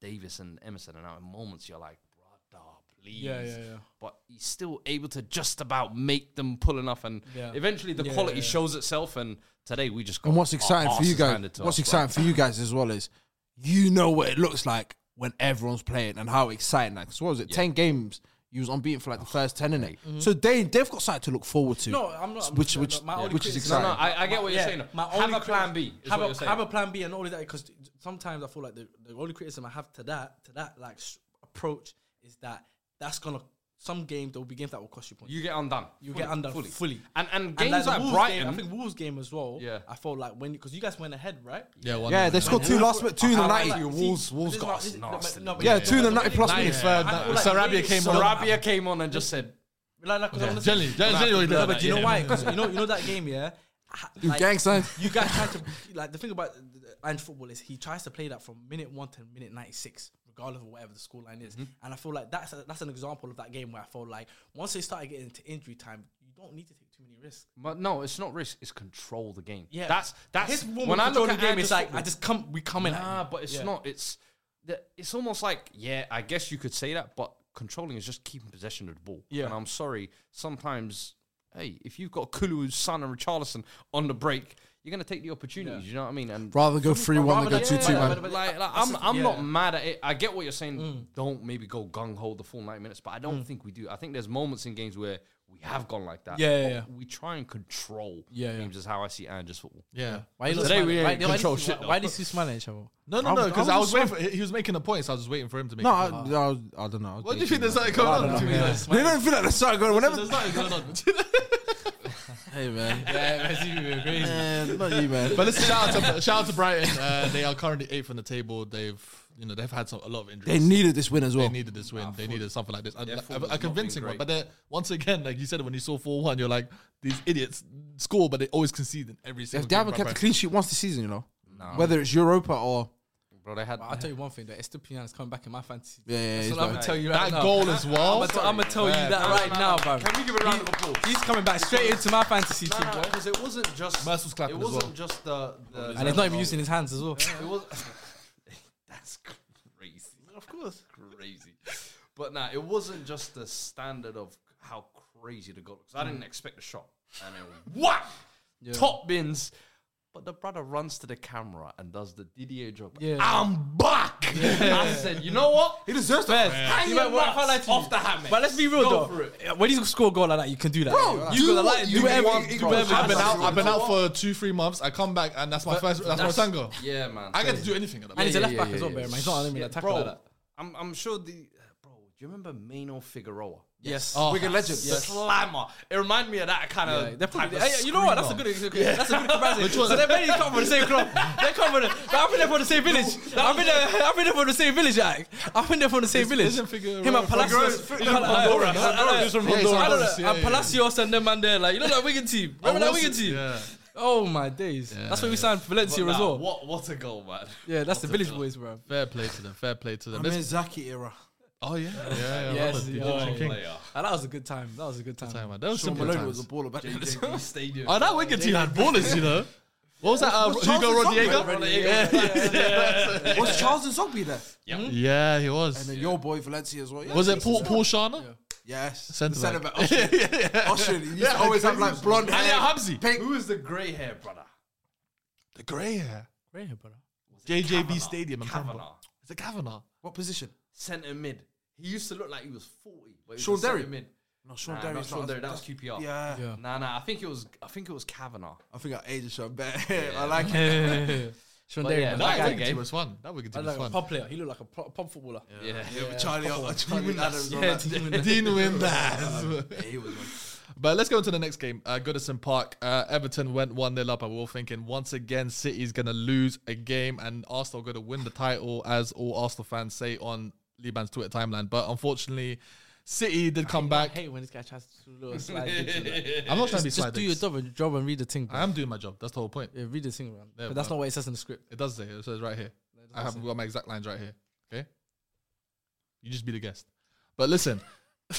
Davis and Emerson, and now in moments you're like, brother, please. Yeah, yeah, yeah. But he's still able to just about make them pull enough, and Yeah. eventually the Yeah, quality yeah, yeah. shows itself. And today we just got And what's our exciting for you asses guys? handed to What's us, exciting bro. for you guys as well is you know what it looks like when everyone's playing and how exciting that. Because what was it? Ten games. You was unbeaten for like the first ten in it. So they they've got something to look forward to. No, uh, I'm not. I'm Which not- which my only which is criticism- exciting. No, no, I- I get My- what you're saying. Have a criti- plan B is Have what a you're saying. have a plan B and all of that because sometimes I feel like the, the only criticism I have to that to that like s- approach is that that's gonna some games there will be games that will cost you points. You get undone. You Fully, get under fully, fully. And and games the like Wolves Brighton, game, I think Wolves game as well. Yeah. I felt like when because you guys went ahead, right? Yeah, one yeah, nil. they scored two last minute, two in the I like ninety. you. See, Wolves- Wolves this got is my- us this is- nasty. no, but- Yeah, two in the but- 90 plus Like, minutes. uh, Third, I feel that- Sarabia really came on. Sarabia came on and just said, Like, like, 'cause I wanna say- Generally- generally No, they- but you know yeah. why? 'Cause you know, you know that game, yeah. Ha- You gang signs. You guys try to like the thing about and football is he tries to play that from minute one to minute ninety six, regardless of whatever the scoreline Mm-hmm. is. And I feel like that's a, that's an example of that game where I felt like once they started getting into injury time, you don't need to take too many risks. but no, it's not risk. It's control the game. Yeah, that's that's his moment when I look at the game. Ange's It's like football- I just come, we come in. at Nah, you. but it's Yeah. not. It's the, it's almost like yeah, I guess you could say that, but controlling is just keeping possession of the ball. Yeah. and I'm sorry, sometimes hey, if you've got Kulu, Son, and Richarlison on the break, you're gonna take the opportunities. You know what I mean? And Rather go three one than go two two, yeah, man. but- but- like, like, I'm, I'm not mad at it. I get what you're saying. Mm. Don't maybe go gung ho the full 90 minutes, but I don't think we do. I think there's moments in games where we have gone like that. Yeah, yeah, but yeah. We try and control Yeah, yeah. games, is how I see Andrew's football. Yeah. Why you Today smiling? we ain't Why- why control did you- shit, Why, though. why did you smile at each other? No, no, no, because I was waiting for, he was making a point, so I was just waiting for him to make No, it. I, I, was- I don't know. I was What do you thinking think there's something that. going I on don't between know. you Yeah. guys? They don't feel like there's something going on. Whenever, There's nothing going on. hey man, Yeah, crazy. man, not you, man. But listen, shout out to, shout out to Brighton. Uh, they are currently eighth on the table. They've you know they've had some, a lot of They injuries. needed this win as well. They needed this win. they needed something like this. A, football's a- not a been convincing one. great. But they're- once again, like you said, when you saw 4 1, you're like, these idiots score, but they always concede in every single If they game, haven't bruh, kept a bruh. clean sheet once this season, you know, whether it's Europa or Bro, they had. I'll tell you one thing, that Estupiñan is coming back in my fantasy. yeah, yeah, That's he's what I'm back. gonna tell you right That now. goal as well. I'm gonna tell you Yeah. that right no, now, no. bro. Can we give a round of applause? He's coming back straight into my fantasy team, bro. because it wasn't just Merciless clapping It as well. wasn't just the, the And he's not even using his hands as well. It was that's crazy. Of course, crazy. But nah, it wasn't just the standard of how Mm. crazy the goal looks. I didn't expect the shot, and then what top bins. But the brother runs to the camera and does the Didier drop. Yeah. I'm back. I said, you know what? He deserves that. Hang He your went, well, I can't lie nuts to you. off the hat, mate. But let's be real Go for though. it. Yeah, When you score a goal like that, you can do that. Bro, you do gotta what like- you do whatever. want, do bro. whatever. I've been out. I've been out What? for two, three months. I come back and that's my first. That's, my tango. Yeah, man. I get to Crazy. do anything at the And moment. he's a Yeah, left yeah, back yeah, as well, yeah. bear in mind. He's not an Yeah, yeah, attacker bro, like that. I'm, I'm sure the. Bro, do you remember Mano Figueroa? Yes. Oh, Wigan legend. The slammer. It reminded me of that kind Yeah, of. they're probably, hey, you know what? That's a good. That's a good comparison. Which one? So they barely come from the same club. They come from. The, I've been there from the same village. I've been there. I've been there from the same village. Jack. I've been there from the same village. isn't Figueroa Him and from- Palacios. Figueroa- Pal- from Honduras. uh, uh, Honduras. He's from yeah, Honduras. I don't know, Yeah, And yeah, yeah. Palacios and them man there, like you know that Wigan team. Remember that Wigan team? Yeah. Oh my days. That's where we signed Valencia as well. What, what a goal, man. Yeah, that's the village boys, bro. Fair play to them. Fair play to them. I'm Let's- in Zaki era. oh yeah, yeah, yeah. Yes, Robert, the yeah. Egyptian king. Player. Ah, that was a good time. That was a good time. Time, man. That was Sean simple Maloney was times. a baller back then. JJB Stadium. Oh, that Wigan team had ballers, you know. What was that? Uh, What's Hugo Charles Zogby? Rodrigo. Yeah. Was Charles and Zogby there? Yeah, he And was. then your boy Valencia as well. Yeah, Was it Jesus. Paul, Paul Sharner? Yes. Centre Centre back. back. Usher. Usher. He used to always have like blonde And hair. yeah, Habsy. Pink. Who is the grey hair brother? The grey hair. Great, brother. JJB Kavanagh. Stadium in Pembrokeshire. Kavanagh. Is it Kavanaugh? What position? Centre mid. He used to look like he was 40. But he was Sean a centre Derry? Mid. No, Sean Nah, Derry's not Sean not- Derry. That was that's- QPR. Yeah. Yeah. Nah, nah. I think it was. I think it was Kavanaugh. I think I aged Sean better. I like it. Sean But Derry. yeah, man, that That guy that guy Wigan game. team was fun. That Wigan team was Like a fun. pop player. He looked like a pro- pop footballer. Yeah. Charlie, oh, Charlie Adams. on that. Dean Um, Windass. He was like, But let's go into the next game. Uh, Goodison Park. Uh, Everton went 1 0 up, and we were all thinking once again, City's going to lose a game, and Arsenal are going to win the title, as all Arsenal fans say on Liban's Twitter timeline. But unfortunately, City did come I back. hate when this guy tries to do little slide digs and that. I'm not trying to be Just side do your dicks. job and, job and read the thing. Bro. I am doing my job. That's the whole point. Yeah, read the thing, man. Yeah, but that's bro. not what it says in the script. It does say it. It says right here. I haven't got my exact lines right here. Okay. You just be the guest. But listen,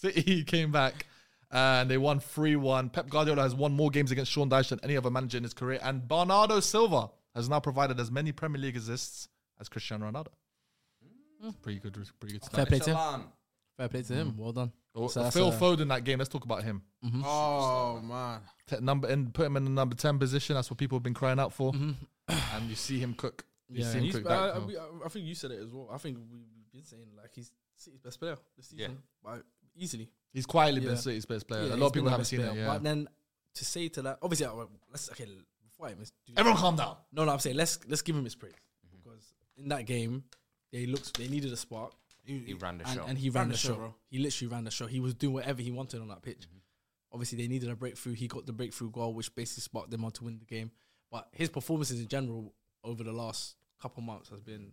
City came back and they won 3 1. Pep Guardiola has won more games against Sean Dyche than any other manager in his career. And Bernardo Silva has now provided as many Premier League assists as Cristiano Ronaldo. Pretty good, pretty good Fair stuff. play to him. Chalan. Fair play to him. Well done. Oh, So that's Phil a- Mm-hmm. Foden that game. Let's talk about him. oh, man. Te- number in, put him in the number ten position. That's what people have been crying out for. And you see him cook. You Mm-hmm. Yeah, see him he's- cook. I, that I- goal. we- I- I think you said it as well. I think we- we've been saying like he's City's best player this Yeah. season, like, easily. He's quietly Yeah. been City's best player. Yeah, a he's lot of been people our haven't best seen it. player. Yeah. But then to say to that, obviously, uh, let's okay. Before I miss, do Everyone calm down. no, no, I'm saying let's let's give him his praise because in that game they looked they needed a spark. He ran the and, show. and he ran, the, show. He literally ran the show. He was doing whatever he wanted on that pitch. Mm-hmm. Obviously, they needed a breakthrough. He got the breakthrough goal, which basically sparked them on to win the game. But his performances in general over the last couple months has been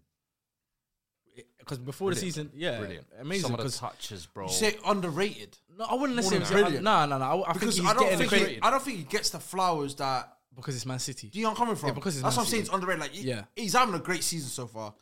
because before Brilliant. the season, yeah, Brilliant. amazing. Some of the 'cause- touches, bro. You say underrated. no, I wouldn't necessarily say Brilliant. no, no, no. I, I think Because he's I don't getting the think, he, credit I don't think he gets the flowers that. because it's Man City. Do you know where I'm coming from? because it's That's Man what I'm saying. It's City. underrated. Like, he- Yeah. he's having a great season so far,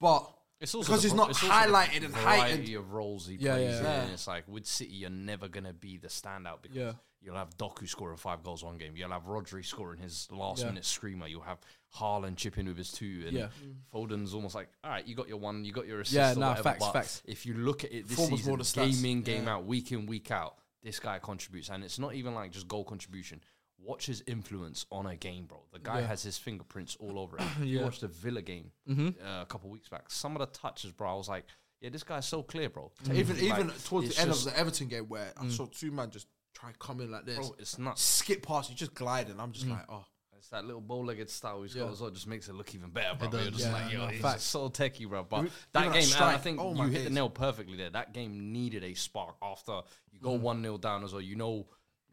but It's also because the he's var- not it's also the highlighted and variety heightened. of roles he Yeah, plays yeah. in. Yeah. And it's like with City, you're never gonna be the standout because Yeah. you'll have Doku scoring five goals one game, you'll have Rodri scoring his last Yeah. minute screamer, you'll have Haaland chipping with his two, and Yeah. Foden's almost like, all right, you got your one, you got your assist. Yeah, or nah, whatever, facts, but facts. If you look at it this Form was season, more the stats. game in, game out, week in, week out, this guy contributes, and it's not even like just goal contribution. Watch his influence on a game, bro. The guy has his fingerprints all over it. You watched the Villa game Mm-hmm. uh, a couple weeks back. Some of the touches, bro, I was like, yeah, this guy's so clear, bro. Even Technically, Mm-hmm. even Mm. like, towards it's the end just- Mm. of the Everton game, where I saw two men just try come in like this, bro, Mm. it's nuts. skip past you, just glide, and I'm just like, oh, It's that little bow-legged style he's got as well. Just makes it look even better, bro. does. You're just Yeah, like, yo, no, he's facts. so techie, bro. But Even that that game, and I strike, think oh you my hit the days. nail perfectly there. That game needed a spark after you go one 0 down as well. You know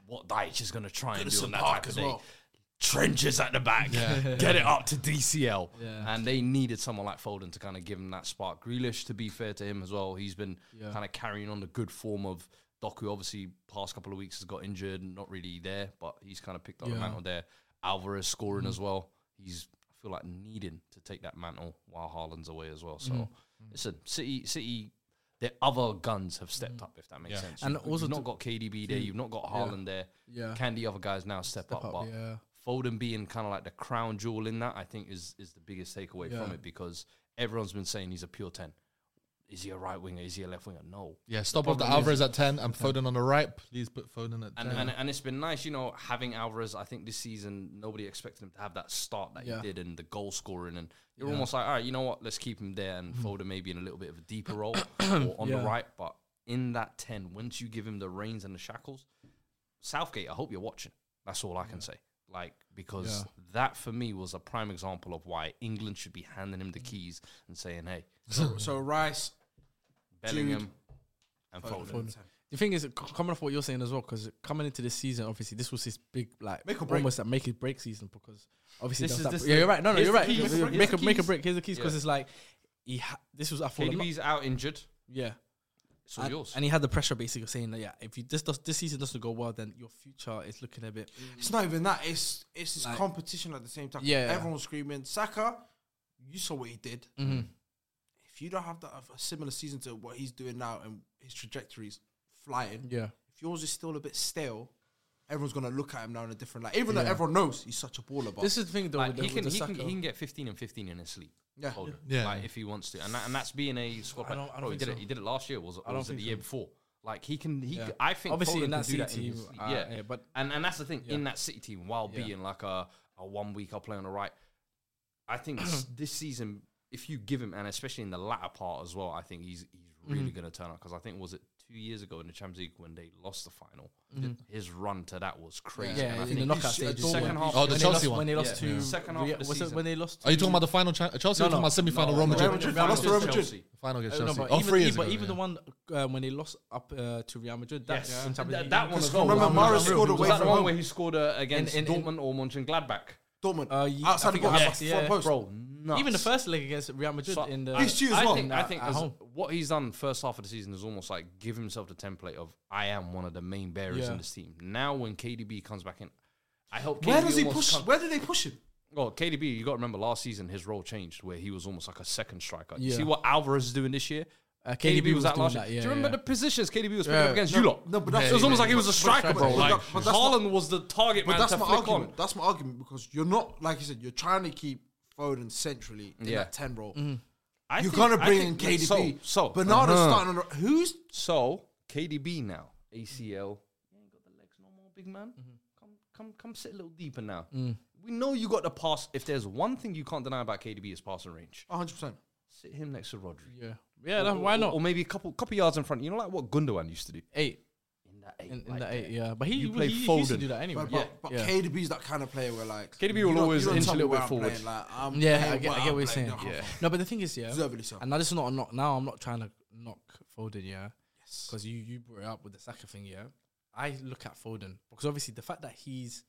what Deitch is gonna try and do Goodison on that Park type of as day. well. Trenches at the back, get it up to DCL, and they needed someone like Foden to kind of give him that spark. Grealish, to be fair to him as well, he's been kind of carrying on the good form of Doku. Obviously, past couple of weeks has got injured, not really there, but he's kind of picked up the mantle there. Alvarez scoring Mm. as well. He's I feel like needing to take that mantle while Haaland's away as well. So Mm. listen, City, City, their other guns have stepped up. If that makes sense, Mm. And and you've, also you've to- not got KDB there, you've not got Haaland there. Yeah. can the other guys now step, up? up, But yeah. Foden being kind of like the crown jewel in that, I think is is the biggest takeaway from it because everyone's been saying he's a pure ten. is he a right winger? Is he a left winger? No. Yeah, stop off the problem is- Alvarez at 10 and Foden on the right. Please put Foden at 10. And, and and it's been nice, you know, having Alvarez. I think this season nobody expected him to have that start that Yeah. he did and the goal scoring, and you're almost like, all right, you know what? Let's keep him there Hmm. and Foden maybe in a little bit of a deeper role or on the Yeah. right. But in that ten, once you give him the reins and the shackles, Southgate, I hope you're watching. That's all I can say. Like because that for me was a prime example of why England should be handing him the keys and saying, hey, Mm. So, so Rice, Bellingham and Foden. The thing is, c- coming off what you're saying as well, because coming into this season, obviously this was his big like Make or break. almost like make it break season because obviously This there is- was this that- yeah, is- you're right. No, no, here's you're the right. keys, Make here's a the make a keys. break. Here's the keys because Yeah. it's like he ha- this was I thought a lot- KDB's out injured. yeah. It's all and, yours. and he had the pressure basically of saying that yeah, if you this does this season doesn't go well, then your future is looking a bit. It's not even that. It's it's this Like- competition at the same time. Yeah. everyone's screaming. Saka, you saw what he did. Mm-hmm. If you don't have that a similar season to what he's doing now and his trajectory's flying, Yeah. if yours is still a bit stale, everyone's gonna look at him now in a different light. Even though everyone knows he's such a baller, but This is the thing though. Like, with the, he can with he the can Saka. he can get 15 and 15 in his sleep. Yeah. Holder, Yeah. Like if he wants to, and that, and that's being a squad. player. don't- I don't Bro, he think did it. so. He did it last year. Was, was it think the year so. before? Like he can. He Yeah. c- I think Obviously Foden in that can do that City in his team, sleep. uh, yeah. yeah, but- and and that's the thing in that City team while Yeah. being like a a one week I'll play on the right. I think s- this season, if you give him, and especially in the latter part as well, I think he's he's really Mm-hmm. going to turn up because I think was it two years ago in the Champions League when they lost the final, his run to that was crazy. Mm-hmm. yeah, and I in the think knockout he's- uh, stages. Dortmund- second half. Oh, the when they Chelsea lost, one. When they Yeah. lost to Yeah. Second half of the was it season. when they lost Are you talking to- about the final cha- Chelsea? or No, you talking about semi-final Real Madrid? Real Madrid. Real Madrid. Chelsea. Final against Uh, no, Chelsea. but oh, even, three years even, ago, even yeah. the one uh, when they lost up uh, to Real Madrid, that Yes, same time, Th- that one as well. remember was Mara unreal. scored Was away that from the one home? where he scored uh, against in- in- Dortmund or Mönchengladbach? Dortmund Uh, ye- I outside the think box, it front was- yeah. post. Bro, nuts. even the first leg against Real Madrid So- in the I- This year as I well. think, I think At as- home. what he's done first half of the season is almost like give himself the template of I am one of the main bearers Yeah. in this team. Now when KDB comes back in, I hope. Where KDB does he almost push? come- Where do they push him? Well, KDB, you got to remember last season his role changed where he was almost like a second striker. You Yeah. see what Alvarez is doing this year. Uh, KDB, KDB was, was that doing last that, year. yeah, Do you remember yeah. the positions KDB was picking up against No, you lot? no, but that's it was what- almost like he was a striker, bro. But Like that- but that's Haaland was the target But man that's to my flick argument. on. That's my argument because you're not like you said. You're trying to keep Foden centrally in Yeah. that ten role. Mm-hmm. I You're think- gonna I bring in think- KDB. So, so Bernardo's Uh-huh. starting on the, who's So KDB now ACL. You ain't got the legs no more, big man. Mm-hmm. Come, come, come, sit a little deeper now. Mm. We know you got the pass. If there's one thing you can't deny about KDB is passing range. 100. percent Sit him next to Rodri. yeah, yeah. then why not? Or maybe a couple, couple yards in front. You know, like what Gundogan used to do eight in that eight. in, in like that eight. that. Yeah, but he, You he, play used to Foden. do that anyway. But, yeah, but, but yeah. KDB's that kind of player where like KDB you will don't- always you don't inch tell a me little where bit I'm playing, forward. like, I'm yeah, playing I get, where I get I'm what playing, you're saying. no, Yeah. I'm No, but the thing is, yeah. Deservedly so. And now this is not a knock. Now I'm not trying to knock Foden, yeah. Because you you brought it up with the Saka thing, yeah. I look at Foden because obviously the fact that he's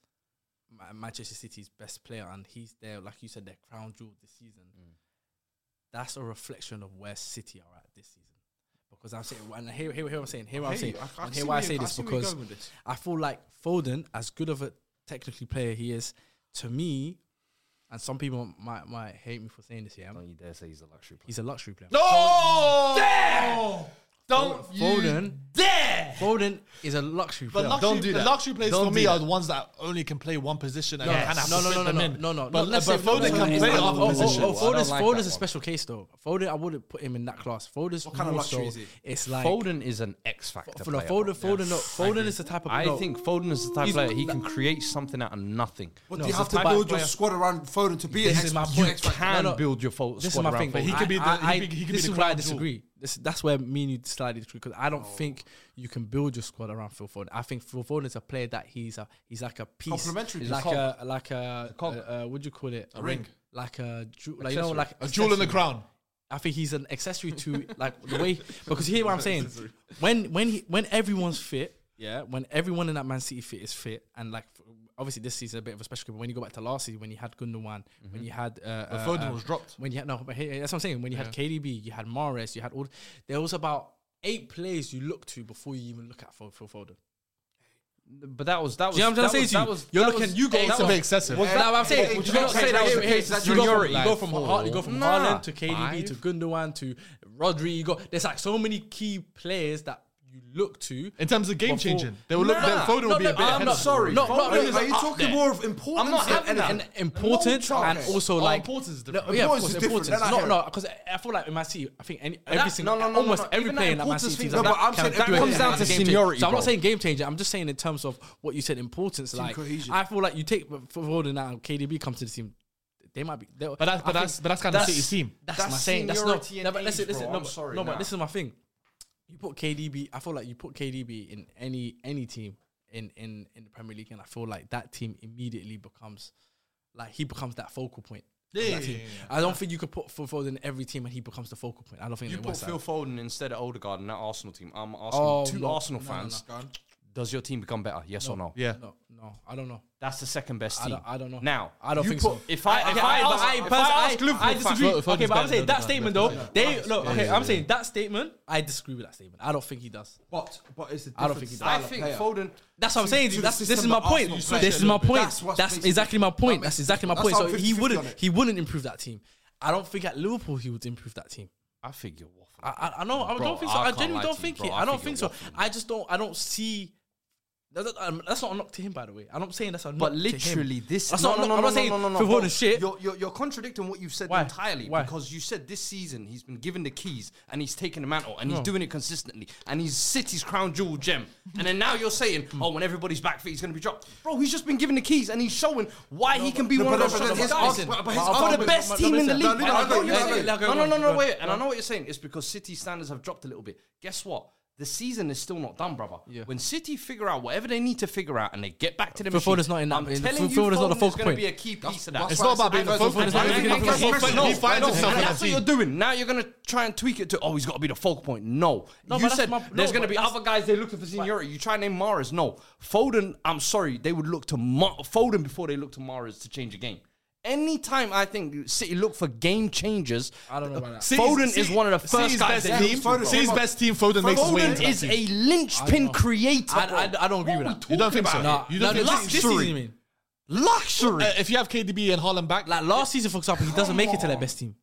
Ma- Manchester City's best player and he's there, like you said, their crown jewel this season. Mm. That's a reflection of where City are at this season. Because I'm saying, and here, here, here I'm saying, here I'm Hey, saying, I- I and see here why I where say you- I this see where you're because going with this. I feel like Foden, as good of a technically player he is, to me, and some people might might hate me for saying this, yeah, Don't you dare say he's a luxury player. he's a luxury player. No! oh, Damn! Don't you Foden, dare! Foden is a luxury But player. luxury, Don't do the that. luxury players Don't for do me that. are the ones that only can play one position and Yes. kind of No, no, no, fit them no, in. no, no. But No, let's say but Foden Foden can is play not- other Oh, oh, positions. oh, I don't Foden's, like Foden's that a one. special case though. Foden, I wouldn't put him in that class. Foden's what kind of luxury so, is he? It's like Foden is an X factor. F- no, player, bro. Foden, Foden, no, Foden is the type of. I no. think Foden is the type of He's- player he can create something out of nothing. But No, do you so have to type of build your player- squad around Foden to be an This ex- is my you point. expect- Can No, no. build your fo- This is squad my around thing. Foden. He He could be the- he could be- he could be this the is where I crown jewel. disagree. This, that's where me and you slightly disagree because I don't think you can build your squad around Phil Foden. I think Phil Foden is a player that he's a he's like a piece, Complementary he's to like the a, like a, uh uh, what do you call it? A ring. like a ju- like you know like A jewel in the accessory. crown. I think he's an accessory to like the way because hear what I'm saying. When when he, when everyone's fit, yeah, when everyone in that Man City fit is fit, and like f- obviously this season a bit of a special. But when you go back to last season, when you had Gundogan, when you had uh, uh, Mm-hmm. Foden uh, was dropped. When you had no, but hey, that's what I'm saying. When you had KDB, you had Mares, you had all. There was about eight players you look to before you even look at for for Foden. But that was that was. Do you know what I'm that trying to was- say that to you? was- You're that looking- was- you got that some was- big excessive. Was That's that what I'm saying. hey, Would you you not not say say that that was was the the case? case? You go from, Seniority. you go from, Har- you go from Nah. Haaland to KDB to Gundogan to Rodri. You go. There's like so many key players that you you look to In terms of game before- changing, they will look. they- Foden will be a bit ahead I'm of not them. sorry. No, no, Foden no, is no, up no, there. I'm not having that. And important No and chance. also Oh, like importance is No, different. yeah, of Importance is course, different. importance. Then I No, hear no, it. because I feel like in my city, I think any, And every that- single, no, no, no, no, almost no. every Even player that in that Man importance City thing- team No, that but I'm can saying every do it. player It comes has down to game changer. seniority. So I'm bro. not saying game changer. I'm just saying in terms of what you said, importance. Like cohesion. I feel like you take Foden now, KDB comes to the team. They might be, but that's- but that's- but that's kind of City's team. That's, That's my saying. That's not. seniority and No, but age, listen, listen. bro. No, I'm but- sorry, no, nah. but this is my thing. You put KDB. I feel like you put KDB in any any team in in in the Premier League, and I feel like that team immediately becomes like he becomes that focal point. of that team. I don't think you could put Phil Foden in every team and he becomes the focal point. I don't think You it put works. Phil Phil Foden instead of Odegaard in that Arsenal team. I'm asking Oh, two no. Arsenal No, no, fans: Does your team become better? Yes or no? Yeah. no, no, I don't know. That's the second best I team. don't, I don't know. Now, I don't you think put- so. If I, if Okay, I, but ask, I, if pers- I I, ask Liverpool I fans- disagree. Foden's okay, but better I'm saying than that Odegaard, statement though. definitely. They look. Yeah, Okay, yeah, I'm yeah. saying that statement. I disagree with that statement. I don't think he does. But but it's a I don't different think he does. style I of think player. Foden. That's what I'm saying. to the That's, this is system my that point. Arsenal This play. is my That's point. what's That's basically- exactly my point. That makes That's exactly my sense. point. That's So how he 50-50 wouldn't. on it. He wouldn't improve that team. I don't think at Liverpool he would improve that team. I think you're waffling. I, I, I know. I Bro, don't think so. I I, can't lie genuinely to don't you, think bro. it. I I don't think think you're so. waffling. I just don't. I don't see. That's, not- um, that's not a knock to him, by the way. I'm not saying that's a knock. But to him. literally, this. That's no, not. a no, knock. no, I'm no, not saying no, no, no, for bro. Foden shit. You're, you're, you're contradicting what you've said Why? entirely Why? because you said this season he's been given the keys and he's taken the mantle and he's doing it consistently and he's City's crown jewel gem. and then now you're saying, oh, when everybody's back fit, he's going to be dropped. Bro, he's just been given the keys and he's showing why he can be no, one but of those no, but guys his for argument- but- but his the argument- best but- team but in the listen, league. no, no, And no, no, I know what you're no, no, saying. no, go No, no, on, no, no, go wait. on. And I know what you're saying. It's because City standards have dropped a little bit. Guess what? The season is still not done, brother. When City figure out whatever they need to figure out and they get back to the For machine, Foden's not in that- I'm in- telling for you, Foden's not the Foden focal is going to point. be a key piece of that. It's not about being the focus. And I think that's what He finds Foden- no, himself and in that That's what team. you're doing. Now you're gonna try and tweak it to oh he's gotta be the focal point. No. No, you but that's said my- there's gonna no, but be that's- other guys they look to for seniority. You try and name Mares. No. Foden, I'm sorry, they would look to Ma- Foden before they look to Mares to change a game. Anytime I think City look for game changers, I don't know about that. Foden is one of the first City's guys Best they team, look to. Foden- City's best team. Foden, makes his way into Foden that is team. a linchpin creator. I- bro. I- I don't agree What with are that. we You don't talking think so? about Nah, here? You don't nah, think this so? this season, you mean? Luxury. Uh, if you have KDB and Haaland back, Like last season, for example, he doesn't make it to their best team.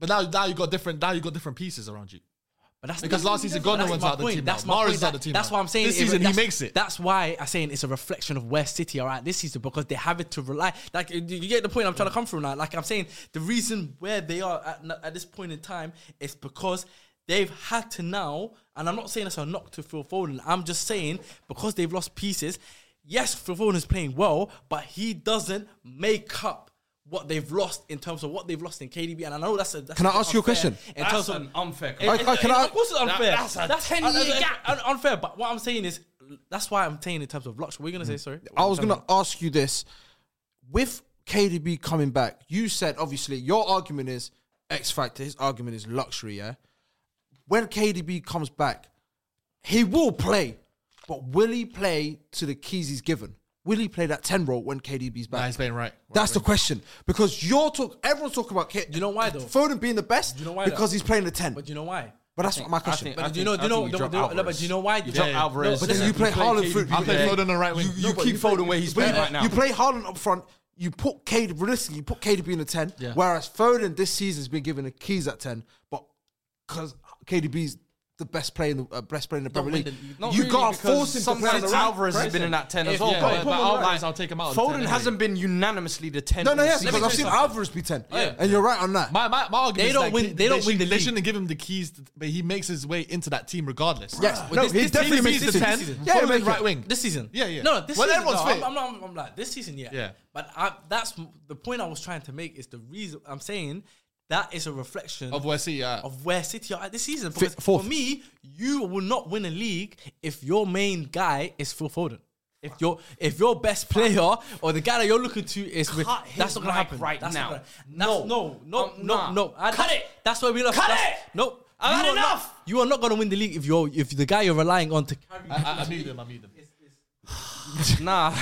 but now now you got different. Now you got different pieces around you. But that's Because last season, Gundogan's that's out my of the point. team That's now. my Mahrez point. is out of the That- team That's now. why I'm saying This it- season, he that's- makes it. That's why I'm saying it's a reflection of where City are at this season because they have it to rely. Like you you get the point I'm trying to come from now. Like I'm saying, the reason where they are at, n- at this point in time is because. They've had to now, and I'm not saying that's a knock to Phil Foden. I'm just saying because they've lost pieces. Yes, Phil Foden is playing well, but he doesn't make up what they've lost in terms of what they've lost in KDB. And I know that's a. That's Can I a bit ask you a unfair question? In That's terms of an unfair It- question. it- I- I- can it- I- of course, it's That- unfair. that's a 10 un- year un- gap. un- unfair. But what I'm saying is, that's why I'm saying in terms of luxury. We're gonna say sorry. I was going to ask you this. With KDB coming back, you said obviously your argument is X Factor, his argument is luxury, yeah? When KDB comes back, he will play, but will he play to the keys he's given? Will he play that 10 role when KDB's back? Nah, he's playing right. That's the question. Because you're talk everyone's talking about K- You know why, though? Foden being the best You know why, because though? he's playing the 10. But But, you know why? that's my question. think- But I do you know? Do you I know? think do- drop do- no, but do you know why? You Yeah, drop yeah. Alvarez. No, but but then you play Haaland through. I play you- Foden on the right wing. You, No, you but keep you play- Foden where you he's play- playing uh, right now. you You play Harden up front. You put KD realistically. You put KDB in the ten. Whereas Foden this season has been given the keys at ten, but because KDB's the best player in the uh, best player in the Premier League, win the- not you really, can't because force him to play on Sometimes the right. Alvarez has been in that 10 as If- well. yeah, but, but but Alvarez, Alvarez, I'll take him out of the Foden 10 anyway. hasn't been unanimously the 10. No, no, all yes, season. because I've seen Alvarez be ten, and you're right on that. My my, my argument They is don't that win- Kid- they don't should- win the They league. shouldn't give him the keys, to- but he makes his way into that team regardless. Yes, But no, this- he this definitely season- makes this the season- ten. this Yeah, Foden make it. right wing. This season, Yeah, yeah. No, no, this Well, season. everyone's no, fit. I'm, I'm not. I'm, I'm like this season, yeah. Yeah. But I, that's the point I was trying to make. Is the reason I'm saying that is a reflection Of where City uh, are. of where City are at this season. Fi- Because fourth. for me, you will not win a league if your main guy is Phil Foden. If your if your best player or the guy that you're looking to is with, Cut his that's not gonna mic happen right that's now. Not gonna, that's, no, no, Um, no, nah. no. I- Cut that's- it. That's where we lost. Cut That's- it. No, I've had you are not- enough. you are not gonna win the league if you're if the guy you're relying on to Uh, carry. I, I, I mute them. I mute them. Nah.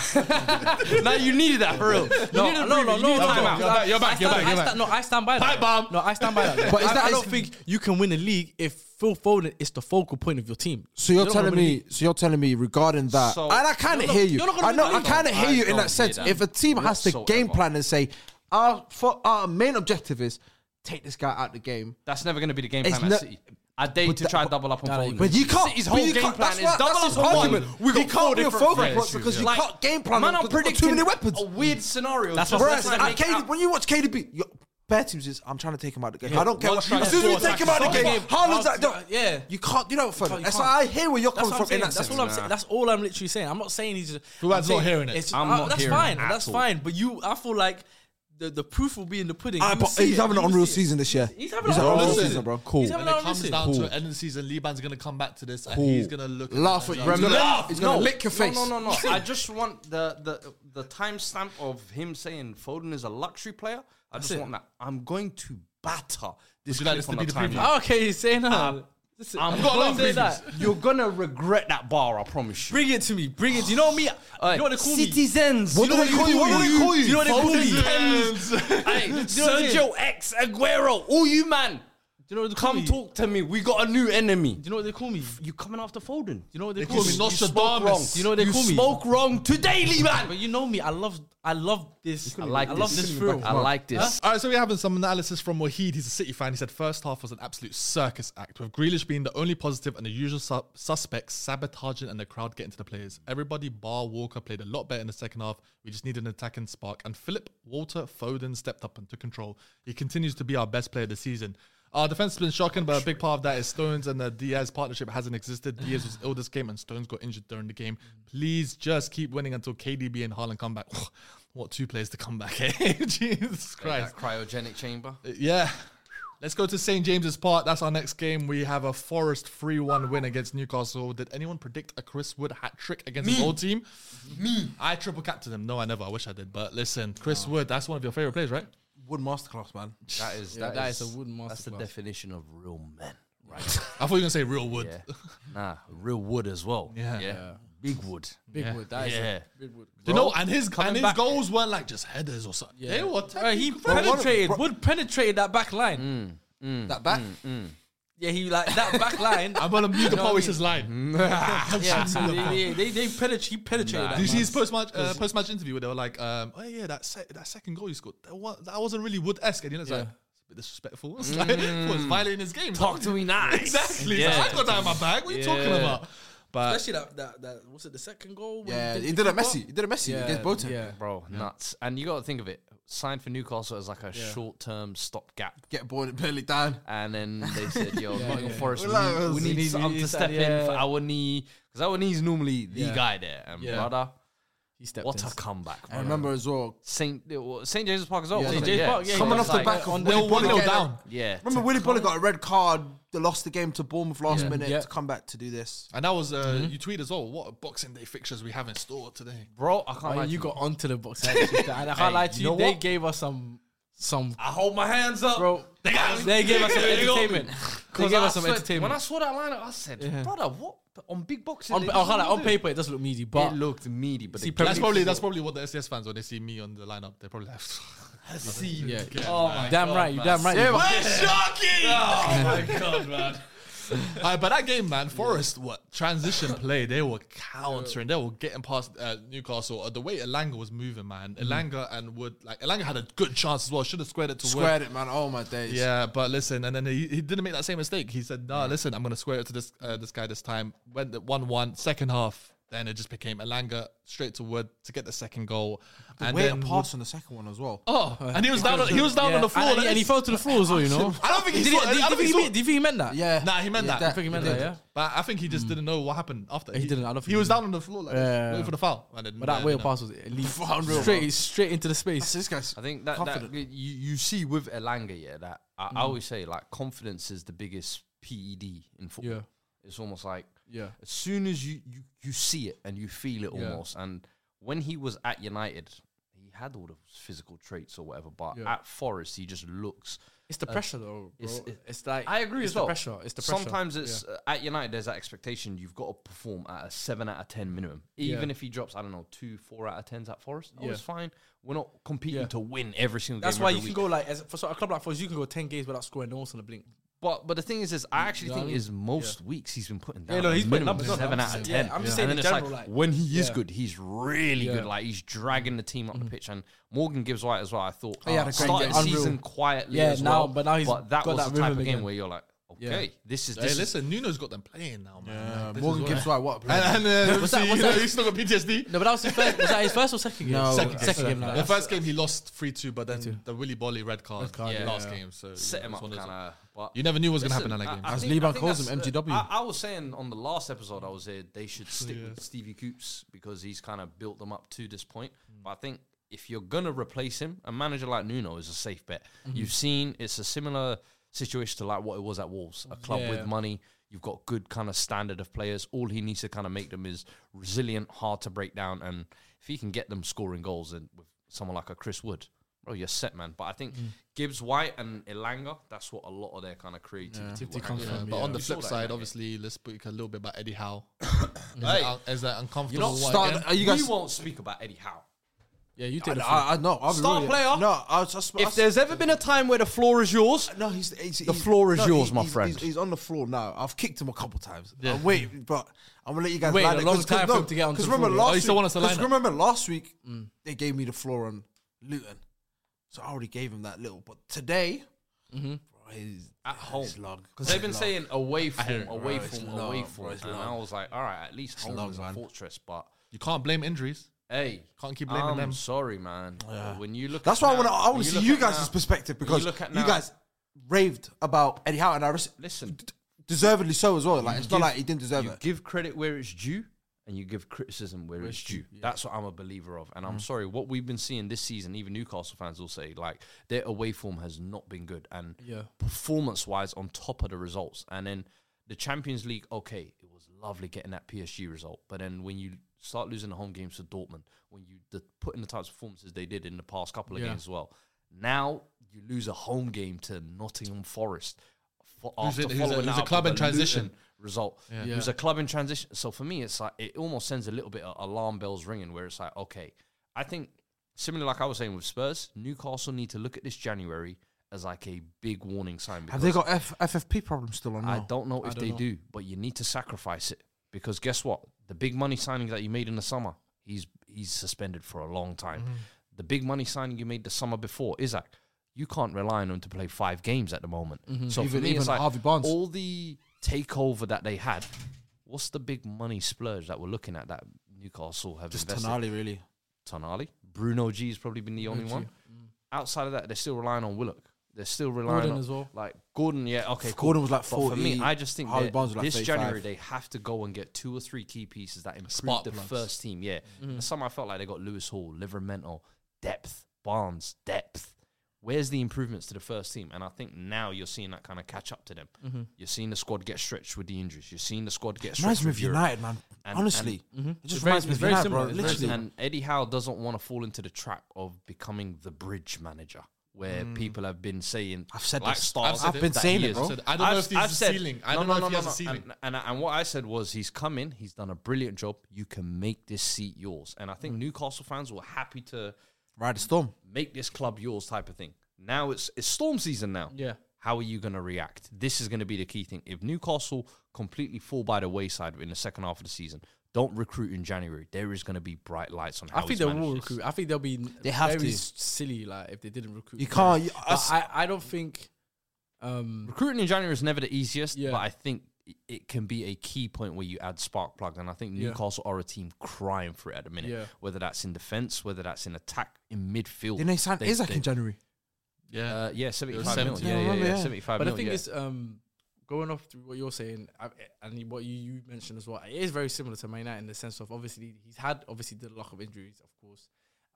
nah, you needed that for real. You No, needed a breather. no, no, You no, needed a no, timeout. You're back, you're back, I you're stand- back, you're I back. stand- No, I stand by that. Pipe bomb. No, I stand by that. But is I, that- I is- don't think you can win a league if Phil Foden is the focal point of your team. So you're You're not gonna telling win a me, so you're telling me regarding that, So- and I kind You're of not- hear you. you're not gonna I know, win I the league. kind of hear I you in don't that sense. hear that If a team has to whatsoever. game plan and say, our for our main objective is take this guy out the game. That's never going to be the game It's plan at no- City. I dare you But to that- try double up on no, Foden. But you can't. City's but whole you game can't- plan that's is right, double that's up his on argument. one. We got You four can't be a different focal threats point because you Like, can't game plan Man, on- I'm because we've got too predicting many weapons. A weird scenario. That's just what- to Whereas try at and make out- KDB, when you watch KDB, your bad teams is I'm trying to take him out of the game. I don't care. one What, strike, as soon as we four take him out of the attacks. game, Four Haaland's games. like, no, Yeah. you can't do that with can't- Foden. you That's can't. why I hear where you're That's coming what I'm from in saying. that That's sense. all I'm saying. That's all I'm literally saying. I'm not saying he's. Fuad's I'm saying not hearing it. It's, I'm I- not that's hearing fine. it at That's all. fine. But you, I feel like the, the proof will be in the pudding. Ah, You but see he's it. having an You will unreal see it. season this year. He's having He's an having unreal an season, bro. He's Cool. having When an it unreal comes season. down Cool. to end of the season, Liban's gonna come back to this and Cool. he's gonna look. at Laugh at that you. and Remember- just- Laugh. He's gonna lick your face. No, no, no, no. I just want the the the timestamp of him saying Foden is a luxury player. I just it. want that. I'm going to batter this Would you like clip this to on be the the preview? timeline. Oh, okay, he's saying that. Listen, I'm gonna going say to that. You're gonna regret that bar. I promise you. Bring it to me. Bring it. You know me. You know what they call me. Citizens. What do they call you? What do they call you? You know what they call me. Hey, what I'm saying? Sergio X Aguero, all you man, You know what they call come me. talk to me. We got a new enemy. You know what they call me. You coming after Foden? You know what they They call call me. me You spoke Nostradamus. wrong. You know what they you call me. spoke wrong today, Lee man. But you know me. I love. I love this. I like I love this feel. I like this. All right, so we're having some analysis from Wahid. He's a City fan. He said first half was an absolute circus act, with Grealish being the only positive and the usual su- suspects sabotaging and the crowd getting to the players. Everybody bar Walker played a lot better in the second half. We just needed an attacking spark, and Philip Walter Foden stepped up and took control. He continues to be our best player this season. Our defense has been shocking, but a big part of that is Stones and the Diaz partnership hasn't existed. Diaz was ill this game, and Stones got injured during the game. Please just keep winning until KDB and Haaland come back. What two players to come back? Eh? Jesus Christ! Uh, Cryogenic chamber. Yeah. Let's go to St. James's Park. That's our next game. We have a Forest 3 1 win against Newcastle. Did anyone predict a Chris Wood hat trick against his old team? Me. I triple captained him. No, I never. I wish I did. But listen, Oh. Chris Wood, that's one of your favorite players, right? Wood masterclass, man. That is Yeah, that is a wooden That's the masterclass. definition of real men, right? I thought you were going to say real Wood. yeah. Nah, real wood as well. Yeah. Big wood. Big wood. That is a Yeah. big wood. You know, and his, Coming and his back. goals weren't like just headers or something. They were Bro, he technical. penetrated. Wood penetrated that back line. Mm, That back. Yeah, he like that back line. I'm going to mute the know what I Poets' line. yeah, they, they, they, they penetrate. He penetrated that. Did you see man. his post match uh, post match interview where they were like, um, "Oh yeah, that se- that second goal you scored, that, wa- that wasn't really Wood esque," and he was like, "It's a bit disrespectful. It's like, it was violating his game." Mm. Talk to me nice. exactly. It's like, I got that in my bag. What are you talking Yeah. about? But Especially that, that, that, what's it, the second goal? when Yeah, he the did it kick messy. He up? did it messy against Bolton. Yeah. Bro, nuts. And you got to think of it. Signed for Newcastle as like a short term stopgap. Get bored and barely down. And then they said, yo, Nottingham Forest, we Well, that need, was- we need we need- something we to need step some- in for yeah. our knee. Because our knee is normally the Yeah. guy there. And Yeah. brother, He stepped what in. a comeback, I bro. remember as well. St. St. James's Park as well. Yeah, wasn't St. it? James's Park, yeah, Coming yeah. off the Like, back of on Willy the- Bonner one-nil getting a- down. Yeah. Remember, Willie Bonner got a red card. They lost the game to Bournemouth last minute Yeah. to come back to do this. and that was uh, Mm-hmm. you tweet as well. What Boxing Day fixtures we have in store today? Bro, I can't Oh, lie yeah, to you you. got onto the box. I can't lie to you you. know They what? gave us some, some I hold my hands up. bro. They, gave us some They got me. entertainment. They 'Cause gave I us some swear, entertainment. When I saw that lineup, I said, brother, what? On big boxing. on, they I just can't lie, on do it. paper, it does look meaty, but it looked meaty, but See, the Premier That's game- probably that's probably what the SCS fans when they see me on the lineup, they probably have. See, yeah. Oh my damn God, right, you man. damn right. you- Oh my god, man. Uh, but that game, man, Forest, what transition play? They were countering. They were getting past uh, Newcastle. Uh, the way Elanga was moving, man. Mm-hmm. Elanga and Wood, like Elanga had a good chance as well. Should have squared it to Squared Wood. it, man. Oh my days. Yeah, but listen, and then he, he didn't make that same mistake. He said, Mm. "No, listen, I'm gonna square it to this uh, this guy this time." Went the one one second half. Then it just became Elanga straight to Wood to get the second goal, and Way then to Wood- pass on the second one as well. oh, and he was down. On, he was down Yeah, on the floor, and, and he fell to the floor as well. You know, I don't think he Did saw- I did- don't did think he he saw- mean- Do you think he meant that? Yeah. Nah, he meant Yeah, that. that- I think he meant that. Yeah. But I think he just didn't know what happened after. He, didn't, I don't He think was he down on the floor like this, Yeah. waiting for the foul. And then, But that yeah, way you of know. pass was at least Unreal, straight, straight into the So space. This guy's. I think that, that you, you see with Elanga, yeah, that I, Mm. I always say like confidence is the biggest PED in football. Yeah. It's almost like Yeah. as soon as you you, you see it and you feel it almost. And when he was at United, he had all the physical traits or whatever, but Yeah. at Forest, he just looks. It's the pressure though, bro. It's- It's, it- like I agree it's as the well. pressure. It's the pressure. Sometimes it's uh, at United. There's that expectation you've got to perform at a seven out of ten minimum. Even Yeah. if he drops, I don't know, two, four out of tens at Forest, oh, Yeah. it's fine. We're not competing Yeah. to win every single That's game. why every you can week. go like as, for sort of a club like Forest, you can go ten games without scoring almost in a blink. But but the thing is, is I actually think is most weeks he's been putting down no, a he's putting minimum numbers up, seven out I'm of saying. ten. Yeah, I'm just saying and in then it's general, like- when he is Yeah. good, he's really good. Like he's dragging the team up the pitch. And Morgan gives white as well. I thought "Ah, He had a great started game. the Unreal. season quietly. Yeah, as well, now- but now he's that got was that the type of rhythm game again. where you're like, okay, this is Hey, this is listen, Nuno's got them playing now, man. This Morgan is gives like what? what- And, and uh, What's that- see, what's you know, that? he's still got PTSD. No, but that was his first. Was that his first or second game? No, Second, second game. The like, first game he lost three two, but then the Willy Bolly red card, yeah. last Yeah. game. So set him it's up one kind of those- of. You never knew what was gonna happen in that game. As Liban calls him, MGW. I, I was saying on the last episode I was here, they should stick with Stevie Coops because he's kind of built them up to this point. But I think if you're gonna replace him, a manager like Nuno is a safe bet. You've seen it's a similar situation to like what it was at Wolves, a club with money. You've got good kind of standard of players. All he needs to kind of make them is resilient, hard to break down, and if he can get them scoring goals and with someone like a Chris Wood, bro, you're set, man. But I think Gibbs White and Elanga, that's what a lot of their kind of creativity will hang Yeah, on. but on the We saw flip that in side, that obviously, let's speak a little bit about Eddie Howe. is, that, is that game. uncomfortable? You're not one start, again? are you guys- We won't speak about Eddie Howe. yeah, you I, did. I, I know. I'm Star really- player? No, I was just. I If was- there's ever been a time where the floor is yours, No, he's, he's The floor is yours, my he's- friend. He's, he's on the floor now. I've kicked him a couple times. I'm waiting, but I'm gonna let you guys Wait, land a it, long 'cause- time 'cause for no, him to get onto 'cause the remember floor. last Oh, you still week- want us to 'cause line up? remember last week they gave me the floor on Luton, so I already gave him that little. But today, bro, he's at home, log. because they've been It's saying away hear from, it, away bro. It's from, away long, from, bro. and It's long. I was like, all right, at least home long, is a man. fortress, but. you can't blame injuries. Hey, Can't keep blaming I'm them. sorry, man. But When you look, That's at why I want now- to. I when want to see look you at guys' now- perspective when because you, look at now- guys raved about Eddie Howe and I res- listen. deservedly so as well. Like you it's give- not like he didn't deserve you it. give credit where it's due and you give criticism where it's due. Mm-hmm. That's what I'm a believer of. And I'm sorry, what we've been seeing this season, even Newcastle fans will say, like, their away form has not been good. And Yeah. performance wise, on top of the results. And then the Champions League, okay, it was lovely getting that PSG result. But then when you start losing the home games to Dortmund, when you the, put in the types of performances they did in the past couple of games as well, now you lose a home game to Nottingham Forest. fo- Who's After it- who's it- following who's that a up club with in transition? Luton result. It was a club in transition. So for me, it's like it almost sends a little bit of alarm bells ringing where it's like, okay, I think similar like I was saying with Spurs, Newcastle need to look at this January as like a big warning sign. Have because they got F- FFP problems still on? I don't know if they do, but you need to sacrifice it because guess what? The big money signing that you made in the summer, he's he's suspended for a long time. Mm-hmm. The big money signing you made the summer before, Isaac, you can't rely on him to play five games at the moment. So for Mm-hmm. Even- me, it's even like Harvey Barnes. all the takeover that they had. What's the big money splurge that we're looking at that Newcastle have Just invested? Tonali, really. Tonali. Bruno G has probably been the only one. Mm. Outside of that, they're still relying on Willock. They're still relying Gordon on as well. Like Gordon, yeah, okay. Gordon cool. was like But for me, 40, I just think Harvey that Barnes was like this 35. January they have to go and get two or three key pieces that improve spark the plugs. first team. Yeah, Mm. And some I felt like they got Lewis Hall, Livermental, depth, Barnes, depth. Where's the improvements to the first team? And I think now you're seeing that kind of catch up to them. You're seeing the squad get stretched with the injuries. You're seeing the squad get stretched Mm-hmm. Reminds me with of Europe. United, man. And- Honestly, it just very- reminds me of it's very United, similar, bro. it's very Literally, And Eddie Howe doesn't want to fall into the trap of becoming the bridge manager, where people have been saying, I've said like this. stars I've that been he saying it, is. Mm. I bro. said, I don't know if he's a said- ceiling. I don't know if he has a ceiling. And, and, and what I said was, he's come in, he's done a brilliant job. You can make this seat yours. And I think Mm. Newcastle fans were happy to ride a storm. make this club yours type of thing. Now it's it's storm season now. Yeah. How are you going to react? This is going to be the key thing. If Newcastle completely fall by the wayside in the second half of the season, don't recruit in January. There is going to be bright lights on. How I think he's they will managed this. recruit. I think they'll be They have very to. s- silly like if they didn't recruit. You players. can't- you- But us- I, I don't think. Um, Recruiting in January is never the easiest, Yeah. but I think i- it can be a key point where you add spark plug. And I think Yeah. Newcastle are a team crying for it at the minute. Yeah. Whether that's in defense, whether that's in attack, in midfield. Didn't they sign Isaac in January? Yeah, Uh, yeah, seventy-five 70. Yeah, I mil. Yeah, yeah, yeah, remember, yeah. seventy-five. but mil, the thing yeah. is, um, going off through what you're saying I, and what you, you mentioned as well, it is very similar to Man United in the sense of obviously he's had obviously the lack of injuries, of course,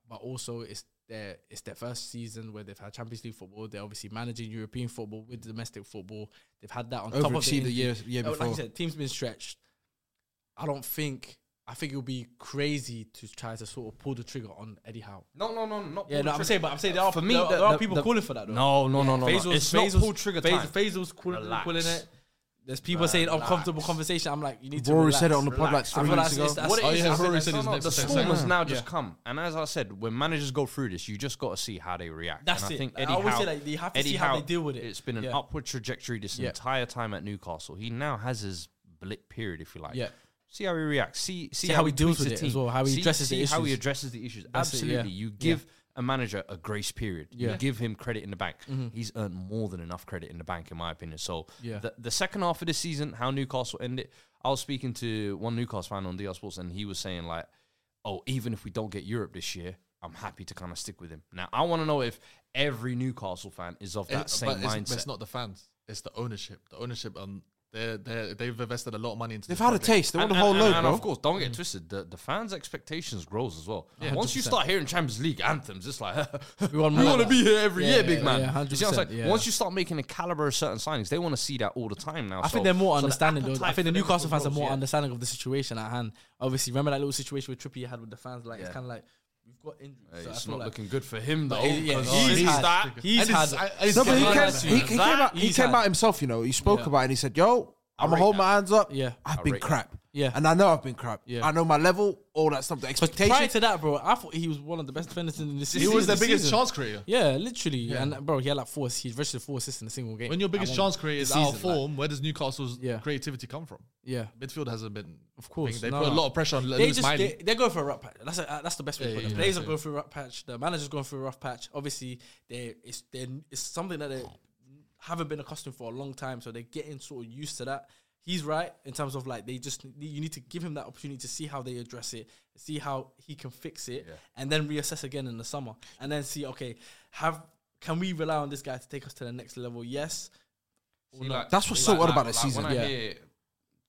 but also it's their it's their first season where they've had Champions League football. They're obviously managing European football with domestic football. They've had that on top of Overachieved the injury- year- year Oh, Like before. I said, team's been stretched. I don't think. I think it would be crazy to try to sort of pull the trigger on Eddie Howe. no, no, no, not. pull the Yeah, no, I'm trigger. saying, but I'm saying there are, for me, there, the- there are the- people the- calling for that though. No, no, no, no, no. Fazel's- It's not Fazel's- pull trigger Faz- time. Fazel's calling, Relax. calling it. There's people saying uncomfortable conversation. I'm like, you need to. Rory relax. said it on the pod like Relax. I three feel weeks that's- ago. that's- What it Oh, is, yeah, is Rory that said his next the episode. storm has Yeah. now just Yeah. come, and as I said, when managers go through this, you just got to see how they react. That's and it. I think I Eddie always Howe, say that you have to Eddie see how they Howe, deal with it. It's been an Yeah. upward trajectory this Yeah. entire time at Newcastle. He now has his blip period, if you like. Yeah. See how he reacts. See see, how he deals with treats the it as team. well, how he See- addresses the see How he issues. addresses the issues. That's it, yeah. Absolutely. You Yeah. give a manager a grace period. Yeah. Mm-hmm. You give him credit in the bank. He's earned more than enough credit in the bank, in my opinion. So Yeah. the, the second half of the season, how Newcastle end it. I was speaking to one Newcastle fan on DR Sports, and he was saying like, "Oh, even if we don't get Europe this year, I'm happy to kind of stick with him." Now, I want to know if every Newcastle fan is of that It- same but it's, mindset. but it's not the fans. It's the ownership. The ownership. Um, they they they've invested a lot of money into. They've this had a project. taste. They want a whole and, load, and bro. of course, don't get twisted. The, the fans' expectations grows as well. Once you start hearing Champions League anthems, it's like we want want more. to be here every Yeah, year, yeah, big yeah, man. yeah, You see what I'm 100%, saying? yeah. Once you start making a caliber of certain signings, they want to see that all the time now. I So- think they're more so the understanding though. I appetite think the for them Newcastle fans are grows, more yeah. understanding of the situation at hand. Obviously, remember that little situation with Trippier had with the fans? Like it's kind of like we've got injuries. Hey, so I It's feel not like- looking good for him though. But he- yeah, 'cause he's he's had- that. He's And it's- had. I- it's No, but he getting came- nice, he- you know. came, he, he, came out, he He's came had- out himself, you know. He spoke about it and he said, Yo, I'm going to hold my hands up. Yeah. I've I been rate crap. Yeah. And I know I've been crap. Yeah. I know my level, all that stuff, the But prior to expectation. that, bro, I thought he was one of the best defenders in this. He was the biggest chance creator. Yeah, literally. And bro, he had like four. He registered four assists in a single game. When your biggest At one- chance creator is this out season, of form, where does Newcastle's Yeah. creativity come from? Yeah. Midfield hasn't been. Of course, they no, put a no. lot of pressure on They Lewis just Miley. they, they're going for a rough patch. That's a, uh, that's the best way. to put it. yeah, the players yeah. are going for a rough patch. The manager's going for a rough patch. Obviously, they it's they it's something that they haven't been accustomed for a long time, so they're getting sort of used to that. He's right in terms of like they just you need to give him that opportunity to see how they address it, see how he can fix it, and then reassess again in the summer, and then see okay, have can we rely on this guy to take us to the next level? Yes, See, like- That's what's so like- odd like- about this like season. When I Yeah. hear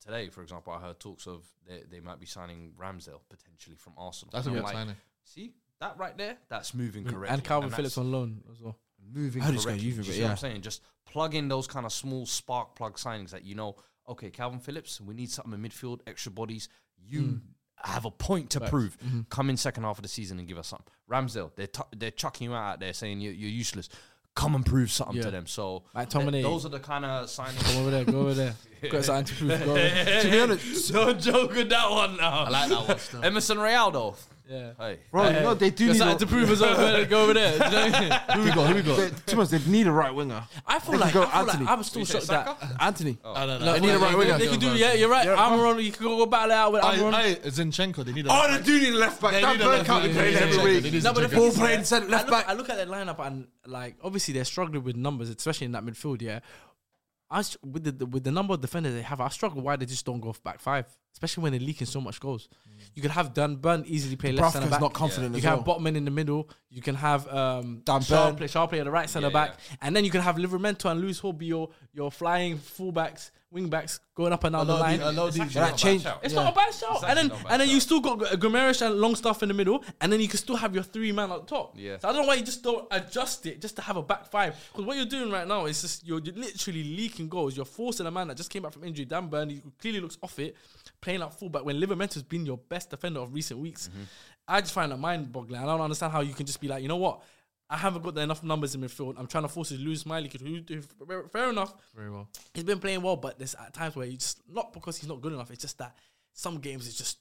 today, for example, I heard talks of they, they might be signing Ramsdale potentially from Arsenal. That's a And I'm good signing. See that right there? That's moving correctly. and Calvin that's Phillips on loan as well. moving I heard he's correctly. going Do Juve, you but see what yeah. I'm saying? Just plug in those kind of small spark plug signings that you know. Okay, Calvin Phillips, we need something in midfield, extra bodies. You. Have a point to prove. Come in second half of the season and give us something. Ramsdale, they're tu- they're chucking you out out there saying you're, you're useless. Come and prove something Yeah. to them. So Like th- Tomine. those are the kind of signings. Come over there, go over there. Got something to prove. Go over there. to be honest, don't joke with that one now. I like that one. Emerson Rialdo. Yeah. Hey. Bro, you know, they do Got need something a, to prove as well. Go over there, Go over there. Do you know what I mean? who we got, who we got? Too much, they need a right winger. I feel They could like, go I feel Anthony. like I'm still You say shocked that Oh. Anthony. I don't Look, know. need a look, right they- winger. They could do, yeah, you're right. Yeah, Amaron, you could go, go battle it out with I, Amaron. I, Zinchenko, they need a. Oh, they do need a left back. They That need a left Burkhardt back. been playing Yeah, yeah, every yeah. They week. need No, but the Zinchenko. thing Ball is, playing yeah, centre I left look- back. I look at their lineup and like obviously they're struggling with numbers, especially in that midfield. Yeah, I str- with the- the with the number of defenders they have, I struggle why they just don't go off back five, especially when they're leaking so much goals. Mm. You could have Dunburn easily play left centre Brafka's back. not confident You as can have well. Botman in the middle. You can have um, Dan Shaw Burn. play, Shaw play at the right centre Yeah, back, and then you can have Livermento and Luis Hall be your your flying fullbacks, wing backs going up and down the lot of line. these- a lot of these- That change. It's not a bad shout. It's and actually then not a bad and then you shout. still got Gomerish and Longstaff in the middle, and then you can still have your three man up top. Yeah. So I don't know why you just don't adjust it just to have a back five. Because what you're doing right now is just you're, you're literally leaking goals. You're forcing a man that just came back from injury, Dan Burn, who clearly looks off it, playing like fullback when Livermento's been your best defender of recent weeks. Mm-hmm. I just find that mind boggling. I don't understand how you can just be like, you know what? I haven't got enough numbers in midfield. I'm trying to force you to lose Miley. Who, who, fair enough he's been playing well, but there's at times where he's just not because he's not good enough. It's just that some games it's just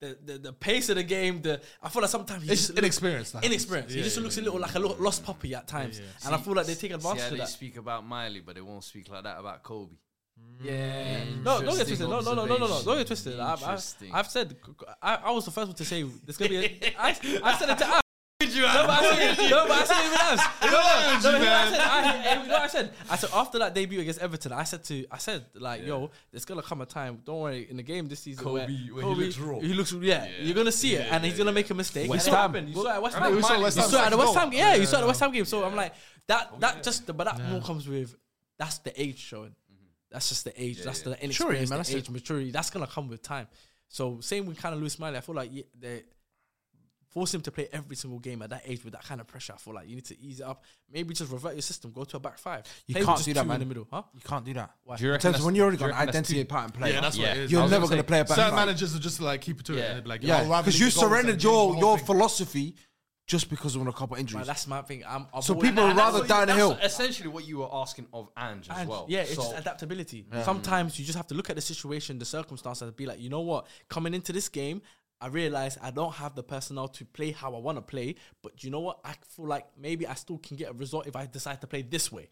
the the, the pace of the game. The I feel like sometimes he's It's just inexperienced, that Inexperienced. he happens. just Yeah, looks yeah, a little like a lo- lost puppy at times, and I feel like they take advantage See of how they that. speak about Miley, but they won't speak like that about Kobe. Yeah. No, don't get twisted. No, no, no, no, no, no. Don't get twisted. I've, I've, Interesting. I've said I, I was the first one to say there's gonna be. A, I, I said it to Av. No, but I said it. No, but I said it with Avs. No, no, no, no, I said, I, you know what I said? I said after that debut against Everton, I said to, I said like, yo, there's gonna come a time. Don't worry, in the game this season, where Kobe- when he looks raw. he looks- yeah, you're gonna see it, and he's gonna make a mistake. West And it Ham. happened. You saw it at West I mean, Ham. we saw West You Ham saw it at the second West goal. Ham. Yeah, you saw it at the West Ham game. So I'm like, that, that just, but that more comes with. That's the age showing. That's just the age. that's the inexperience, man, the that's age, maturity. That's gonna come with time. So same with kind of Lewis Miley. I feel like yeah, they force him to play every single game at that age with that kind of pressure. I feel like you need to ease it up. Maybe just revert your system. Go to a back five. You Play with can't just do that, two man. in the middle, huh? You can't do that. Do you In terms reckon that's- of when you already do you got an reckon that's identity too- and pattern player, Yeah, that's what Yeah. it is. you're I was never gonna going to say, play a back Certain five. managers are just like keep it to it. Yeah. and they'd be like, Yeah, "Oh, rather because than you the goals and surrendered change the your whole your thing." philosophy just because of a couple of injuries. Right, that's my thing. I'm, I'm So all- people are and- and that's rather what you- down the That's hill. essentially what you were asking of Ange as and- well. Yeah, it's So- just adaptability. Mm-hmm. Sometimes you just have to look at the situation, the circumstances, and be like, you know what? Coming into this game, I realize I don't have the personnel to play how I want to play, but you know what? I feel like maybe I still can get a result if I decide to play this way.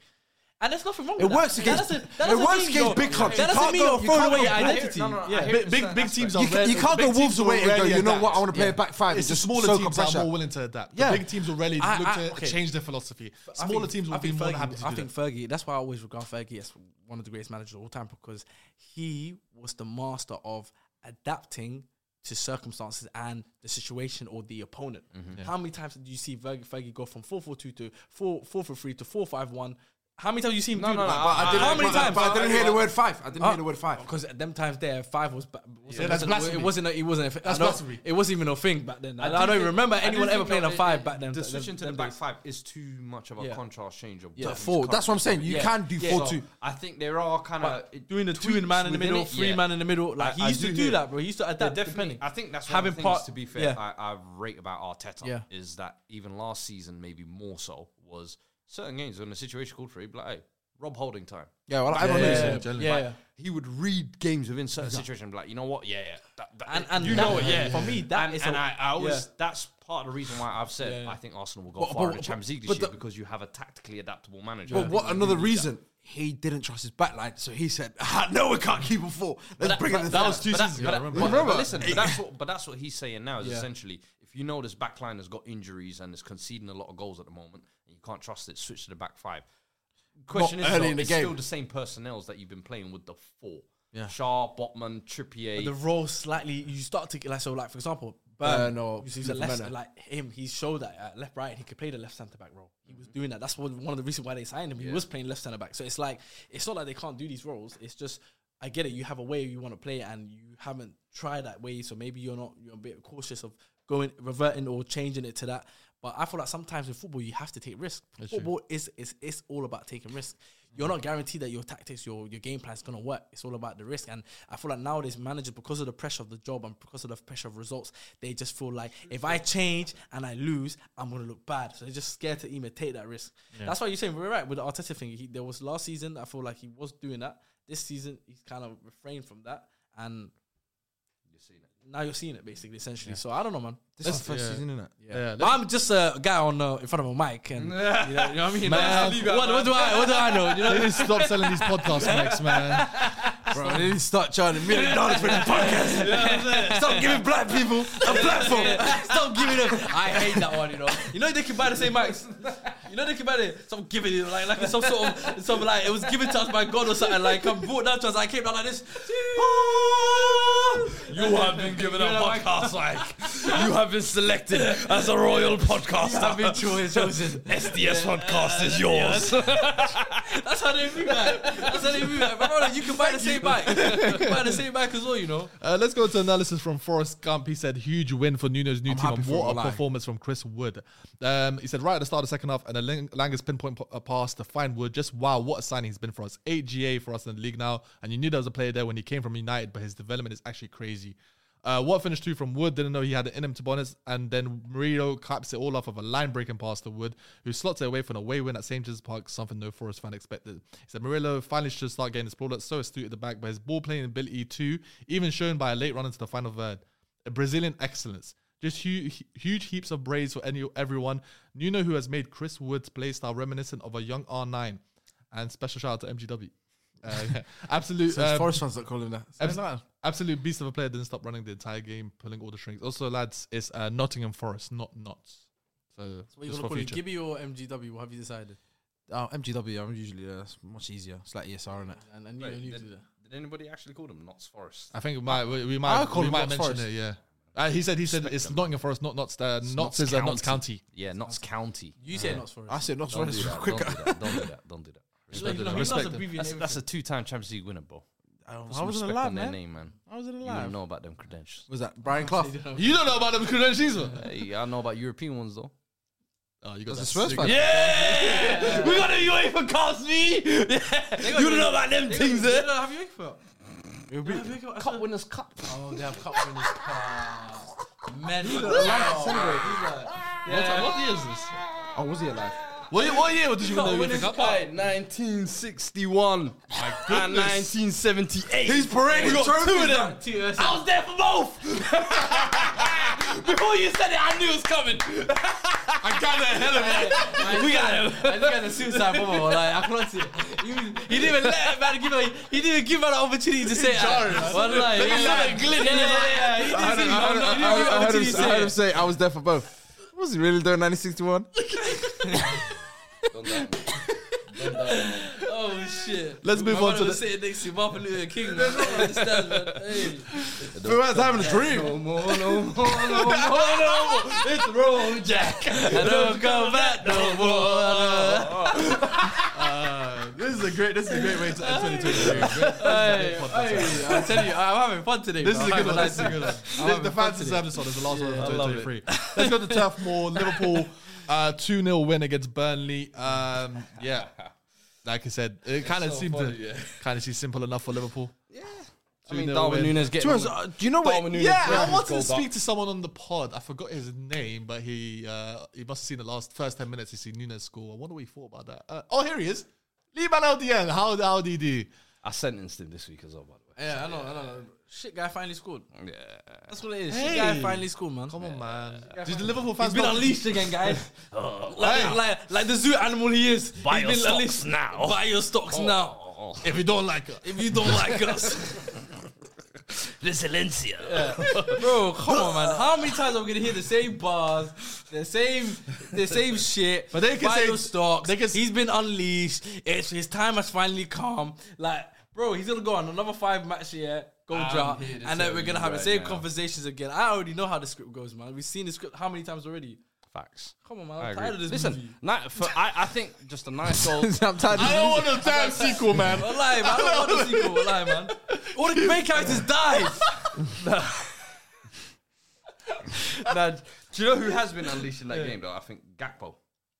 And there's nothing wrong It with works that. against- that doesn't, that it doesn't works mean against you're- big clubs. You That can't doesn't mean go- you're you throwing can't away go- your I hear it. identity. No, no, no, I yeah. hear it. Big, It's big, an big teams aspect. are You ca- rarely- you can't big go teams Wolves will away and go, rarely "You know what? adapt." I wanna play it back five and It's the just smaller soak teams up that are pressure. more willing to adapt. The Yeah. big teams will rarely I- look I- to okay. change their philosophy. I Smaller think- teams I will be think more than Fergie- happy to I do think that. Fergie. That's why I always regard Fergie as one of the greatest managers of all time because he was the master of adapting to circumstances and the situation or the opponent. How many times do you see Fergie, Fergie go from four four two to four four four three to four five one? How many times you see him No, do no, that? no, But I didn't, How many but- times? But I didn't hear the word five. I didn't hear Ah, the word five. Because at them times there, five was. ba- wasn't- that's wasn't- blasphemy. It wasn't. A, it wasn't. A, That's I don't- blasphemy. It wasn't even a thing back then. I, do I don't think- even remember I do anyone think ever playing that a it- five it- back then. The Them- switching to the them back days. five is too much of a Yeah. contrast change of To what he's four. That's what I'm currently saying. You doing. can do Yeah. four So two. I think there are kind Uh, of doing the two in man in the middle, three man in the middle. Like he I used do to hear do it. that, bro. He used to Yeah, adapt. definitely. depending. I think that's one of the things, to be fair, yeah. I, I rate about Arteta Yeah. is that even last season, maybe more so, was certain games when the situation called for, he'd be like, hey, Rob holding time. Yeah, well, I don't yeah, know. yeah, yeah, yeah. He would read games within certain situations and be like, you know what? Yeah, yeah. That, that, And- and you that- know it, yeah. for me, that and, is And a- I, I always, yeah. that's part of the reason why I've said I think Arsenal will go But- far but- in the Champions but- League this but year the- because you have a tactically adaptable manager. But what another reason? He didn't trust his backline, so he said, ah, "No, we can't keep a four. Let's bring it." in that the was third." two But, that- seasons but ago. that- remember? but- but listen, but that's, what, but that's what he's saying now is essentially if you know this back line has got injuries and is conceding a lot of goals at the moment and you can't trust it, switch to the back five. Question Not is, early though, in the it's game. still the same personnels that you've been playing with the four. Shaw, Botman, Trippier. The role slightly you start to get like so like for example, Uh, Burn, no, you see he's a Fofana. left, like him. He showed that at left right he could play the left centre back role. He was doing that. That's one one of the reasons why they signed him. He was playing left centre back. So it's like it's not like they can't do these roles. It's just I get it. You have a way you want to play and you haven't tried that way, so maybe you're not you're a bit cautious of going reverting or changing it to that. But I feel like sometimes in football you have to take risk. football is is it's all about taking risk. You're not guaranteed that your tactics, your your game plan is gonna work. It's all about the risk. And I feel like nowadays managers, because of the pressure of the job and because of the pressure of results, they just feel like if I change and I lose, I'm gonna look bad. So they're just scared to even take that risk. That's why you're saying we're right with the Arteta thing. He, there was last season, I feel like he was doing that. This season, he's kind of refrained from that, and now you're seeing it basically, essentially. So I don't know, man. This is the first season, isn't it? Yeah, But I'm just a guy on uh, in front of a mic, and you know, you know what I mean. Man. what, what do I what do I know? You know, They need to stop selling these podcasts, Max, man. Bro, they didn't start charging a million dollars for this podcast. Stop giving black people a platform. stop giving them. I hate that one. You know, you know they can buy the same mics. You know they can buy it. Stop giving it like like it's some sort of some like it was given to us by God or something. Like I brought that to us. I came down like this. You have been given a podcast like you have been selected as a royal podcaster. I've been cho- chosen. SDS podcast is yours. That's how they move. Like. That's how they move. Like. Bro, like, you can buy the same mic. You can buy the same mic as well. You know. Uh, let's go to analysis from Forrest Gump. He said, huge win for Nuno's new team. happy And for what him, a like. performance from Chris Wood. Um, he said, right at the start of the second half, and a Lang- Langer's pinpoint p- uh, pass to find Wood. Just wow, what a signing he's been for us. 8 GA for us in the league now. And you knew there was a player there when he came from United, but his development is actually crazy. Uh, what finished two from Wood? Didn't know he had it in him to bonus, and then Mourinho caps it all off of a line breaking pass to Wood, who slots it away for an away win at St James's Park. Something no Forest fan expected. He said Murillo finally should start getting his ball. That's so astute at the back, but his ball playing ability too, even shown by a late run into the final third. A Brazilian excellence. Just hu- huge heaps of praise for any everyone. Nuno, who has made Chris Wood's playstyle reminiscent of a young R9, and special shout out to MGW. Uh, yeah. Absolute. Those um, Forest fans that call him that. Abs- absolute beast of a player didn't stop running the entire game, pulling all the strings. Also, lads, it's uh, Nottingham Forest, not Knots. So What just you gonna for call it? future. Gibby or MGW? What have you decided? Oh, MGW, I'm usually there. It's much easier. It's like ESR, isn't it? And I knew, I Wait, knew did, to do that. did anybody actually call them Knots Forest? I think we might we, we might I'll call we it might Notts mention it. Forest. Yeah, uh, he said he said it's Nottingham Forest, not Knots. Uh, Knots is uh, Knots County. Yeah, Knots County. You say not for us. I said not Don't do Forest that. Don't do quicker. that. Don't do that. Don't do that. Like, you know, he loves respect abbreviating That's, everything. that's a two-time Champions League winner, bro. I wasn't Respect alive, on their man. name, man. I wasn't You don't alive. know about them credentials. Was that Brian Clough? You don't know about them credentials, man. Hey, I know about European ones though. Oh, you got That's that a Spurs sick- fan. Yeah, we got a UEFA Cup, me. You don't know about them things, They eh? don't have UEFA. It'll be- Cup Winners' Cup. Oh, they have cup winners. Men, look at the Celebrate. What, time, what year is this? Oh, was he alive? What year, what year did you know you win pick this up guy? 1961 and My goodness. 1978. He's parading got trophies two of now. them. I was there for both. Before you said it, I knew it was coming. I got that hell of it. we got him. I think I had a suicide bomber. Like I can't see. it. He, was- he didn't even let a man give her. He didn't give her the opportunity to say. jarring, uh, man. One line. Look at Yeah, that yeah, glint in yeah, his eye. yeah, yeah. He I didn't heard, I see. heard- I heard- He didn't give I her heard him, opportunity to I say heard it. him say I was there for both. Was he really doing 1961? Oh shit. Let's move My on brother to was the- sitting next to Martin Luther King. Man. I don't understand, man. Hey. Fuad's having a dream. It's wrong, Jack. I don't go back no more. This is a great. This is a great way to end 2023. Hey, hey, I'm telling you, I'm having fun today. This bro. is a I'm good one. having This is a good one. having the fun fans today. deserve this one. It's the last one I of love 2023. Let's go to Turf Moor. Liverpool, uh, two 0 win against Burnley. Um, yeah, like I said, it kind of seemed to kind of seemed simple enough for Liverpool. Yeah, I mean, Darwin Nunes getting. Do you know- uh, on the- do you know what? Darwin Nunes Yeah, grabbed I his wanted to goal back. speak to someone on the pod. I forgot his name, but he uh, he must have seen the last first ten minutes. He seen Nunes score. I wonder what he thought about that. Uh, oh, here he is, Lee Van Aldien. How how did he do? I sentenced him this week as well, by the way. Yeah, I know, I know. Shit guy finally scored. Yeah. That's what it is. Hey. Shit guy finally scored, man. Come on, man. Did the Liverpool fans He's been not- unleashed again, guys. like, like, like the zoo animal he is. Buy He's your been Oh, stocks unleashed. now. Oh. Buy your stocks now. If you don't like it, If you don't like us. Valencia. Bro, come on, man. How many times are we gonna hear the same bars, the same, the same shit? But they can buy say- your stocks. they can s- he's been unleashed. It's his time has finally come. Like, bro, he's gonna go on another five match here, go drop, here to and then tell we're you gonna have the right same now. conversations again. I already know how the script goes, man. We've seen the script how many times already? Facts. Come on, man. I I'm agree. tired of this Listen, movie. ni- for, I, I think just a nice goal. I'm tired. I don't want a damn sequel, man. I'm lying, man. I don't want the sequel. I'm lying, man. All the main characters died. Nah, do you know who has been unleashed in that game though? I think Gakpo.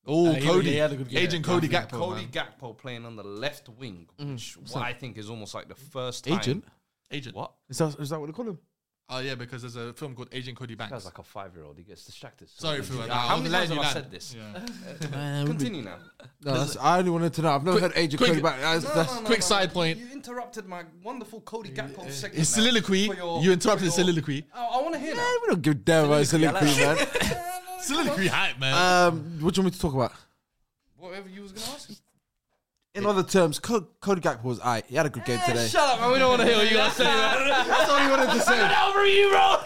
Oh, he- Cody. he had a good game. Agent Cody Gakpo. Cody man. Mm. Gakpo playing on the left wing, which what I think is almost like the first time. Agent? Agent. What? Is that, is that what they call him? Oh yeah, because there's a film called Agent Cody Banks. That's like a five-year-old. He gets distracted. Sorry for that. How I was many letting times have you land. I said this? Yeah. Continue now. No, that's, I only wanted to know. I've never heard Agent quick- Cody back. That's, No, that's, no, no, quick no, side no. point. You interrupted my wonderful Cody Gakpo segment. His now soliloquy. for your- you interrupted his for your- soliloquy. Oh, I want to hear that. We don't give a damn about soliloquy, man. Soliloquy hype, man. um, what do you want me to talk about? Whatever you was gonna ask. In other terms, Co- Cody Gakpo was aight. He had a good game today. Shut up, man. We don't want to hear what you gotta say. That's all he wanted to say. Over you, bro.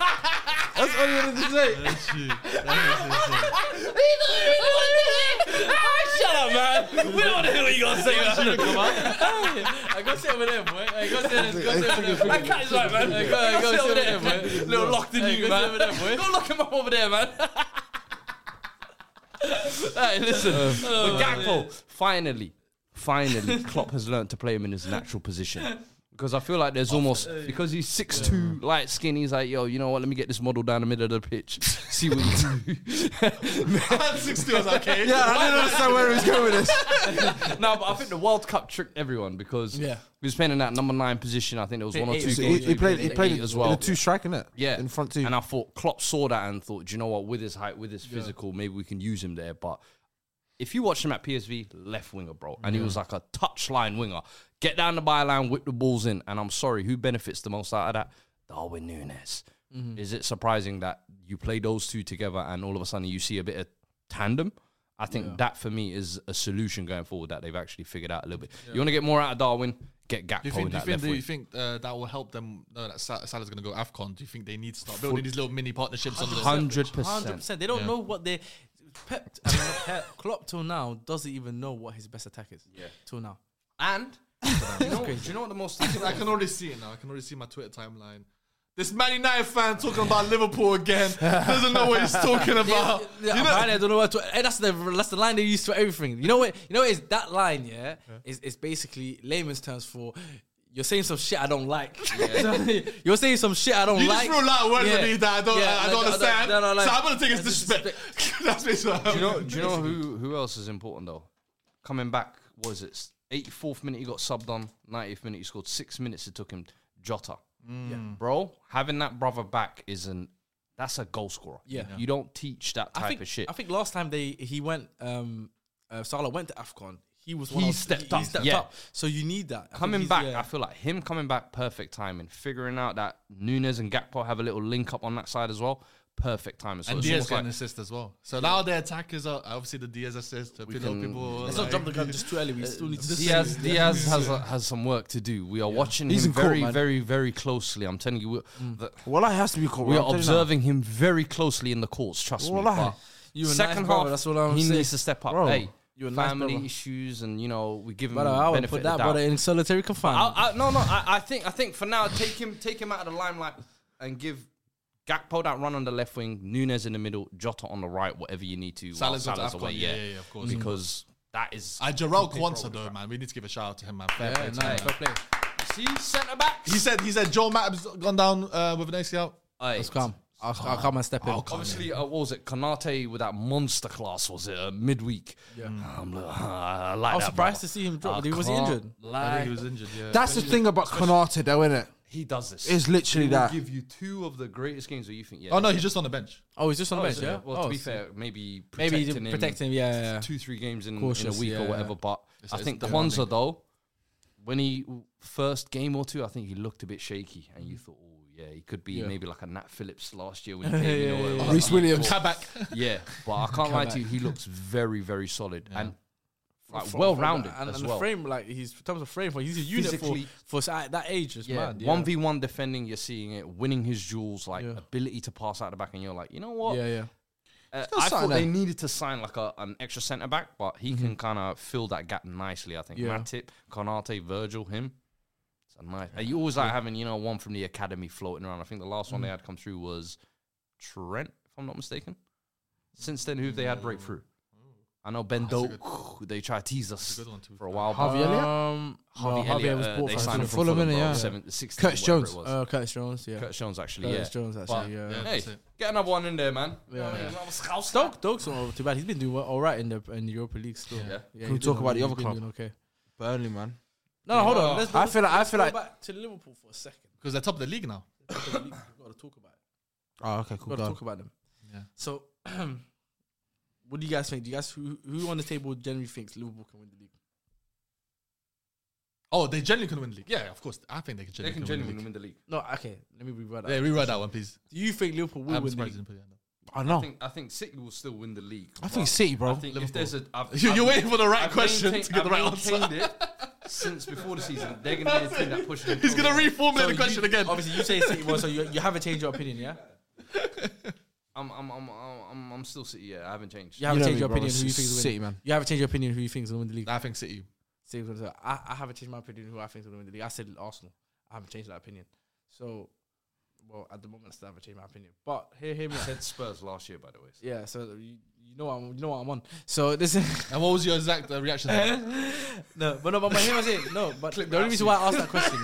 That's all he wanted to say. Shut up, man. We don't want to hear what you gotta say. man. I go sit over there, boy. I go sit over there. Go sit over there. boy. That cat is right, man. Hey, Go, go- go, go sit over there, boy. man. Little locked in Hey, you, go sit man. over there, boy. Go lock him up over there, man. hey, listen. but Gakpo, finally, finally, Klopp has learned to play him in his natural position. Because I feel like there's almost because he's 6'2", light skin. He's like, yo, you know what? Let me get this model down the middle of the pitch. See what he do. I had six steals, okay. Yeah, I didn't understand where he was going with this. no, but I think the World Cup tricked everyone because Yeah. he was playing in that number nine position. I think there was one or eight two. as well, he, goals he played. in He the played eight as well. in a two strike, innit? Yeah, in front two. And I thought Klopp saw that and thought, do you know what? With his height, with his physical, maybe we can use him there. But if you watch him at PSV, left winger, bro, and he was like a touchline winger, get down the byline, whip the balls in. And I'm sorry, who benefits the most out of that? Darwin Nunes. Mm-hmm. Is it surprising that you play those two together and all of a sudden you see a bit of tandem? I think that for me is a solution going forward that they've actually figured out a little bit. You want to get more out of Darwin, get Gakpo Do you think, in do you that think, left do you wing. think uh, that will help them know that Sal- Salah's going to go AFCON? Do you think they need to start building these little mini partnerships on the Hundred Hundred percent. percent. They don't know what they Pep. I mean, not Pep Klopp till now doesn't even know what his best attack is. Yeah. Till now. And do you, know, do crazy. you know what the most? I can already see it now. I can already see my Twitter timeline. This Man United fan talking about Liverpool again doesn't know what he's talking about. Yeah, You know- apparently I don't know what to. And that's the that's the line they use for everything. You know what? You know what is that line? Yeah, is is basically layman's terms for. You're saying some shit I don't like. You're saying some shit I don't You like. just rolled out words at me that I don't, Yeah, I, I no, don't no, understand. no, no, like- so I'm gonna take it as It's just disrespect. That's basically what Do you know? happened. Do you know who who else is important though? Coming back, what is it? 84th minute he got subbed on. 90th minute he Mm. scored. Six minutes it took him. Jota, bro, having that brother back is an That's a goal scorer. Yeah. You don't teach that type I think, of shit. I think last time they he went, um, uh, Salah went to Afcon. He was one He of- stepped he, up, stepped yeah. up. So you need that I think coming he's- back, yeah. I feel like him coming back, perfect timing. Figuring out that Nunes and Gakpo have a little link up on that side as well, perfect timing. So And it's Diaz almost got an like- assist as well. So now their attackers are obviously the Diaz assist. To people, people Let's like- not jump the gun just too early. We still need to Diaz, Diaz has has some work to do. We are watching He's him in court, very, man. very, very closely. I'm telling you, we Mm. the, Well, I has to be called. we are observing him very closely in the courts. Trust me. Wallahi. But You a nice second half, brother, that's all I'm he saying. needs to step up. Bro, hey, you a nice family brother. issues, and you know we give him Brother, I would benefit put of that doubt. brother in solitary confinement. I, I, no, no. I, I think I think for now, take him take him out of the limelight and give Gakpo that run on the left wing, Nunes in the middle, Jota on the right, whatever you need to. while Salah's gone to Salah's AFCON, away, yeah, yeah, yeah, of course. because that is. Uh, Jarrell Quanta though, man, we need to give a shout out to him, man. Fair play to him, man. See centre backs. He said he said Joel Matip's gone down uh, with an ACL. Aye. Let's come. I'll, I'll come and step in. Obviously, uh, what was it? Kanate with that monster class was it uh, midweek? Yeah, Hmm. I'm like, uh, I like I was that surprised brother. to see him drop. I was he can't injured? lie. He was injured. Yeah. That's the thing about Konate, though, isn't it? He does this. It's literally he will that. Give you two of the greatest games where you think, yeah. Oh no, he's just on the bench. Oh, he's just on Oh, the bench. so- Yeah. Well, oh, to be so- fair, maybe protecting maybe him, protecting protect him. Yeah, yeah, yeah. two, three games in, in Cautious, a week yeah, or yeah. whatever. But I it's think the the grounding. Kwanzaa, though, when he first game or two, I think he looked a bit shaky, and Mm. you thought, oh yeah, he could be maybe like a Nat Phillips last year when he came in. or whatever. Reece Williams. Come back. Yeah, but I can't lie to you, he looks very, very solid and like well rounded and, as and well. the frame, like he's in terms of frame, for he's a unit Physically- for for at that age. Is Yeah, mad. one v one defending, you're seeing it, winning his duels, like ability to pass out the back, and you're like, you know what? Yeah, yeah. Uh, got I thought something they there. needed to sign like a, an extra centre back, but he can kind of fill that gap nicely. I think Yeah. Matip, Konate, Virgil, him. It's a nice. You always like having you know one from the academy floating around. I think the last one they had come through was Trent, if I'm not mistaken. Since then, who have they had breakthrough? I know Ben Doak. They tried to tease us for a while. Harvey but Elliott? Um, Harvey no, Harvey Elliott, was uh, bought they from signed him Fulham. from Fulham, Fulham, innit, bro, yeah. seven- 16, Curtis whatever it Jones. was. Uh, Curtis Jones. Yeah. Curtis Jones actually. Curtis yeah. Jones But, actually. Yeah. Hey, get another one in there, man. Stoke, Stoke's not too bad. He's been doing well, all right in the in the Europa League still. Yeah. Can we he's talk been- about the he's other been club? doing Okay. Burnley, man. No, no, hold on. Let's, I feel like I feel go like. back to Liverpool for a second. because they're top of the league now. We've got to talk about it. Oh, okay, We've cool. got Go to on. talk about them. Yeah. So, what do you guys think? Do you guys who who on the table generally thinks Liverpool can win the league? Oh, they generally can win the league. Yeah, of course. I think they can They generally, can genuinely win the league. No, okay. Let me rewrite that. Yeah, rewrite that one, please. Do you think Liverpool will I'm win the surprised you league? didn't put it in there. I I know. think I think City will still win the league. I but think City, bro. I think if there's a, I've, You- I've- you're waiting for the right I've question maintained- to get the I've right answer. maintained it since before the season, they're going to be a team that pushes. them He's gonna forward. reformulate the question you, again. Obviously, you say City will, so you, you haven't changed your opinion, yeah? I'm, I'm, I'm, I'm, I'm, I'm still City. Yeah, I haven't changed. You haven't know changed me, your bro, opinion who you it's think will win. City, man. You haven't changed your opinion who you think will win the league. I think City. City will win the league. I, I haven't changed my opinion who I think will win the league. I said Arsenal. I haven't changed that opinion. So, well, at the moment, I still haven't changed my opinion. But hear, hear me. I out. said Spurs last year, by the way. yeah, so you, you know what I'm, you know what I'm on. So this is And what was your exact uh, reaction? there? no, but no, but, but hear what I'm saying. No, but the only reason why I asked that question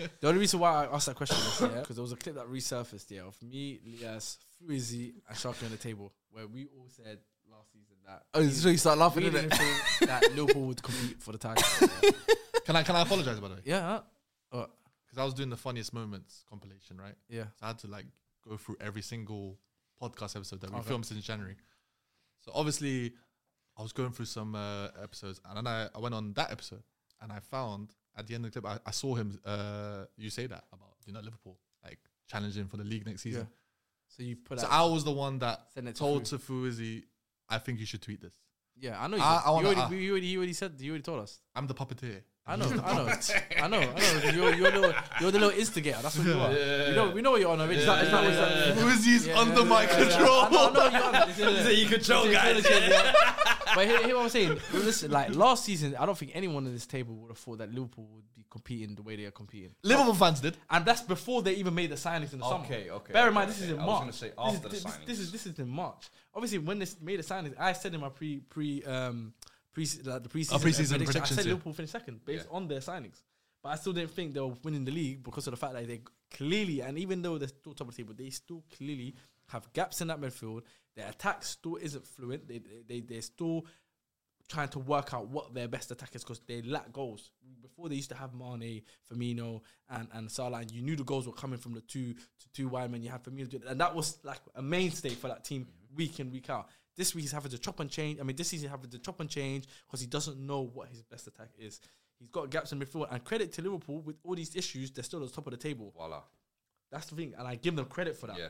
is the only reason why I asked that question is because there was a clip that resurfaced yeah of me, Lias, Fuizzi, and Sharky on the table where we all said last season that Oh, so you start we laughing, didn't innit? think that Liverpool would compete for the title. yeah. can I can I apologize by the way? yeah. Oh, Because I was doing the funniest moments compilation, right? yeah. So I had to like go through every single podcast episode that we filmed since January. So obviously, I was going through some uh, episodes, and then I, I went on that episode, and I found at the end of the clip, I, I saw him. Uh, you say that about you know Liverpool like challenging for the league next season. So you put So out. I was the one that Send it to told to Fuizzi, I think you should tweet this. yeah, I know. You, I- did. I wanna- you, ah. already, you, already, you already said. You already told us. I'm the puppeteer. I know, I know, I know, I know. You're, you're, the, you're the little instigator. That's what you are. We know, we know what you're on already. It's not- it's not- it's not- Fuizzi's under my control. I know, I know what you're on. It's- it's- you control guys. But hear, hear what I'm saying. Listen, like last season, I don't think anyone at this table would have thought that Liverpool would be competing the way they are competing. Liverpool fans did. And that's before they even made the signings in the summer. Okay, okay, Bear in okay, mind, this okay. is in I was March. gonna say This after is- the this, this is this is in March. Obviously, when they s- made the signings, I said in my pre pre um pre like the preseason, uh, Oh, pre-season prediction, I predictions, said yeah. Liverpool finished second based on their signings, but I still didn't think they were winning the league because of the fact that they clearly and even though they're still top of the table, they still clearly have gaps in that midfield. Their attack still isn't fluent. They they they they're still trying to work out what their best attack is because they lack goals. Before they used to have Mane, Firmino, and, and Salah, and you knew the goals were coming from the two to two wide men. You had Firmino, do it, and that was like a mainstay for that team week in week out. This week he's having to chop and change. I mean, this season he's having to chop and change because he doesn't know what his best attack is. He's got gaps in midfield, and credit to Liverpool with all these issues, they're still at the top of the table. Voila. That's the thing, and I give them credit for that. Yeah.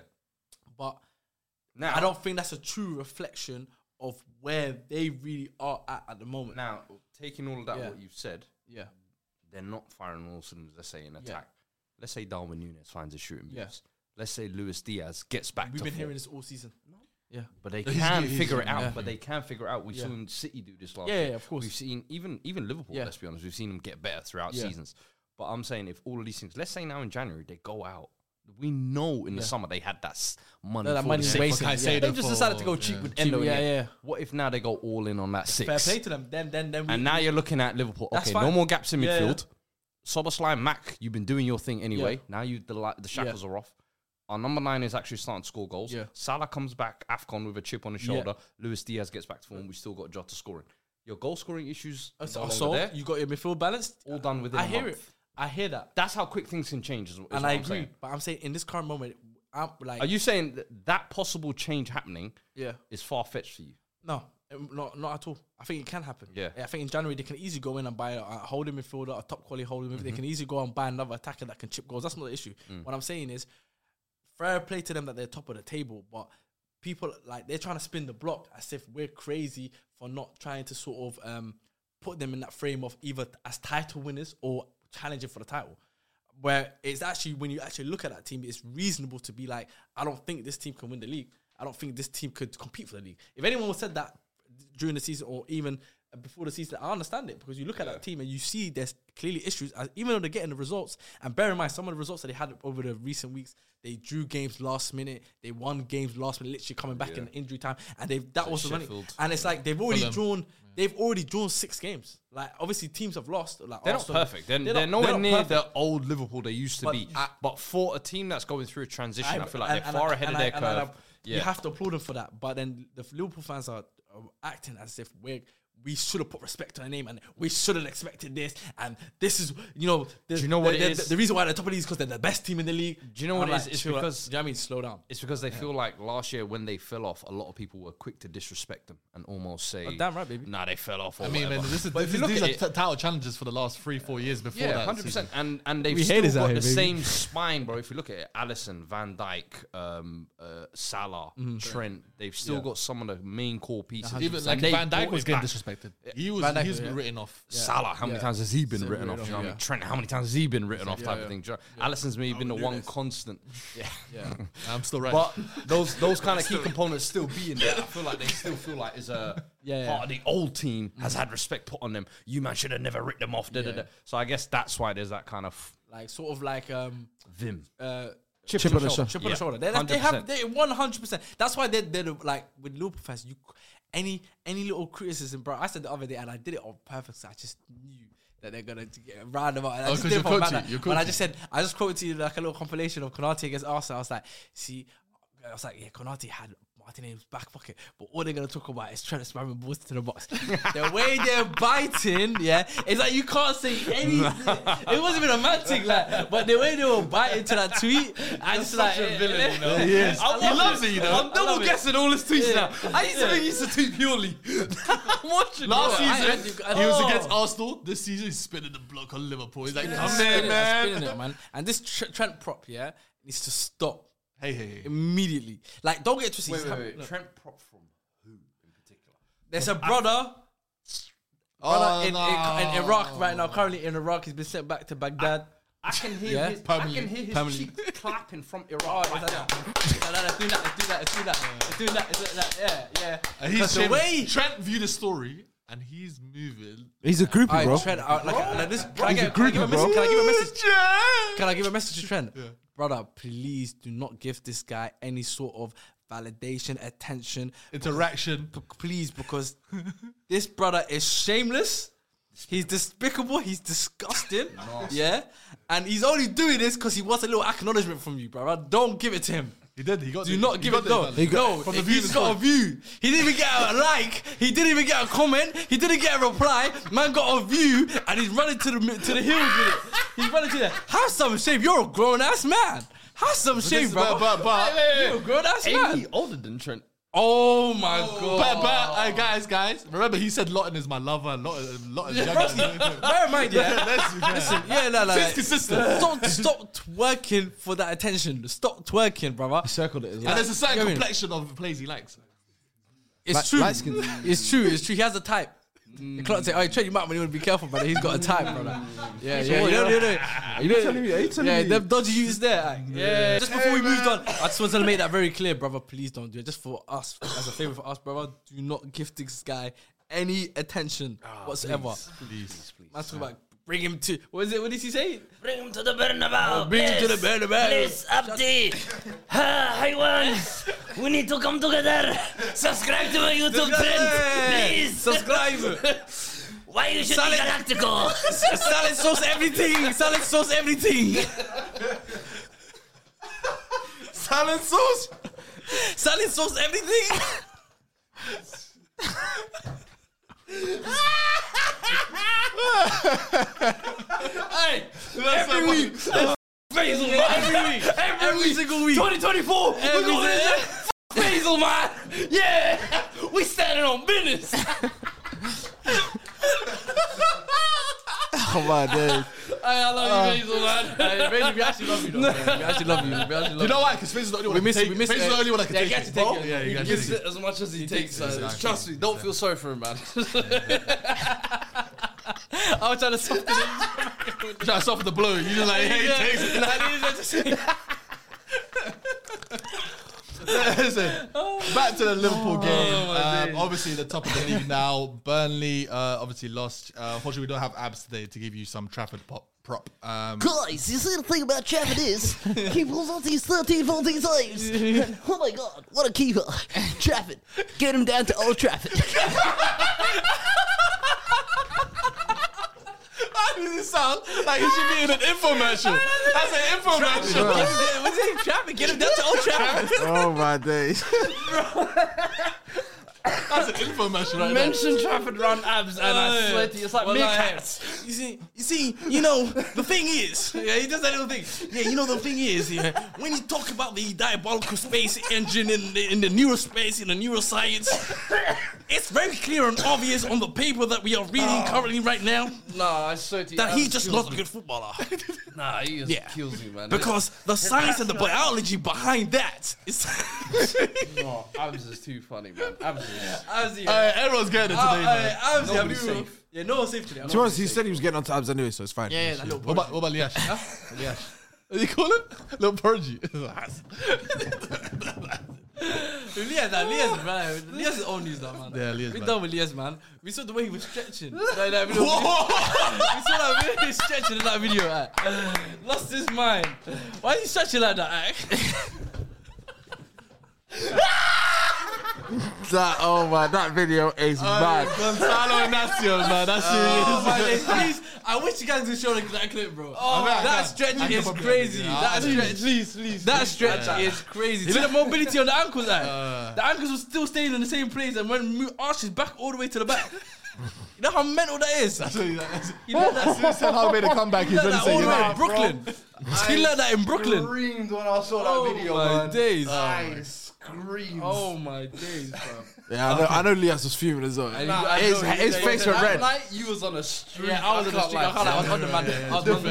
But Now I don't think that's a true reflection of where they really are at at the moment. Now taking all of that Yeah. what you've said, yeah, they're not firing all cylinders. Let's say in attack. Let's say Darwin Nunes finds a shooting. Yeah. Yes. Let's say Luis Diaz gets back. we've to been form. hearing this all season. Yeah, But they He's- can he's- figure it out. yeah. But they can figure it out. We've Yeah. seen City do this last. Yeah, year. yeah, of course. We've seen even even Liverpool. Yeah. Let's be honest. We've seen them get better throughout Yeah. seasons. But I'm saying if all of these things, let's say now in January they go out. We know in the Yeah. summer they had that s- money. No, that for money's the six. wasted, They yeah. just decided to go cheap with Endo. in yeah, it. yeah. What if now they go all in on that six? fair play to them. Then, then, then. We, And now you're looking at Liverpool. That's okay, no fine. more gaps in Yeah, yeah. midfield. Soberslime, Mac, you've been doing your thing anyway. Yeah. Now you the, li- the shackles are off. Our number nine is actually starting to score goals. Yeah. Salah comes back, Afcon with a chip on his Yeah. shoulder. Luis Diaz gets back to form. We still got Jota scoring. Your goal scoring issues Uh, are so- no so longer there. you got your midfield balanced. All done within I a hear month. it. I hear that, That's how quick things can change. Is, is and what I I'm agree. saying. But I'm saying in this current moment, I'm like, Are you saying that, that possible change happening Yeah. is far fetched for you? No, um, not not at all. I think it can happen. Yeah. I think in January they can easily go in and buy a holding midfielder, a top quality holding midfielder. Mm-hmm. They can easily go and buy another attacker that can chip goals. That's not the issue. Mm. What I'm saying is, fair play to them that they're top of the table, but people like they're trying to spin the block as if we're crazy for not trying to sort of um, put them in that frame of either as title winners or challenging for the title. Where it's actually when you actually look at that team, it's reasonable to be like, I don't think this team can win the league. I don't think this team could compete for the league. If anyone would said that during the season or even before the season, I understand it because you look at that team and you see there's clearly issues. As, even though they're getting the results, and bear in mind some of the results that they had over the recent weeks, they drew games last minute, they won games last minute, literally coming back in injury time, and they that was the running. Sheffield. And it's like they've already drawn, they've already drawn six games. Like obviously teams have lost. Like They're Arsenal- not perfect. They're, they're they're, not- nowhere they're not near perfect. the old Liverpool they used to But be. I- but for a team that's going through a transition, I, feel like and- they're and far I- ahead of and their I- and I- curve. yeah. You have to applaud them for that. But then the Liverpool fans are, are acting as if we're. We should have put respect on their name, and we should have expected this. And this is, you know, the, Do you know what the, it the- is? the reason why they're top of the league is because they're the best team in the league. Do you know I'm what it like, is? It's chill out. because- do you know what I mean? Slow down. It's because they feel like last year when they fell off, a lot of people were quick to disrespect them and almost say, Oh, damn right, baby. Nah, they fell off." Or I mean, man, whatever. this is, But if this you is, look these at are it- t- title challenges for the last three, four years before yeah, that. hundred season. percent, and and they've We still haters out got the here, baby. same spine, bro. If you look at it, Allison, Van Dyke, um, uh, Salah, Mm-hmm. Trent, they've still got some of the main core pieces. Even And like they Van Dijk brought was it getting back. disrespected. He was Van Dijk, he was yeah. written off. Salah, how many times has he been written off? Do you know what I mean? Trent, how many times has he been written off? Type of thing. Do you know- Allison's maybe been the one constant. Yeah, I'm still right. but those those kind of key components still be in there. I feel like they still feel like is a Yeah, Mm. part of the old team has had respect put on them. You man should have never written them off. Da, da, da. So I guess that's why there's that kind of Like sort of like um vim. uh Chip, chip, on on the the shoulder. shoulder. Chip on the Yeah. shoulder. They, they 100%. have they one hundred percent. That's why they're, they're the- like with Liverpool fans. You any any little criticism, bro. I said the other day, and I did it on purpose. I just knew that they're gonna get a roundabout. And I Oh, just 'cause did you it for quoted Matt, it, you When I quoted just said, I just quoted to you like a little compilation of Konate against Arsenal. I was like, see, I was like, yeah, Konate had. Martinez's back pocket, but all they're gonna talk about is Trent spamming balls to the box. the way they're biting, yeah, it's like you can't say anything. it wasn't even a mad thing, like, but the way they were biting to that tweet, I just like a villain, you know. yeah. He is. He loves it, you know. I'm double guessing all his tweets now. I used to think used to tweet purely. I'm watching Last bro. I- season, I- he was Oh. against Arsenal. This season, he's spinning the block on Liverpool. He's like, come I'm there, spinning it, I'm man. spinning it, man. And this Tr- Trent prop, yeah, needs to stop Hey, hey, hey. immediately. Like, don't get twisted. wait, wait, Have- wait. look, Trent prop from who in particular? There's a brother. Oh, brother in, in, in Iraq right now, currently in Iraq, he's been sent back to Baghdad. I can hear Yeah. his, I can Permanently. hear his Permanently. cheek clapping from Oh, Iraq. it's like that. It's like that, it's doing that, it's doing that, it's doing that, it's doing that, it's doing that, yeah, yeah. And Uh, he's the the way- Trent viewed the story, and he's moving. He's a groupie, I bro. Trent, I, like, like this, can I, He's a get, can I give a groupie, message? bro. Can I give a message? Trent! Can I give a message to Trent? Brother, please do not give this guy any sort of validation, attention. Interaction. B- Please, because this brother is shameless. He's despicable. He's disgusting. Yeah. And he's only doing this because he wants a little acknowledgement from you, brother. Don't give it to him. He did. He got. Do the- not he give got it the- no. He got- no, from the he's viewers' got a point. view. He didn't even get a like. He didn't even get a comment. He didn't get a reply. Man got a view, and he's running to the mi- to the hills with it. He's running to the. Have some shame. You're a grown ass man. Have some shame, is- bro. but- but- but- you're a grown ass Amy man. older than Trent. Oh my But, god. but uh, guys, guys, remember he said Lawton is my lover. Lawton, Lawton, Bear in mind, yeah. Listen, yeah, no, no. It's consistent. Stop, stop twerking for that attention. Stop twerking, brother. Circled it as well. and there's a certain Go in. complexion of plays he likes. It's Light- true. light-skinned. Mm. It's true. It's true. He has a type. You can't say, "Oh, Trent, you might want to be careful, brother. He's got a type, brother." Yeah, yeah. You know, you know. Are you telling me? Are you telling Yeah, me? them dodgy youths there. like, Yeah. Just before we moved on, I just wanted to make that very clear, brother. Please don't do it. Just for us, as a favor for us, brother, do not give this guy any attention Ah, whatsoever. Please, please. That's about bring him to. What is it? What did he say? Bring him to the Bernabeu. Bring him to the Bernabeu. Abdi. Ha, hi ones. We need to come together. Subscribe to my YouTube Yeah. subscribe. Why you should Solid. galactical? Salad sauce everything. Salad sauce everything. Salad sauce. Salad sauce everything. hey, every week. Basil, man. Every week. Every, single week. 2024. Every we're going to Basil, man. Yeah. We standing on business. Oh my days. Uh, I love you, Basil, man. we actually love you, though. man. We actually love you. We actually love You know why? Because Faze is the only one. miss take, it, we miss Faze it. is the only one that can Yeah, take you it. have to take Bro, it. Yeah, you You got to Gives take it. it as much as he takes. uh, exactly. Trust me, don't feel sorry for him, man. I was trying to soften it. Try to soften the blow. You just like, hey, Yeah. takes it. Like, I didn't just- Listen, back to the Liverpool game. Um, obviously, the top of the league now. Burnley uh, obviously lost. Uh, unfortunately, we don't have abs today to give you some Trafford pop, prop. Um, Guys, you see the thing about Trafford is he pulls off these 13, 14 saves. And, oh my god, what a keeper. Trafford, get him down to Old Trafford. How does it sound like he should be in an infomercial? That's an infomercial. What's his name? Traffic. Get him down to Old Trafford. Oh my days. That's an infomercial right there. Mention Trafford run abs, and I swear to you, it's like Well, I- meerkats. You see, you see, you know, the thing is, yeah, he does that little thing. Yeah, you know, the thing is, yeah, when you talk about the diabolical space engine in the, in the neurospace, in the neuroscience, it's very clear and obvious on the paper that we are reading Oh. currently right now Nah, I swear to you, that he's abs just kills not a me. good footballer. Nah, he just Yeah. kills me, man. Because the science and the biology behind that is. oh, abs is too funny, man. Abs is. Uh, everyone's getting it today, man. Nobody's safe. Yeah, no one's safe today. To be honest, he said he was getting onto abs anyway, so it's fine. Yeah, that little What about, what about Liash? Liash. What do you call him? Little Purgy. Lias, that Lias, man. Lias is own news, that man. Yeah, Lias, We man. done with Lias, man. We saw the way he was stretching. like, that video. we saw that way he was stretching in that video. Right? Lost his mind. Why is he stretching like that? Right? That, oh my, that video is Oh, mad. Gonzalo Ignacio, man. That's serious. My days, please. I wish you guys could show the- that clip, bro. Oh, I that can't. stretch I can is probably- crazy. Yeah, I- that stretch, please, please. That stretch is crazy. See the mobility on the ankles, like. the ankles were still staying in the same place, and when mo- arches back all the way to the back. you know how mental that is. He learned that, That's how he Oh, made Oh, a comeback. He's he learned going to say, you that all the way know. in Brooklyn. he learned that in Brooklyn. Screamed when I saw that Oh video, my man. days. I screamed. Oh my days, bro. Yeah, I know, I know Lias was fuming as well. I his know, his yeah, face yeah, went yeah. red. That night, you was on a street. Yeah, I was on the can't street. I lie. can't lie. I was on the man. I was on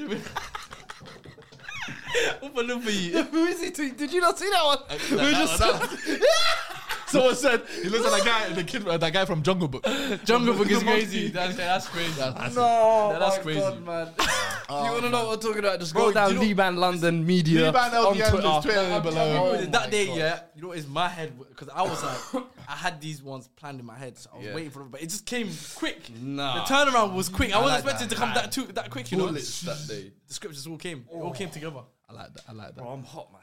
the man. Open up for you. Who is he? tweet? Did you not see that one? We were just. Someone said he looks like that guy, the kid, uh, that guy from Jungle Book. Jungle Book is The monkey. crazy. That's, that's crazy. No, Yeah, that's my crazy. God, man. you want to know what we're talking about? Just Bro, go down you know- Liban London Media Liban on LDM, Twitter. Oh, just Twitter Oh, below. Bro, Oh, that day, yeah, you know, it's my head because I was like, I had these ones planned in my head, so I was waiting for them, but it just came quick. Nah. the turnaround was quick. I, wasn't expecting to come that too that quick. You know, Bullets that day. the scriptures all came, it all came together. I like that. I like that. Bro, I'm hot, man.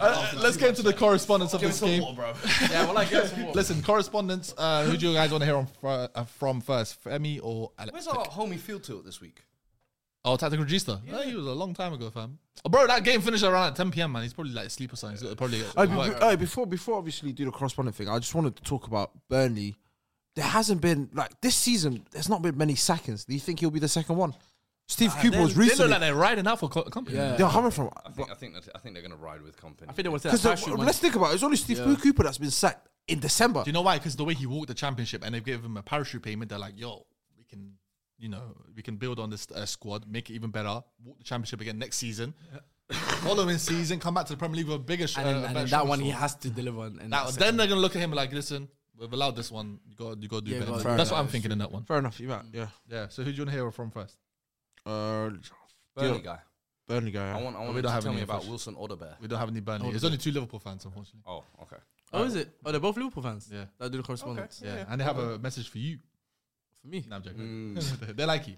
Uh, let's get into the correspondence of Give me this some game. water, bro. Yeah, well, I guess what? Listen, correspondence. Uh, who do you guys want to hear on fir- uh, from first, Femi or Alex? Where's our homie field tilt this week? Oh, Tactical Regista. Yeah. he was a long time ago, fam. Oh, bro, that game finished around at 10 p.m. Man, he's probably like asleep or something. He's probably Oh, at be- work. oh, before before obviously do the correspondent thing, I just wanted to talk about Burnley. There hasn't been like this season. There's not been many sackings. Do you think he'll be the second one? Steve Cooper was They recently. look like they're riding out for co- company. they're, Yeah. coming from I think I think that, I think they're gonna ride with company. I think it was that because parachute one. let's think about it. It's only Steve Cooper that's been sacked in December. Do you know why? Because the way he walked the championship and they've given him a parachute payment, they're like, yo, we can, you know, we can build on this uh, squad, make it even better, walk the championship again next season. Following season, come back to the Premier League with a bigger sh- and then, uh, a and better then that showing one he for- has to deliver. And, and Now, that's it. then they're going to look at him like, listen, we've allowed this one. You got you got to do Yeah, better. but- That's Fair what enough. I'm thinking in that one. Fair enough. You might. Yeah. Yeah. So who do you want to hear from first? Uh, yeah, Burnley guy. Burnley guy. yeah. I want I we want you don't to have tell any me about official- Wilson Odobert. We don't have any Burnley. There's only two Liverpool fans, unfortunately. Oh, okay. oh, is it? Oh, they're both Liverpool fans. Yeah. that do the correspondence Yeah. And they have a message for you. for me. No, I'm joking. they like you,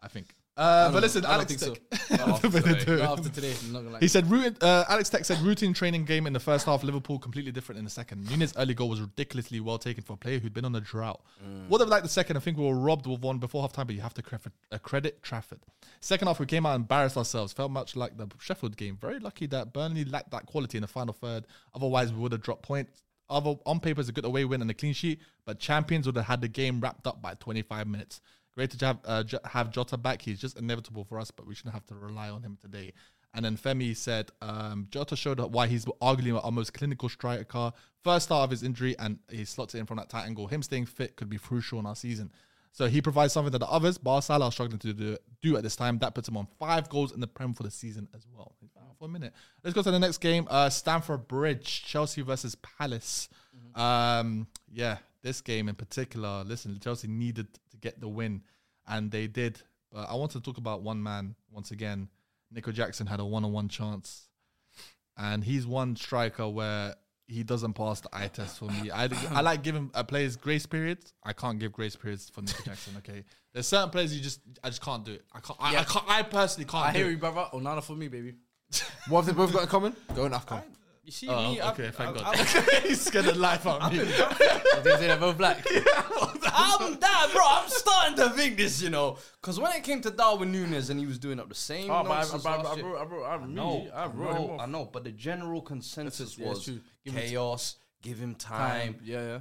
I think. Uh, but listen, Mm. I don't Alex think so. Tech- But they do. Not after today, I'm not gonna lie. He said, "Routine." uh, Alex Tech said, routine training game in the first half, Liverpool completely different in the second. Nunez's early goal was ridiculously well taken for a player who'd been on a drought. Would have liked the second. I think we were robbed with one before halftime, but you have to credit, uh, credit Trafford. Second half, we came out and embarrassed ourselves. Felt much like the Sheffield game. Very lucky that Burnley lacked that quality in the final third. Otherwise, we would have dropped points. Other on paper is a good away win and a clean sheet, but champions would have had the game wrapped up by 25 minutes. Great to have uh, J- have Jota back. He's just inevitable for us, but we shouldn't have to rely on him today. And then Femi said um, Jota showed why he's arguably our most clinical striker. First half of his injury, and he slots it in from that tight angle. Him staying fit could be crucial in our season. So he provides something that the others, Bar Salah, are struggling to do, do at this time. That puts him on five goals in the Prem for the season as well. He's been out For a minute, let's go to the next game. Uh, Stamford Bridge, Chelsea versus Palace. Um, yeah, this game in particular. Listen, Chelsea needed to get the win, and they did. But I want to talk about one man once again. Nico Jackson had a one-on-one chance and he's one striker where he doesn't pass the eye test for me. I, I like giving uh, players grace periods. I can't give grace periods for Nick Jackson. Okay, there's certain players you just I just can't do it. I can't. I, I, can't, I personally can't. I do hear it. you, brother. Onana for me, baby. What have they both got in common? Go in Afcon. You see Oh, me? okay, thank God. he's scared the life out of me. Oh, they say they're both black. I'm that, bro. I'm starting to think this, you know, because when it came to Darwin Nunes and he was doing up the same. Oh, but I- nonsense but I- last I year- wrote- I wrote- I really- know, I wrote know, him off. I know, but the general consensus yeah, it's was true. Give him t- chaos. give him time, Yeah, yeah,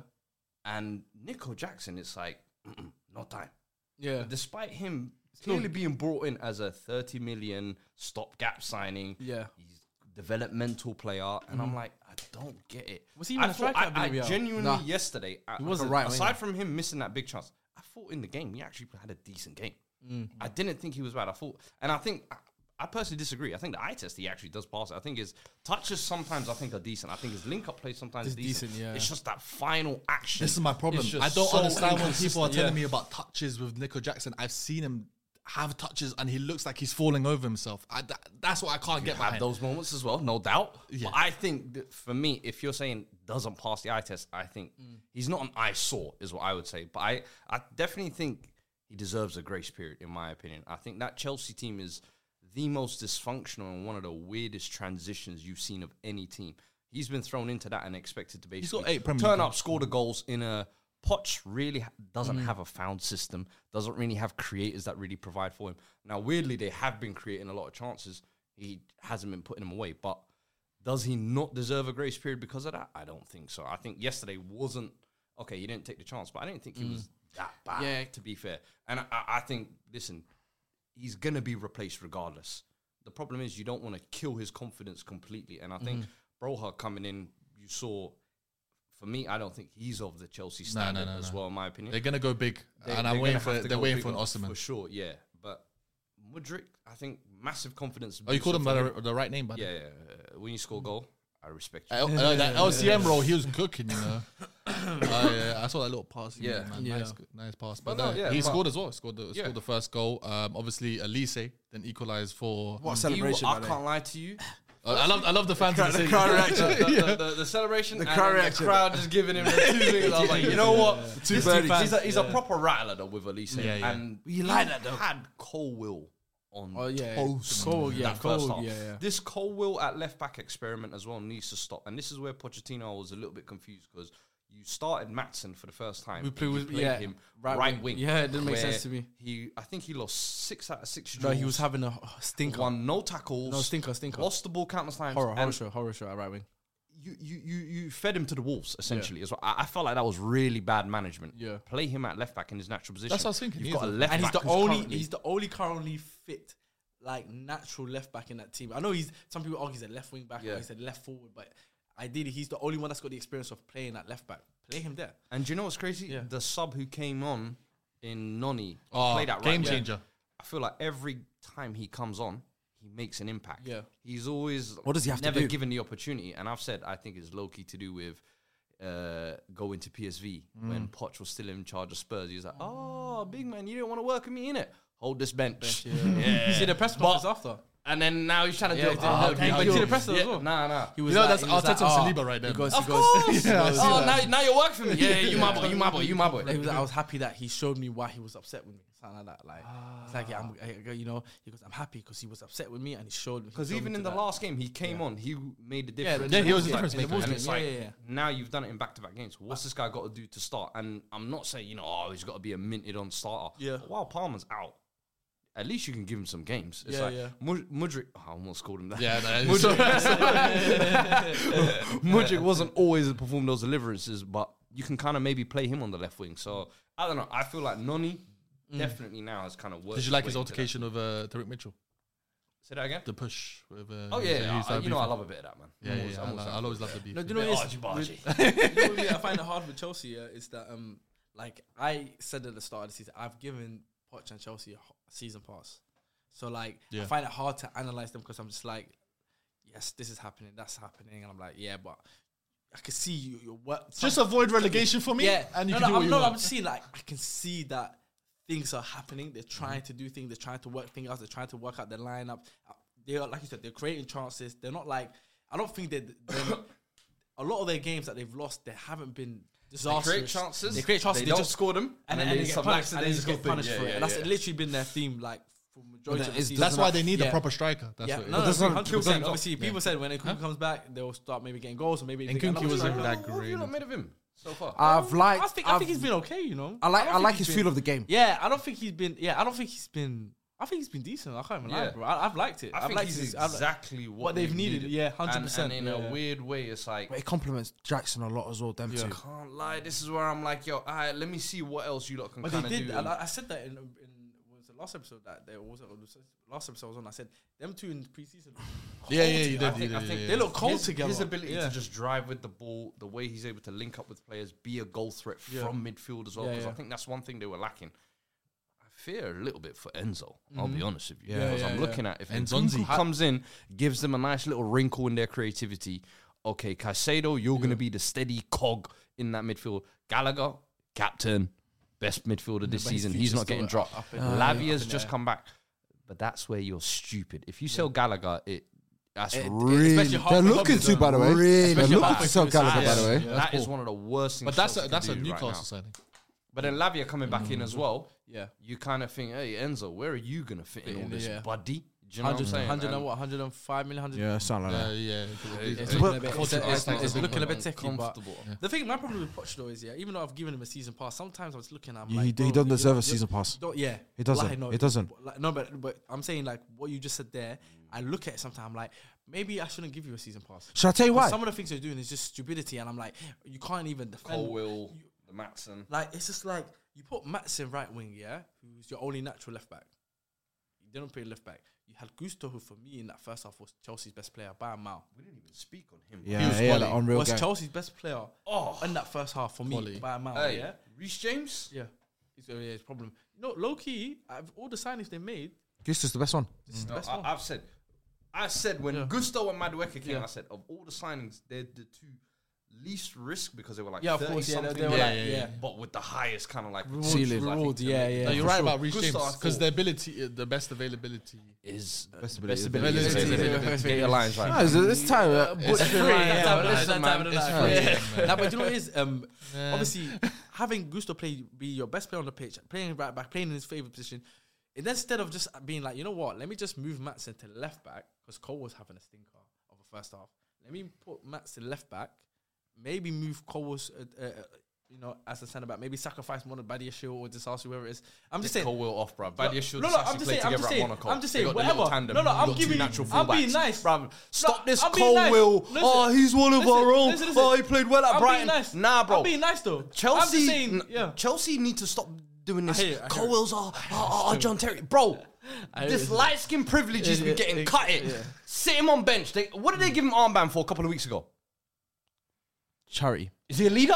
and Nico Jackson. It's like no time. yeah. Despite him clearly being brought in as a 30 million stopgap signing, Yeah. Mm-hmm. he's developmental player, and I'm like, I don't get it. Was he even I a thought- striker at I, I Villarreal? genuinely Nah. yesterday, I, He wasn't right right aside winger. from him missing that big chance, I thought in the game he actually had a decent game. Mm. I didn't think he was bad. I thought, and I think. I, I personally disagree. I think the eye test he actually does pass it. I think his touches sometimes I think are decent. I think his link up play sometimes It's decent. decent, yeah. It's just that final action. This is my problem. It's just I don't so understand when people are inconsistent. telling Yeah. me about touches with Nico Jackson. I've seen him have touches and he looks like he's falling over himself. I, tha- that's what I can't get have behind. those moments as well, no doubt. Yeah. But I think that for me, if you're saying doesn't pass the eye test, I think Mm. he's not an eyesore, is what I would say. But I, I definitely think he deserves a grace period, in my opinion. I think that Chelsea team is the most dysfunctional and one of the weirdest transitions you've seen of any team. He's been thrown into that and expected to He's basically got eight Premier turn League up, score the goals in a. Poch really ha- doesn't have a found system, doesn't really have creators that really provide for him. Now, weirdly, they have been creating a lot of chances he hasn't been putting them away. But does he not deserve a grace period because of that? I don't think so. I think yesterday wasn't okay. He didn't take the chance, but I didn't think he was that bad. Yeah. to be fair, and I, I I think listen, he's gonna be replaced regardless. The problem is you don't want to kill his confidence completely, and I think Mm-hmm. Broha coming in, you saw. For me, I don't think he's of the Chelsea No, no, standard no, as no. well, in my opinion. They're gonna go big, They- and they're I'm waiting gonna for have to they're go waiting big for an Osman. for sure. Yeah, but Mudrik, I think massive confidence. Oh, you called him by booster for the, the right name, by the yeah, yeah, yeah. when you score a goal, I respect you. L- uh, that LCM role, he was cooking, you know. Oh, yeah, I saw that little pass. he Yeah. made, man. Yeah. Nice, nice pass. But, But no, uh, yeah, he but- scored as well. Scored the, Yeah. scored the first goal. Um, obviously, Elise then equalized for. What a He wa- celebration! I by the way. can't lie to you. Uh, I love, I love the fans. in The city. crowd reaction. The, the, the, the celebration, The and crowd then the reaction. crowd just giving him the two things. I was like, you know what? Two This birdies. dude- He's, a, he's a proper rattler though with Elise, Yeah, yeah. and You like that, though. Had Cole Will on. Oh yeah, toast Cole, in yeah, that first Cole, half. yeah, yeah. This Cole Will at left back experiment as well needs to stop, and this is where Pochettino was a little bit confused because you started Matson for the first time. We play and you with- played yeah, him right right, wing. wing. Yeah, it didn't make sense where to me. He, I think he lost six out of six. No, he duels, was having a h- stinker. won no tackles, No, stinker, stinker. lost the ball countless times. horror, horror and show, horror show at right wing. you, you, you, you fed him to the wolves essentially as well. I, I felt like that was really bad management. Yeah. play him at left back in his natural position. That's what I was thinking, You've he's got a the- left and he's back the who's only currently- he's the only currently fit like natural left back in that team. I know he's some people argue he's a left wing back or Yeah. he's a left forward, but ideally he's the only one that's got the experience of playing at left back. Play him there. And do you know what's crazy? Yeah. The sub who came on in Noni Oh, played at game right wing. changer. I feel like every time he comes on, he makes an impact. Yeah. he's always What does he have to never do? given the opportunity. And I've said I think it's low key to do with uh, going to PSV when Poch was still in charge of Spurs. He was like, "Oh, big man, you don't want to work with me in it. Hold this bench." You see the press conference after. And then now he's trying to Yeah, do he it. did. Oh, No, thank he you. did the presser as Yeah, well. Nah, nah. He was know, like- that's he was Arteta "Ah." like, and "Oh." Saliba right there. He goes, Of he goes, course. Yeah, I see oh, now, that. now you work for me. Yeah, yeah, you my boy. You my boy. You my boy. Like, he was like, I was happy that he showed me why he was upset with me. Something like that. Like, it's like, Ah. yeah, I'm, I- I- you know, he goes, I'm happy because he was upset with me and he showed me. he Because showed me even to in the that. last game, he came on, he made the difference. yeah, he was It's the like- difference it's maker. And it's Yeah, like, yeah, yeah. now you've done it in back to back games. What's this guy got to do to start? And I'm not saying, you know, oh, he's got to be a minted on starter. Yeah. But while Palmer's out, at least you can give him some games. It's Yeah, like, yeah. Mud- Mudrik, oh, I almost called him that. Yeah, no, it's- Mudrik, Mudrik wasn't always performing those deliverances, but you can kind of maybe play him on the left wing. So I don't know. I feel like Noni Mm. definitely now has kind of worked. Did you like way his into that. altercation with uh, Tariq Mitchell? Say that again. The push. With, uh, Oh yeah, yeah. he's- I- he's you know I beefing. love a bit of that man. Yeah, yeah, yeah, I lo- I always love the beef. No, do you know what it is? You know what I find it hard with Chelsea yeah, is that um like I said at the start of the season, I've given Poch and Chelsea a ho- season pass. So like I Yeah. find it hard to analyze them because I'm just like, yes, this is happening, that's happening, and I'm like, yeah, but I can see you, your work. Just avoid relegation for me, yeah, and you no, can no, do what I'm, you no, want. I'm just seeing like I can see that things are happening. They're trying to do things. They're trying to work things out. They're trying to work out their lineup. Uh, They are like you said. They're creating chances. They're not like I don't think that they're- a lot of their games that they've lost. They haven't been disastrous. chances, They create chances. they They, don't just score them, and and, then then they they get sub- punished. And accidentally they just get score thing. punished Yeah, for it. yeah, and that's yeah. literally been their theme like for majority of the season. That's why they need a Yeah. proper striker. That's Yeah, what it no, is. that's doesn't- 100%. Kills out. Obviously, people said when Nkunku comes back, they'll start maybe getting goals or maybe. they get Nkunku another wasn't striker. that What have great. you not made of him so far? I've liked. I think I think I've- he's been okay, you know. I like. don't I think like he's his been- feel of the game. Yeah, I don't think he's been. Yeah, I don't think he's been. I think he's been decent. I can't even lie, Yeah. bro. I, I've liked it. I have think liked he's his- I've- exactly what, what they've needed. Yeah, And- 100%, And in yeah. a weird way, it's like But it compliments Jackson a lot as well. Them two. can't lie. This is where I'm like, yo, all right, let me see what else you lot can But kind they of did. do. And I, I said that in, in was the last episode that there was last episode I was on. I said them two in preseason. Yeah, yeah, you I did. you think, did, I think yeah, They yeah. look cold his, together. His ability Yeah. to just drive with the ball, the way he's able to link up with players, be a goal threat from midfield as well. Yeah, Because yeah. I think that's one thing they were lacking. I fear a little bit for Enzo. I'll be honest with you. Yeah, because yeah, I'm yeah. looking at if Enzonzi. Enzo comes in, gives them a nice little wrinkle in their creativity. Okay, Caicedo, you're going to be the steady cog in that midfield. Gallagher, captain, best midfielder this but his season. He's future's not getting still dropped. up- up in the air, Lavia's up in the just air. come back. But that's where you're stupid. If you sell Gallagher, it that's It- it- really especially They're halfway looking up to, the- by the way. They're Especially looking halfway to sell through the Gallagher, by season. the way. That is one of the worst things. But that's Chelsea a, can that's a do right Newcastle Mm-hmm. now. signing. but then Lavia coming back in as well. Yeah. You kind of think, hey Enzo, where are you gonna fit in all in, this, yeah. buddy? Do you know what I'm 100, saying? 100 and And what? 105 million. 100 Yeah, something like Uh, that. yeah, It's yeah. looking a bit- it's- Culture it's- aspect it's is looking a bit important. techy, but Uncomfortable. the thing, my problem with Poch though is, yeah, even though I've given him a season pass, sometimes I was looking, I'm He- like, he bro, doesn't you- deserve a you- season pass. don't- yeah, He doesn't. He doesn't. Like, no, but but I'm saying like what you just said there. I look at it sometimes I'm like maybe I shouldn't give you a season pass. Shall I tell you 'Cause why? Some of the things you're doing is just stupidity, and I'm like, you can't even defend. Colwill, the Matson. Like it's just like you put Matson right wing, yeah, who's your only natural left back. You didn't play left back. You had Gusto, who for me in that first half was Chelsea's best player by a mile. We didn't even speak on him. He Yeah, was yeah, quality. like, unreal was guy. Chelsea's best player in that first half for me Quality. by a mile. Hey, Yeah, Reece James. yeah. It's, uh, yeah, it's a problem. No, low key, out of all the signings they made, Gusto's the best one. this is the best one. I, I've said, I said when Yeah. Gusto and Madueke came, Yeah. I said of all the signings, they're the two least risk because they were like Yeah, of 30 course, yeah, they- something, they were Yeah, like- yeah, yeah. but with the highest kind of like Reward- potential, I think, reward, to yeah, make- yeah. No, you're right about Reece Gustav James Thor. because the ability, uh, the best availability. is Best ability. best ability. Best ability. Get your lines right. Ah, it's, it's time. Uh, It's free. yeah, Yeah, but listen, man, it's it's free. Nah, but you know what it is? Um, Obviously, having Gusto play be your best player on the pitch, playing right back, playing in his favorite position, and instead of just being like, you know what, let me just move Matson to left back because Cole was having a stinker of a first half. Let me put Matson left back, maybe move Colwell's, uh, uh, you know, as a centre back. Maybe sacrifice one of Badiashil or Disasi, whoever it is. I'm just saying. Colwell off, bruv. Badiashil, no, no, Disasi I'm just play saying. together I'm just at saying. Monaco. I'm just They saying. got the Whatever. little tandem. No, no, You I'm got two giving you. natural I'm being fullbacks. nice, Bruv, stop this I'm being nice. Colwell. Listen, Oh, he's one of our own. listen, Oh, listen. he played well at I'm being Brighton. nice. Nah, bro. I'm being nice though. Chelsea, I'm just saying. n- Yeah. Chelsea need to stop doing this. hear it, I hear it. Colwell's our, our, our- our John Terry, bro. This light skin privilege has been getting cut. It sit him on bench. They, what did they give him armband for a couple of weeks ago? Charity. Is he a leader?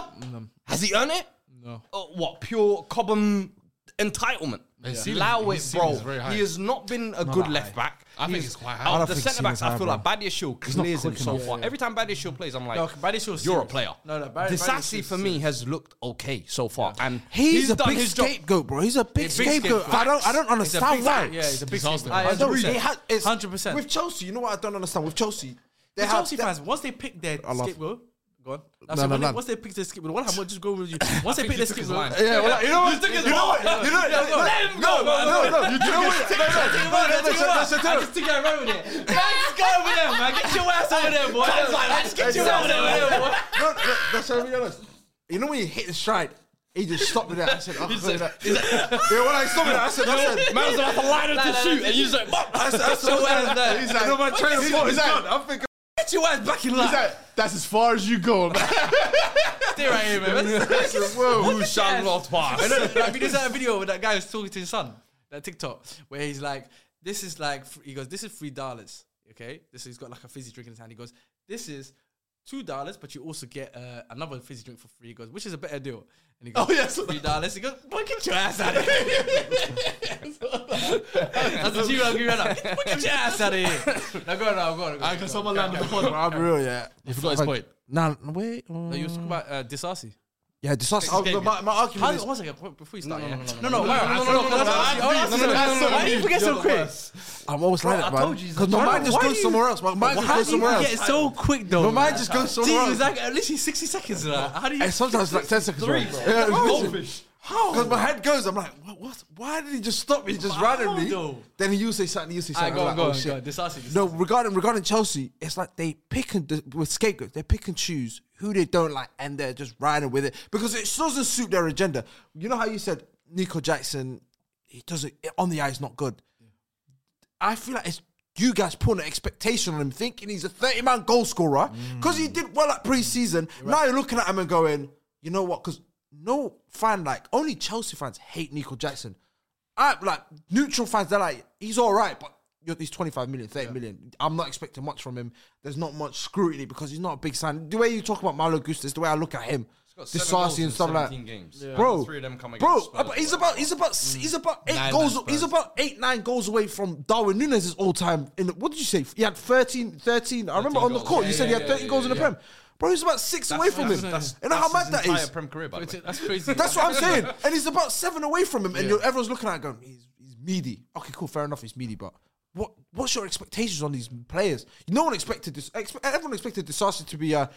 Has he earned it? No. what pure Cobham entitlement? ceiling- Allow his it, bro. ceiling's very high. He has not been a good left back. I think He's- it's quite high. I Out don't of the think centre backs, ceiling's I feel high, like Badiashil not clears him quick so enough. far. Every time Badiashil plays, I'm like, No, Badiashil's you're a serious. player. No, no, Badi- Disasi Badiashil's for me has looked okay so far, and He's, a done big his job. scapegoat, bro. He's a big He's a big scapegoat. scapegoat. I don't, I don't He's a understand big why. scapegoat. Yeah, he's a big scapegoat. I don't. It has, it's 100%. with Chelsea. You know what I don't understand with Chelsea. They The have- Chelsea they- fans, once they pick their love- scapegoat, go on. No, That's it, no, when they- no. Once they pick their scapegoat, what happened? Just go with you. Once they pick their think you took his scapegoat, line. Yeah, well, like, you know what? You know what? You know what? Yeah, go. Let him No, go, man. no, no, no. You know what? No, no, no, no, no, no, no, no, no. Just to get away with it. Man, just go over there, man. Get your ass over there, boy. Just get your ass over there, boy. No, no, that's how we honest. You know when you hit the stride, he just stopped me there. I said, oh, sorry, that. Yeah, when I stopped me there, I said, I said, Man's like a liner to shoot, and you just like, "Bop." I said, I said, ass there. he's like, no, my train of thought is gone. I'm thinking, Get your ass back in line. He's like, that's as far as you go. man." Stay right here, man. I said, whoa. Who shall not pass? And then, like, there's that video where that guy was talking to his son, that TikTok, where he's like, "This is like," fr- he goes, "This is three dollars, okay?" This he's got like a fizzy drink in his hand. He goes, "This is two dollars, but you also get uh, another fizzy drink for free." He goes, "Which is a better deal?" And he goes, "Oh yes, three dollars." He goes, "Boy, get your ass out of here!" That's what you agree right now. Boy, get your ass out of here. Now go on, now go on. Go on, Can someone land on the pod? I'm real, yeah. You forgot his point. Nah, wait. um, No, you were talking about uh, Disasi. Yeah, this was, I, Escape. my, my How argument did, is, one second, before you start, yeah. no, no, no, why- no, no, no, no, no, no, no, no, no, no, why do you no, forget you're so the quick? worst. I'm always like that, man. told you he's a Because my child. mind just Why goes you- somewhere else. My mind just How goes do you somewhere get else. so quick though? My mind just goes somewhere Jesus, else. like at least 60 seconds. Right? How do you? And Eh, sometimes like 10 seconds. Three. Yeah, how? Because my head goes, I'm like, what, what? Why did he just stop me just How randomly? though? Then you say something, you say All right, something. go I'm on, like, go oh, on, shit. go on. Decisive, No, regarding regarding Chelsea, it's like they pick and with scapegoats, they pick and choose who they don't like, and they're just riding with it because it doesn't suit their agenda. You know how you said Nico Jackson, he doesn't on the eye is not good. I feel like it's you guys putting an expectation on him, thinking he's a thirty man goal scorer because he did well at pre-season. Now you're looking at him and going, you know what? Because no fan like only Chelsea fans hate Nico Jackson. I like neutral fans. They're like, he's all right, but you're, he's 25 million, 30 million. I'm not expecting much from him. There's not much scrutiny because he's not a big sign. The way you talk about Malo Gustas, the way I look at him, seven goals Disasi in and stuff like, 17 games. Yeah. bro, Three of them come bro, against Spurs, Mm. but he's bro. about, he's about, he's about eight Nine goals. man Spurs. He's about eight, nine goals away from Darwin Nunes' all time. In the, what did you say? He had 13, 13. I remember on the goals. court, you Yeah, said he yeah, had 13 goals in the Prem. Bro, he's about six away from him. you know how That's mad his that entire is. Prem career, by the way. That's crazy. That's what I'm saying. And he's about seven away from him, and you're, everyone's looking at him going, he's, he's meaty. Okay, cool, fair enough, he's meaty, but what what's your expectations on these players? No one expected this. Expe- everyone expected Disasi to be a.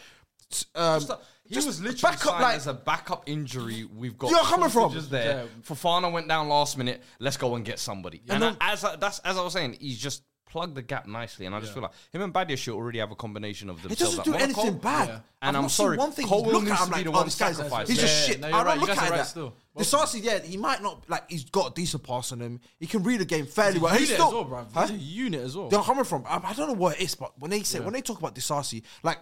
Um, Just like- He just was literally back up signed like as a backup injury. We've got You're coming from. Just there. Fofana went down last minute. Let's go and get somebody. And, I, as I, that's as I was saying, he's just plugged the gap nicely. And I just feel like him and Badia should already have a combination of It themselves. doesn't at do Monaco. anything bad. I've And I'm not seen sorry, One thing Cole you look needs at to him be like, the oh, one this guy's- sacrificed. He's just Yeah, shit. no, I you're don't right. You look guys at are it right that. still. The Sarsi, yeah, he might not like. He's got a decent pass on him. He can read the game fairly well. He's unit still, as well, bro. Huh? He's a unit as well. They're coming from. I, I don't know what it is, but when they say when they talk about Disasi, like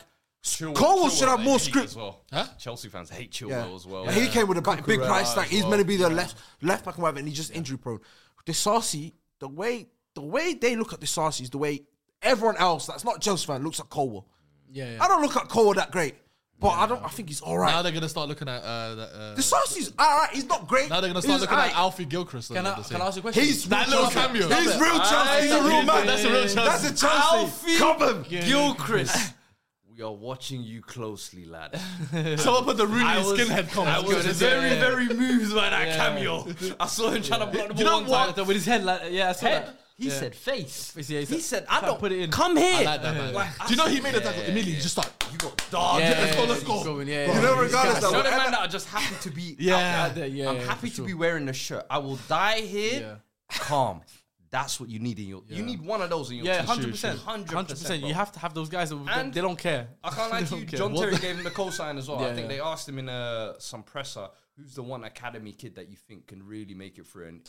Cole should have more script. As well. Huh? Chelsea fans hate Chilwell as well. Yeah, He came with a big, big Cucurella price tag. as He's well. meant to be the left left back and whatever, and he's just injury prone. The Sarsi, the way the way they look at the Sarsi is the way everyone else that's not Chelsea fan looks at Colwell. Yeah, I don't look at Colwell that great, but I don't. I think he's all Now right. they're gonna start looking at uh, the, uh, The Sarsi's all right. He's not great. now they're gonna start He's looking all right. at Alfie Gilchrist. Can I, can I ask you a question? He's That real little Chelsea. cameo. He's real Chelsea. He's a real man. That's a real Chelsea. That's a Chelsea. Cobham. Gilchrist. We are watching you closely, lad. Someone put the Rooney I was- skinhead I comment. was very, very moved by that cameo. I saw him trying to block the ball one time. Like, with his head, like, yeah, I saw Head. that. He Yeah. said face. Face, yeah, he he said, said, I "Can't don't put it in." Come here. I like that, man. Do you know he made a tackle immediately? Just like You got dog. Yeah, let's go, let's he's go. going, yeah, yeah, know, yeah. regardless though, You know the whatever- man that are just happy to be out Yeah. there? Yeah, yeah, I'm yeah, happy for to be wearing the shirt. I will die here calm. That's what you need in your. You need one of those in your. Yeah, team. hundred percent, hundred percent. You have to have those guys that And- they don't care. I can't lie to They you. don't care. John What Terry the- gave him the co-sign as well. I Yeah, think yeah. they asked him in uh, some presser, "Who's the one academy kid that you think can really make it through?" And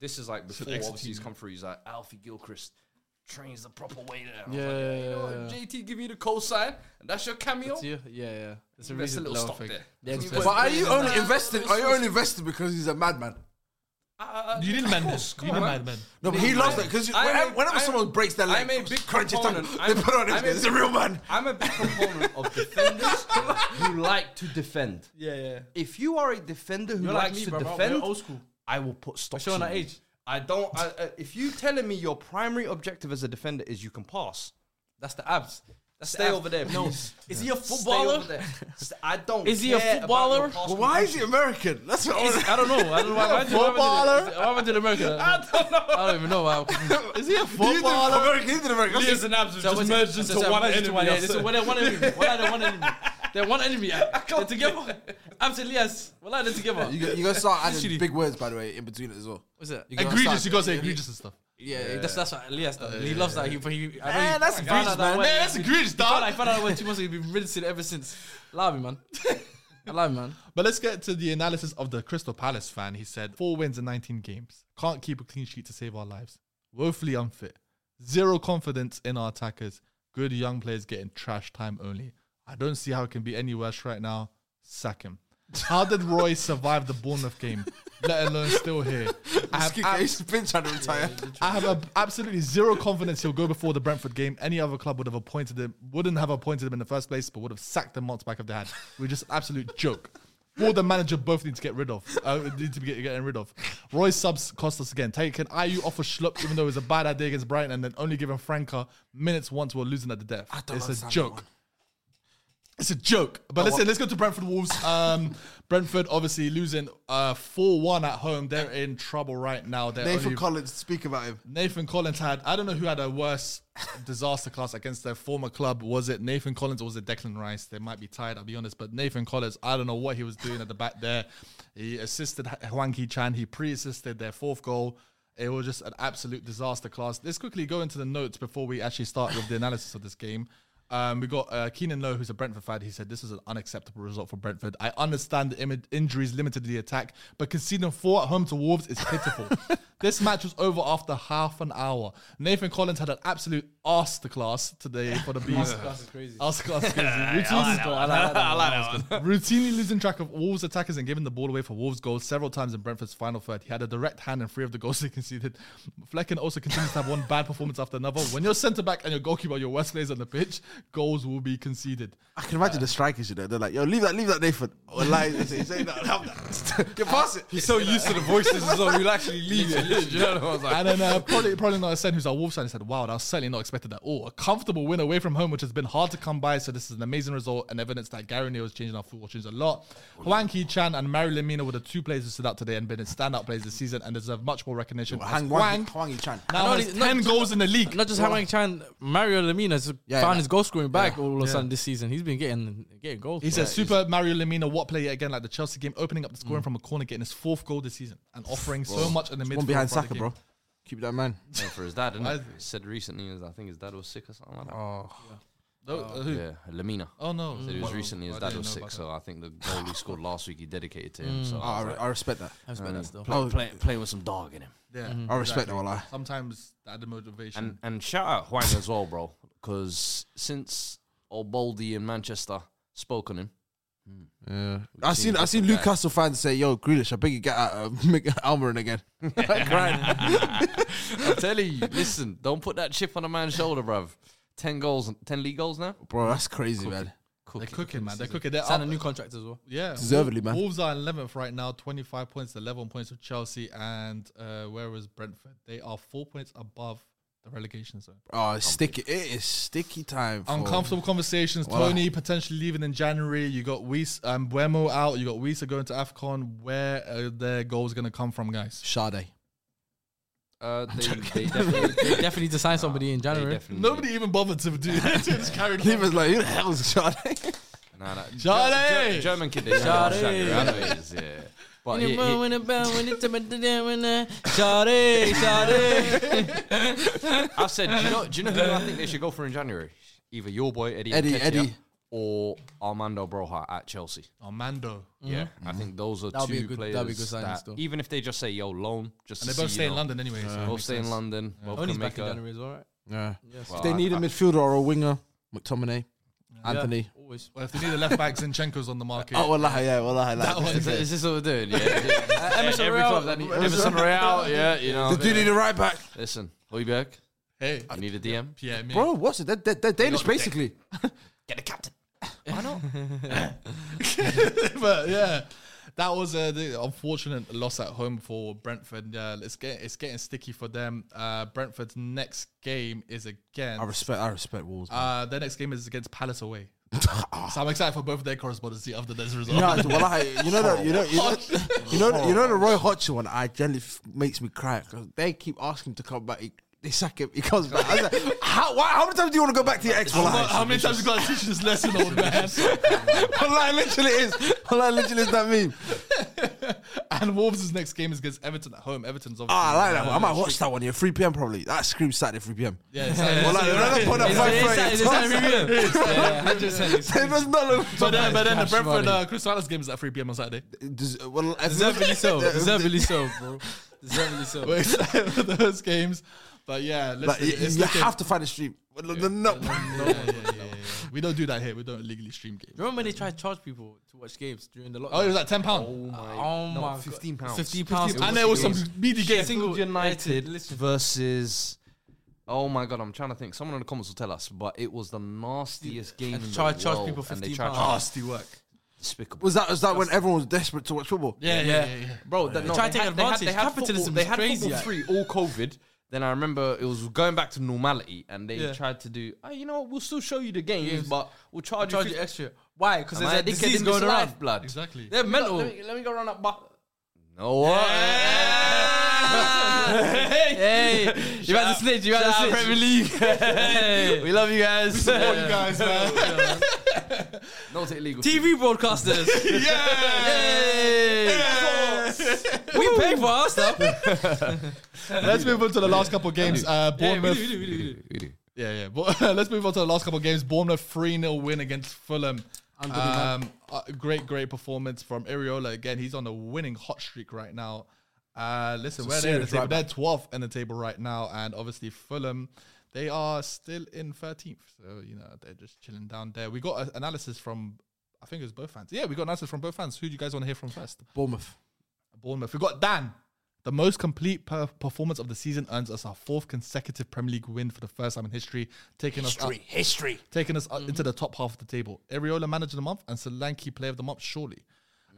this is like before ex-team. obviously he's come through. He's like Alfie Gilchrist trains the proper way there. And I was Yeah, like, yeah, you know what, yeah, yeah. JT give you the co-sign, and that's your cameo. Yeah, yeah, yeah. There's a That's a reason. little no, I stop think- there. Yeah, That's but- best. but Are you Nah, only nah, invested? nah, Are you nah, only nah, invested because he's a madman? nah, nah, You need Uh, of Mad Men. course, come You on, need man. Mad Men. No, but he loves that because I'm whenever, a- whenever I'm- someone breaks their leg, I'm a big crunch his tongue. proponent. They I'm- put on his I'm a- face. He's a real man. I'm a big proponent of defenders who like to defend. Yeah, yeah. If you are a defender who You're like likes me, to bro, bro. defend, We're old school. I will put stops. showing in our you. age. I don't. I, I, if you telling me your primary objective as a defender is you can pass, That's the abs. That's the stay abs. over there. No, please. is he a Stay footballer? over there. St- I don't. Is he a care about footballer? your pass Well, why is he completion. American? That's what Is, I don't know. I don't know why. why did- Why did- why did America? I don't know. I don't even know. Why. Is he a footballer? American, he's an American. Leaders and abs have So just what's merged it- into so one merged into enemy. one- yeah, I'll this is say. one one enemy. Well, they're one enemy. They're one enemy. They're together. Absolutely yes. Well, they're together. You, got- you gotta start adding big words, by the way, in between it as well. What's it? gotta Egregious, start- you gotta say egregious and stuff. Yeah, that's that's what Elias does. he loves that. He, but he, I know Man, he- that's I found egregious, man. out that way. Man, that's He- egregious, he found dog. out- I found out when two months ago. He's been rinsing ever since. Love him, man. I love him, man. But let's get to the analysis of the Crystal Palace fan. He said, four wins in 19 games. Can't keep a clean sheet to save our lives. Woefully unfit. Zero confidence in our attackers. Good young players getting trash time only. I don't see how it can be any worse right now. Sack him. How did Roy survive the Bournemouth game, let alone still here? I have, abs- He's been trying to retire. I have ab- absolutely zero confidence he'll go before the Brentford game. Any other club would have appointed him, wouldn't have appointed him in the first place, but would have sacked him months back if they had. We're just an absolute joke. All the manager both need to get rid of. Uh, need to be get- getting rid of. Roy subs cost us again. Taking IU off a schlup, even though it was a bad idea against Brighton, and then only giving Franca minutes once we're losing at the death. I don't it's a understand that joke. one. Oh, It's a joke. But listen, let's go to Brentford Wolves. Um, Brentford obviously losing uh, 4 1 at home. They're in trouble right now. They're Nathan only- Collins, speak about him. Nathan Collins had I don't know who had a worse disaster class against their former club. Was it Nathan Collins or was it Declan Rice? They might be tired, I'll be honest. But Nathan Collins, I don't know what he was doing at the back there. He assisted Huang Ki Chan, he pre-assisted their fourth goal. It was just an absolute disaster class. Let's quickly go into the notes before we actually start with the analysis of this game. Um, we got uh, Keenan Lowe, who's a Brentford fan. He said this is an unacceptable result for Brentford. I understand the imi- injuries limited the attack, but conceding four at home to Wolves is pitiful. this match was over after half an hour. Nathan Collins had an absolute masterclass today for the Bees. That's crazy. Masterclass is crazy. Routinely- Routinely losing track of Wolves attackers and giving the ball away for Wolves goals several times in Brentford's final third. He had a direct hand in three of the goals he conceded. Flecken also continues to have one bad performance after another. When your centre back and your goalkeeper are your worst players on the pitch, goals will be conceded. I can imagine the strikers, you know. They're like, yo, leave that, leave that, Nathan. Or like, they say, say that, help that. Get past it. He's so used to the voices, so he'll actually leave it. You know what I was like? And then uh, probably probably not a son who's a Wolves fan. He said, "Wow, I was certainly not expected that. Oh, a comfortable win away from home, which has been hard to come by. So this is an amazing result and evidence that Gary Neal is changing our fortunes a lot. Huang Ki Chan and Marilyn Mina were the two players who stood out today and been in standout players this season and deserve much more recognition. As Hang Hwang Wang, Hwang Chan. now Not has only- not ten just- goals in the league. Not just Hwang Chan, Mario Lemina has Yeah, yeah. found his goal scoring back all of a Yeah. sudden this season. He's been getting getting goals. He bro. said, "Super Mario Lemina, what player again? Like the Chelsea game, opening up the scoring from a corner, getting his fourth goal this season, and offering so much in the midfield." One behind throughout the Saka, game. bro. Keep that man. for his dad, Why and is it? said recently, I think his dad was sick or something like that. Oh, No, Oh, uh, who? Yeah, Lamina. Oh no! Said it was recently his I dad didn't was know sick, about so I think the goal he scored last week he dedicated to him. So Oh, I, I was re- like, I respect that. Mm. Um, I respect that still. play, play, play with some dog in him. that. Yeah, Mm-hmm. I respect that, wallah. Sometimes that the motivation. And and shout out Huang as well, bro, because since old Baldy in Manchester spoke on him, I've seen, I've seen Newcastle fans say, yo, Grealish, I beg you get out of make Almiron again. I'm telling you, listen, don't put that chip on a man's shoulder, bruv. Ten goals, and- ten league goals now. Bro, that's crazy, man. They're cooking, man. They're cooking. They're Signed a up- new contract as well. Yeah, Deservedly, Wol- man. Wolves are eleventh right now, twenty-five points, eleven points of Chelsea, and uh, where is Brentford? They are four points above the relegation zone. Oh, it's sticky. It is sticky time. For Uncomfortable conversations. Voila. Tony potentially leaving in January. You got Weiss and um, Buemo out. You got Weiss going to Afcon. Where are their goals going to come from, guys? Sade. Uh, they, they definitely, They definitely need to sign somebody in they January. definitely- Nobody even bothered to do that. They just carried on. Leave like, who the hell is Sade? Nah, nah. Charlie! Oh, German kid. They Charlie! Charlie. Yeah. But When it yeah, bow, yeah. when it bow, when it tumba, da, da, when I- Shawty, shawty. I said, do you know, do you know who I think they should go for in January? Either your boy Eddie, Eddie, Nketiah Eddie. or Armando Broja at Chelsea. Mm-hmm. Armando. Yeah, I think those are That'll be two a good- players. that'll be good signings that, though. even if they just say yo loan, just And to they both see, stay you in know, London anyway. so it both makes stay in sense. London. Both Only's can back make in a. January as well, right? Yeah. Yes. Oh, If they need a midfielder or a winger, McTominay, Anthony. Always. Well, if they need a left back, Zinchenko's on the market. Uh, Oh, wallahi, yeah, wallahi. Like, That Is, one's it- it. is this what we're doing? Yeah, yeah. Emerson every Royal. club that need, Emerson Royale. Yeah, you know. they do need a right back. Listen, Hoiberg, Hey, you need a DM. yeah, me. Bro, what's it? They're, they're, they're Danish, basically. but yeah, that was uh, the unfortunate loss at home for Brentford. Yeah, it's getting it's getting sticky for them. Uh, Brentford's next game is I against respect, I respect Wolves. man. uh, their next game is against Palace away. so I'm excited for both of their correspondency after this result. No, it's- well, I, you know that you know you know you know, you know the Roy Hodgson one. I generally f- makes me cry because they keep asking him to come back. He, they sack him. He comes back. I was like, how why, how many times do you want to go back to your ex? How mu- Wallahi? How many times you got to teach this lesson, old man? Wallahi, literally it is. Wallahi, literally is that meme. and Wolves' next game is against Everton at home. Everton's obviously. Ah, I like that uh, one. I might watch that one. Yeah, three pm probably. That screams Saturday three pm. Yeah, it's like- Wallahi, you know they put up Is five it- is that- is that frame. Saturday review? Yeah, 100%. It's- It was not look- But then, but then the Cash Brentford money. uh, Crystal Palace game is at 3 p.m. on Saturday. Des- well, I- Deservedly so. Deservedly so, bro. Deservedly so. We're excited for those games. But yeah, listen, Like, you, it's you looking- have to find a stream. Well, no, no. we don't do that here. We don't legally stream games. Remember when they tried to charge people to watch games during the lockdown? Oh, it was like ten pound, Oh my God. 15 pounds. 15 pounds. and there was some meaty games. Single- United Listen. versus. Oh my god, I'm trying to think. Someone in the comments will tell us, but it was the nastiest game. And in charge- the charge world, people and they 15 charged pounds. nasty work. Despicable. Was that was that when everyone was desperate to watch football? Yeah, yeah, yeah. yeah. Bro, that, no, try they had- to take they had- advantage. They had football- Capitalism they is had crazy, football yeah. free all COVID. Then I remember it was going back to normality, and they Yeah. tried to do. Oh, you know, we'll still show you the games, but we'll charge, charge you you 50 extra. Why? Because Am there's I a addicted disease in this going around. life, blood. Exactly. They're mental. Let me, let me go run up. Bar- no what? Hey, you about to snitch? You about to snitch? Premier League. We love you guys. You guys, man. no, it's illegal. TV broadcasters. Hey. we pay for our stuff. Let's move on to the last couple of games. Uh, Bournemouth. We do, we do, we do. Yeah, yeah. But let's move on to the last couple of games. Bournemouth 3 0 win against Fulham. Um, uh, great, great performance from Iriola. Again, he's on a winning hot streak right now. Uh, listen, where they're, in the serious table. right they're 12th in the table right now. And obviously, Fulham, they are still in 13th. So, you know, they're just chilling down there. We got a, analysis from, I think it was both fans. Yeah, we got analysis from both fans. Who do you guys want to hear from first? Bournemouth. Bournemouth. We got Dan. The most complete per- performance of the season earns us our fourth consecutive Premier League win for the first time in history, taking us up, history, taking us up into the top half of the table. Ariola manager of the month and Solanke player of the month. Surely,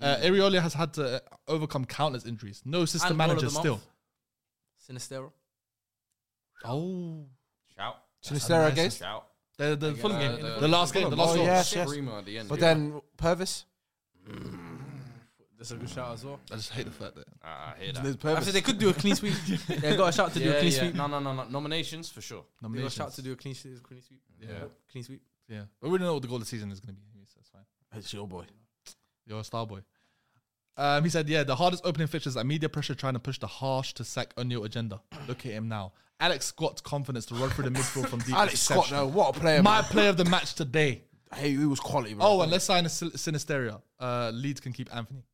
uh, Ariola has had to uh, overcome countless injuries. No And system goal of manager the still. month. Sinistero. Oh, Shout. Sinistera against? Shout. the, the Fulham Uh, game, the, last game, the last Oh, goal. yes, yes. Screamer at the end. But then Purvis. That's a good shout as well. I just hate the fact that Ah, I hear that. There's I said Purvis. they could do a clean sweep. they got a shout to do a Yeah, clean yeah. sweep. No, no, no, no. Nominations for sure. They got a nominations. shout to do a clean sweep. Clean sweep. Yeah. Clean sweep. Yeah, but we don't know what the goal of the season is going to be. So that's fine. It's your boy. You're a star boy. Um, he said, yeah, the hardest opening fixtures are media pressure trying to push the harsh to sack O'Neill agenda. Look at him now. Alex Scott's confidence to run through the midfield from deep. Alex is Scott, exceptional. though, what a player! My My player of the match today. hey, he was quality. Bro. Oh, and let's sign a Sin- Sinisteria. Uh, Leeds can keep Anthony.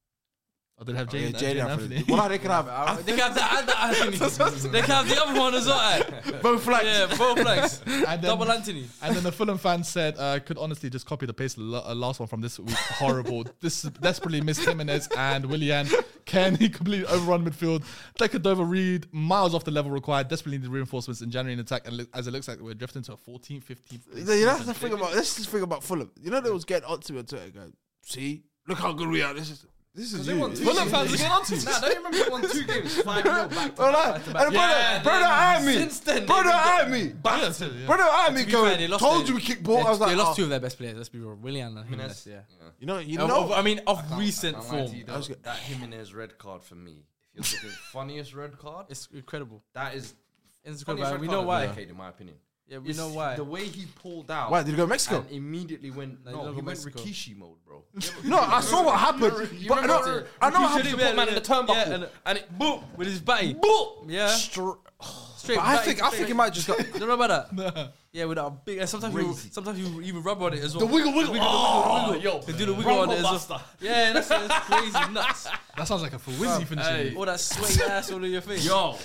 Oh, they have yeah, Jaden Jaden Anthony. Anthony. Well, they can have it. I- They can have that and that Anthony. they can have the other one as well. eh? Both flags. Yeah, both legs. And then- Double Anthony. And then the Fulham fan said, uh, could honestly just copy the paste l- uh, last one from this week. Horrible. this desperately missed Jimenez and Willian. Can he completely overrun midfield? Decker Dover Reed, miles off the level required. Desperately needed reinforcements in January in attack. And li- as it looks like we're drifting to a 14th, 15th. You know that's the thing about this is the thing about Fulham. You know they was getting onto me on Twitter. Going, See, look how good we are. This is this is you. Fulham fans are getting onto you. Nah, don't you remember one, two games? Five nil back to Well, back. I- and brother, Yeah, brother, at me, Since then, brother, they've been at me, Yeah. brother, at me. To be fair, they Going, lost told their- you we kick ball. They, I was like, they lost oh. two of their best players. Let's be real. Willian and Jimenez. Yeah. You know, you Of- know. of- I mean, of recent Can't Oh. lie to form. you, though, That Jimenez red card for me. If you're talking funniest red card, It's incredible. that is It's incredible. funniest and red We card know of the why. decade, in my opinion. Yeah, we know why. The way he pulled out. Why, did he go to Mexico? and immediately went. he No, didn't he go went Mexico. Rikishi mode, bro. No, I saw what happened. You but I remember know, it? I know Rikishi how did people- put man in the turnbuckle. Yeah, and, and it boom with his body. Boom. Yeah. Straight But I back, think I think straight. it might just go. Don't know about that. Yeah, with that big. And sometimes you sometimes you even rub on it as well. The wiggle, wiggle. Oh, yo. They do the wiggle on it Rumble as well. buster. Yeah, that's, that's crazy nuts. That sounds like a Fawizzy Fam, finishing. All that sweaty ass all over your face. Yo.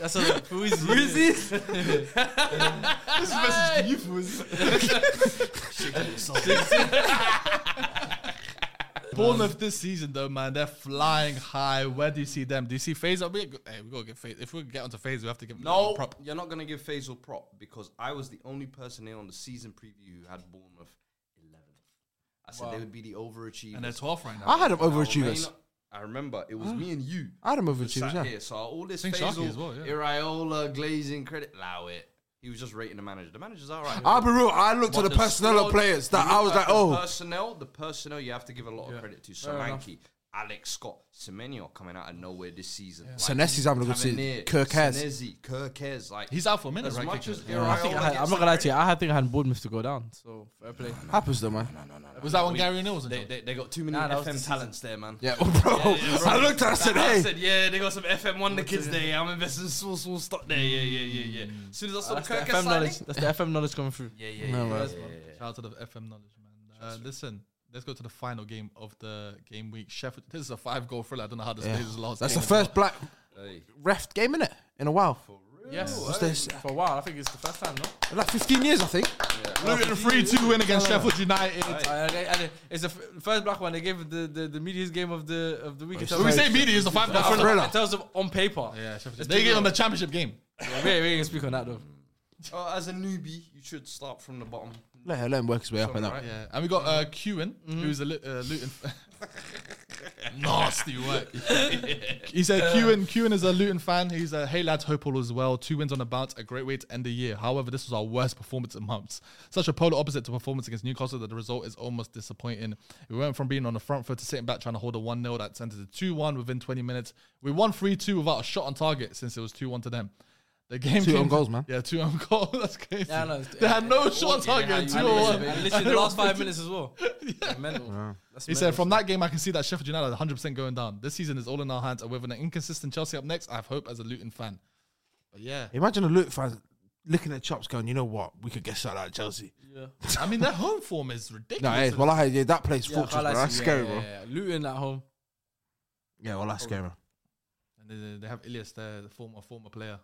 that sounds like Fawizzy. This message to you, Fawizzy. Bournemouth this season, though, man, they're flying high. Where do you see them? Do you see Faze? We, hey, we gotta get Faze. If we get onto Faze, we have to give him No, a prop. you're not gonna give Faisal prop because I was the only person here on the season preview who had Bournemouth 11th. I said they would be the overachievers, And they're 12th right now. I had them Now, overachievers. Ah. may not- I remember it was me and you. I had them who overachievers, sat yeah. Here. So all this Think Sharky Faisal, as well, yeah. Iriola, Glazing credit, allow it. He was just rating the manager. The manager's all right. I'll be real. I looked at But the personnel squad- of players that you look I was at like, the oh, personnel, the personnel you have to give a lot of credit to. Solanke, Alex Scott, Semenyo coming out of nowhere this season. Like, Senesi's having a good season. Tavernier, Kirk has. Senesi, Kirk has. Like He's out for a minute, as right, Much kicking? as Yeah. Iraola I think I had, gets I'm the not gonna lie to credit- you. I had- think I had Bournemouth to go down. So fair play. happens though, man. Was that one Gary O'Neill? wasn't They, it? they, they got too many Nah, that was the FM season. talents there, man. Yeah, oh, bro. I looked at. it, I said, I hey, said, yeah, they got some FM one the kids there. I'm investing in small, small stock there. Yeah, yeah, yeah, yeah. As soon as I saw Mm. That's the Kirk FM as signing, knowledge. That's the FM knowledge coming through. yeah, yeah, yeah. yeah, man. yeah, yeah, yeah. Shout out to the FM knowledge, man. Uh, listen, let's go to the final game of the game week. Sheffield. This is a five-goal thriller. I don't know how this Yeah. is his last. that's the game. first black Hey. ref game innit? in a while. Yes. What's this? For a while, I think it's the first time, no? Like 15 years, I think. Luton three-two win against Sheffield United. Uh, and- and it's the f- first black one. They gave the, the, the media's game of the of the week. in terms When we of- Oh, say media is the five-goal in terms of- thriller. In terms of on paper. Yeah, Sheffield. Let's They be gave him real. the championship game. Wait, we can speak on that though. Oh, as a newbie, you should start from the bottom. Let him, let him work his way up and up. Alright. Yeah, and we got uh, Kewen, who's a Lu- uh, Luton. Nasty work. he said Kewen. Kewen is a Luton fan. He's a hey lads hopeful as well. Two wins on the bounce, a great way to end the year. However, this was our worst performance in months. Such a polar opposite to performance against Newcastle that the result is almost disappointing. We went from being on the front foot to sitting back trying to hold a one 0 that sent us to two one within twenty minutes. We won three two without a shot on target since it was two one to them. The game Two came- own goals, man. Yeah, two on goal. That's crazy. Yeah, I know. they had no shot on target. Yeah, and two and on one. literally- and literally the last five minutes as well. Mental. That's He mental. said, from that game, I can see that Sheffield United are 100% going down. This season is all in our hands, and with an inconsistent Chelsea up next, I have hope as a Luton fan. But yeah, Imagine a Luke fan looking at Chops going, you know what? We could get shot out of Chelsea. I mean, their home form is ridiculous. No, hey, well, I, yeah, that place Yeah, fortress, bro. highlights- That's yeah, scary, yeah, bro. yeah. Luton at home. Yeah, well, that's scary. man. and they, they have Ilias there, the former former player.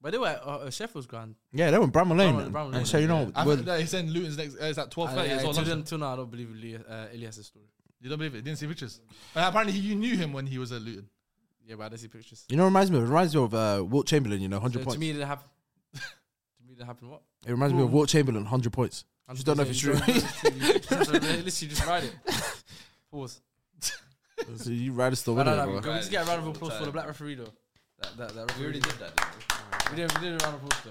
But they were at uh, uh, Sheffield's grand. Yeah, they were in Bramall Bramall- Lane. Bramall man. Lane, And so, you know, I we're- think that he's saying Luton's next uh, is at I, 12:30. I, it's all to, lunchtime. them- to now, I don't believe Eli- uh, Elias's story. You don't believe it? You didn't see pictures. But apparently, you knew him when he was at Luton. Yeah, but I didn't see pictures. you know, it reminds me of, it reminds me of uh, Walt Chamberlain, you know, 100 So points. to me, it didn't happen. to me, it didn't happen. What? it reminds me of Walt Chamberlain, 100 points. Just don't know if it's true. Literally, just write it. Pause. so you ride a storm, No, no, innit, no, bro? Can we just get a round of applause for the black referee though? That, that, that referee. We already did that. Didn't we? We did, we did a round of applause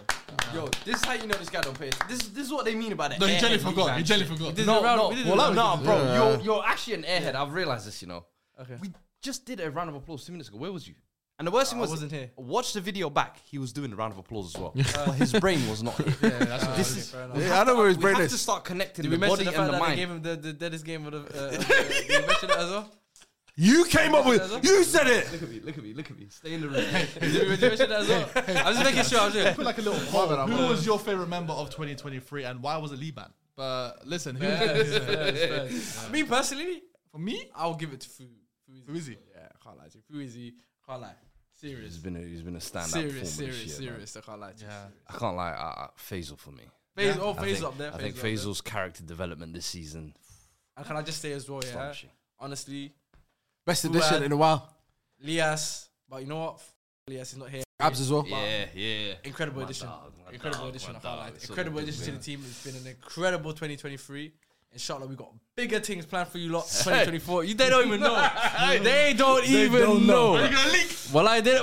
though. Yo, this is how you know this guy don't pay. This this is what they mean about it. No, he generally forgot. He generally forgot. did No, a round- no, we did a well, round no, of bro. Yeah. You're you're actually an airhead. I've realized this. You know, Okay. we just did a round of applause two minutes ago. Where was you? And the worst thing I was, wasn't here. Watch the video back. He was doing a round of applause as well, but his brain was not. Here. this is. Fair enough. Yeah, I know where his We brain have to is. start connecting Did the we mention body the and fact the that they gave mind. him the, the deadest game of the? Uh, of the- did we mention that as well? You came up with You said it. Look at me, look at me, look at me. Stay in the room. Did we, did we mention that as well? I'm just making sure. I'm just. Put like a little poll. Who was your favorite member of 2023, and why was it Liban? But listen, who Me personally, for me? I'll give it to Fu. Who is he? Yeah, I can't lie to you. Fu is he? Can't lie. Serious. He's been a, he's been a standout performer Serious, serious, this year. man. serious. I can't lie to you. Yeah. I can't lie, uh, uh, Faisal for me. Phase, oh, I phase think- up there. I think phase up there. Faisal's character development this season. And can I just say as well, yeah? Astonishing. Honestly, Best Who edition had- in a while. Lias, but you know what? F- Lias is not here. Abs as well. Yeah, yeah. Incredible My addition. dog, my incredible dog, addition. my I can't dog. lie. It's all Incredible good, addition to man. the team. It's been an incredible 2023. Inshallah, we got bigger things planned for you lot. 2024. You, they don't even know. they don't even know. Well, I did.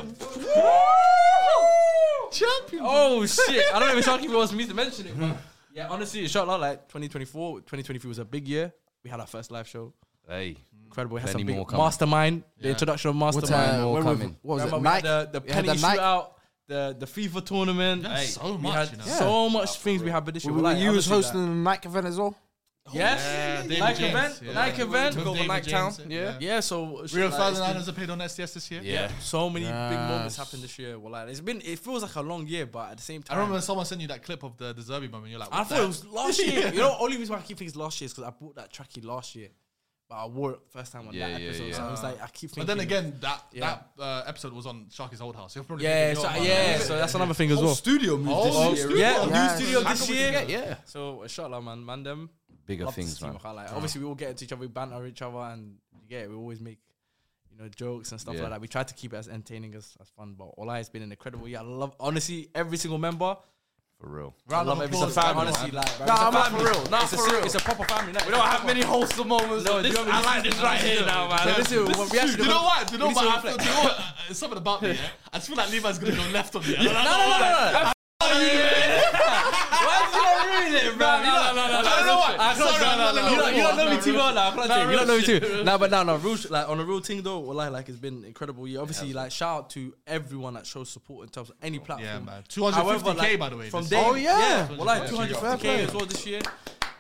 Champion. Oh shit! I don't even Sharky even wants me to mention it. Hmm. But yeah, honestly, inshallah, like 2024, 2023 was a big year. We had our first live show. Hey, Incredible. We had Plenty some big more coming. mastermind. The introduction of What, mastermind. uh, all where was, coming. what was it? Remember we had Nike? the, the We had penalty Nike- shootout. the the FIFA tournament. Yeah, so much, had you know. So Yeah. much things we have with this year. Well, Like, you was obviously that- hosting the Nike event as well. Yes, Yeah, David Nike James, event, yeah. Nike Yeah. event, Took David Nike James, Town. yeah. Yeah, yeah. So it's- Real like, Thousand it's been- Islanders have played on STS this year. Yeah. So many big Yes. moments happened this year. Well, like, it's been. It feels like a long year, but at the same I time, remember when someone sent you that clip of the, the Zerbi moment. You're like, I "What thought the-" it was last year. Yeah. You know, only reason why I keep thinking it's last year is because I bought that trackie last year, but I wore it first time on Yeah, that yeah, episode. yeah. So I was like, I keep But thinking. then again, that Yeah. that uh, episode was on Sharky's old house. You're probably Yeah, thinking, so, "Yo, man, yeah, look at so it." that's another thing as well. studio moved Whole this year. studio. Yeah, Yes. new studio How this can we year. forget? Yeah. So a shot like man, man them. Bigger Love this things, team, man. I can't lie. Obviously, we all get into each other, we banter each other, and yeah, we always make you know jokes and stuff Yeah. like that. We try to keep it as entertaining as, as fun. But Ola has been an incredible year. I love honestly every single member. For real. Round I love of every applause single for everyone. family. Honestly, like, bro, Nah, it's a man, family. for real. Nah, it's a for ser- real. It's a proper family. We don't have many wholesome moments. No, No, do you this, know I what I mean? like this right here now, man. So this is what we actually Do you know don't- what? Do you know we need to what? I feel- reflect. Do you know what? Uh, Something about me. Yeah? I just feel like Levi's gonna go left on me. I don't know No, no, no, why. no, no. Why did you ruin it, bro? No, no, no, no, no, I don't know why. I can't- Sorry, no, I'm no, not no, like- you don't- You don't know No, me too real well, shit. nah, I can't take it. You don't real know me too. Nah, but nah, nah, real sh- like on a real thing though, wallahi, like it's been incredible year. Obviously, like shout out to everyone that shows support in terms of any platform. man. 250K, like, by the way, From this day, year. Oh, yeah. well, like 250K 250k as well this year.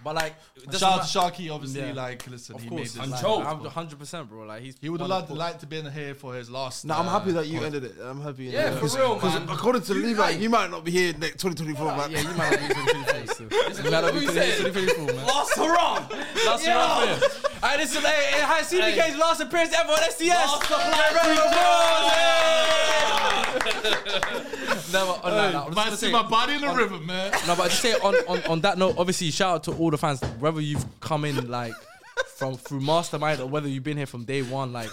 But like, it doesn't Shout out matter. to Sharky, obviously. Yeah. Like, listen, Of he course, made this. like, joke. I'm 100 percent bro. Like he's He would have wonderful. loved, liked to be in here for his last. No, I'm uh, happy that you pod. ended it. I'm happy. you Yeah, ended it. for real, 'Cause man. According to You Levi, guys- you might not be here next 2024, man. Yeah, you might have been 2024 still. You might have been What we said. 2024, man. Last hurrah! Last year, last year. Hey, this is hey, hey, hi, CBK's last appearance ever on STS. Hey, round of applause, hey. oh, No, but on that, no, I'm just Man, gonna see say- my body in the on- river, man. No, but I just say on, on, on that note, obviously, shout out to all the fans, whether you've come in like from through Mastermind or whether you've been here from day one, like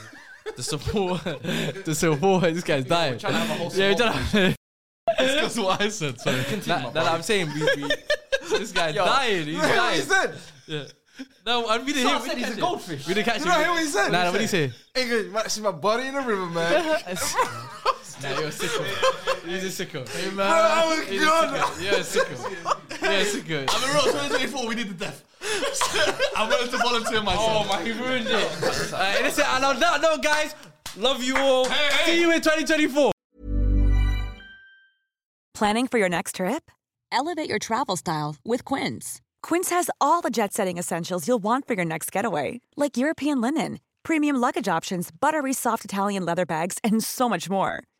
the support, the support. This guy's dying. trying to have a whole yeah, we're support trying to. That's what I said. Sorry. That, that I'm saying, we, we, this guy's dying. He's What he dying. said? No, and we didn't hear. I we said he's a didn't catch it. goldfish. We didn't catch You it. don't hear what he said? Nah, He nah, what he say? Hey, good, man, see my body in the river, man. nah, you're a sicko. He's a sicko. Hey, man. Oh, my He's a God. sicko. You're a sicko. You're a sicko. I'm in real 2024. We need the death. I wanted to volunteer Oh myself. my, he ruined it. Uh, and that's it. And on that note, guys, love you all. See you in 2024. Planning for your next trip? Elevate your travel style with Quince. Quince has all the jet setting essentials you'll want for your next getaway, like European linen, premium luggage options, buttery soft Italian leather bags, and so much more.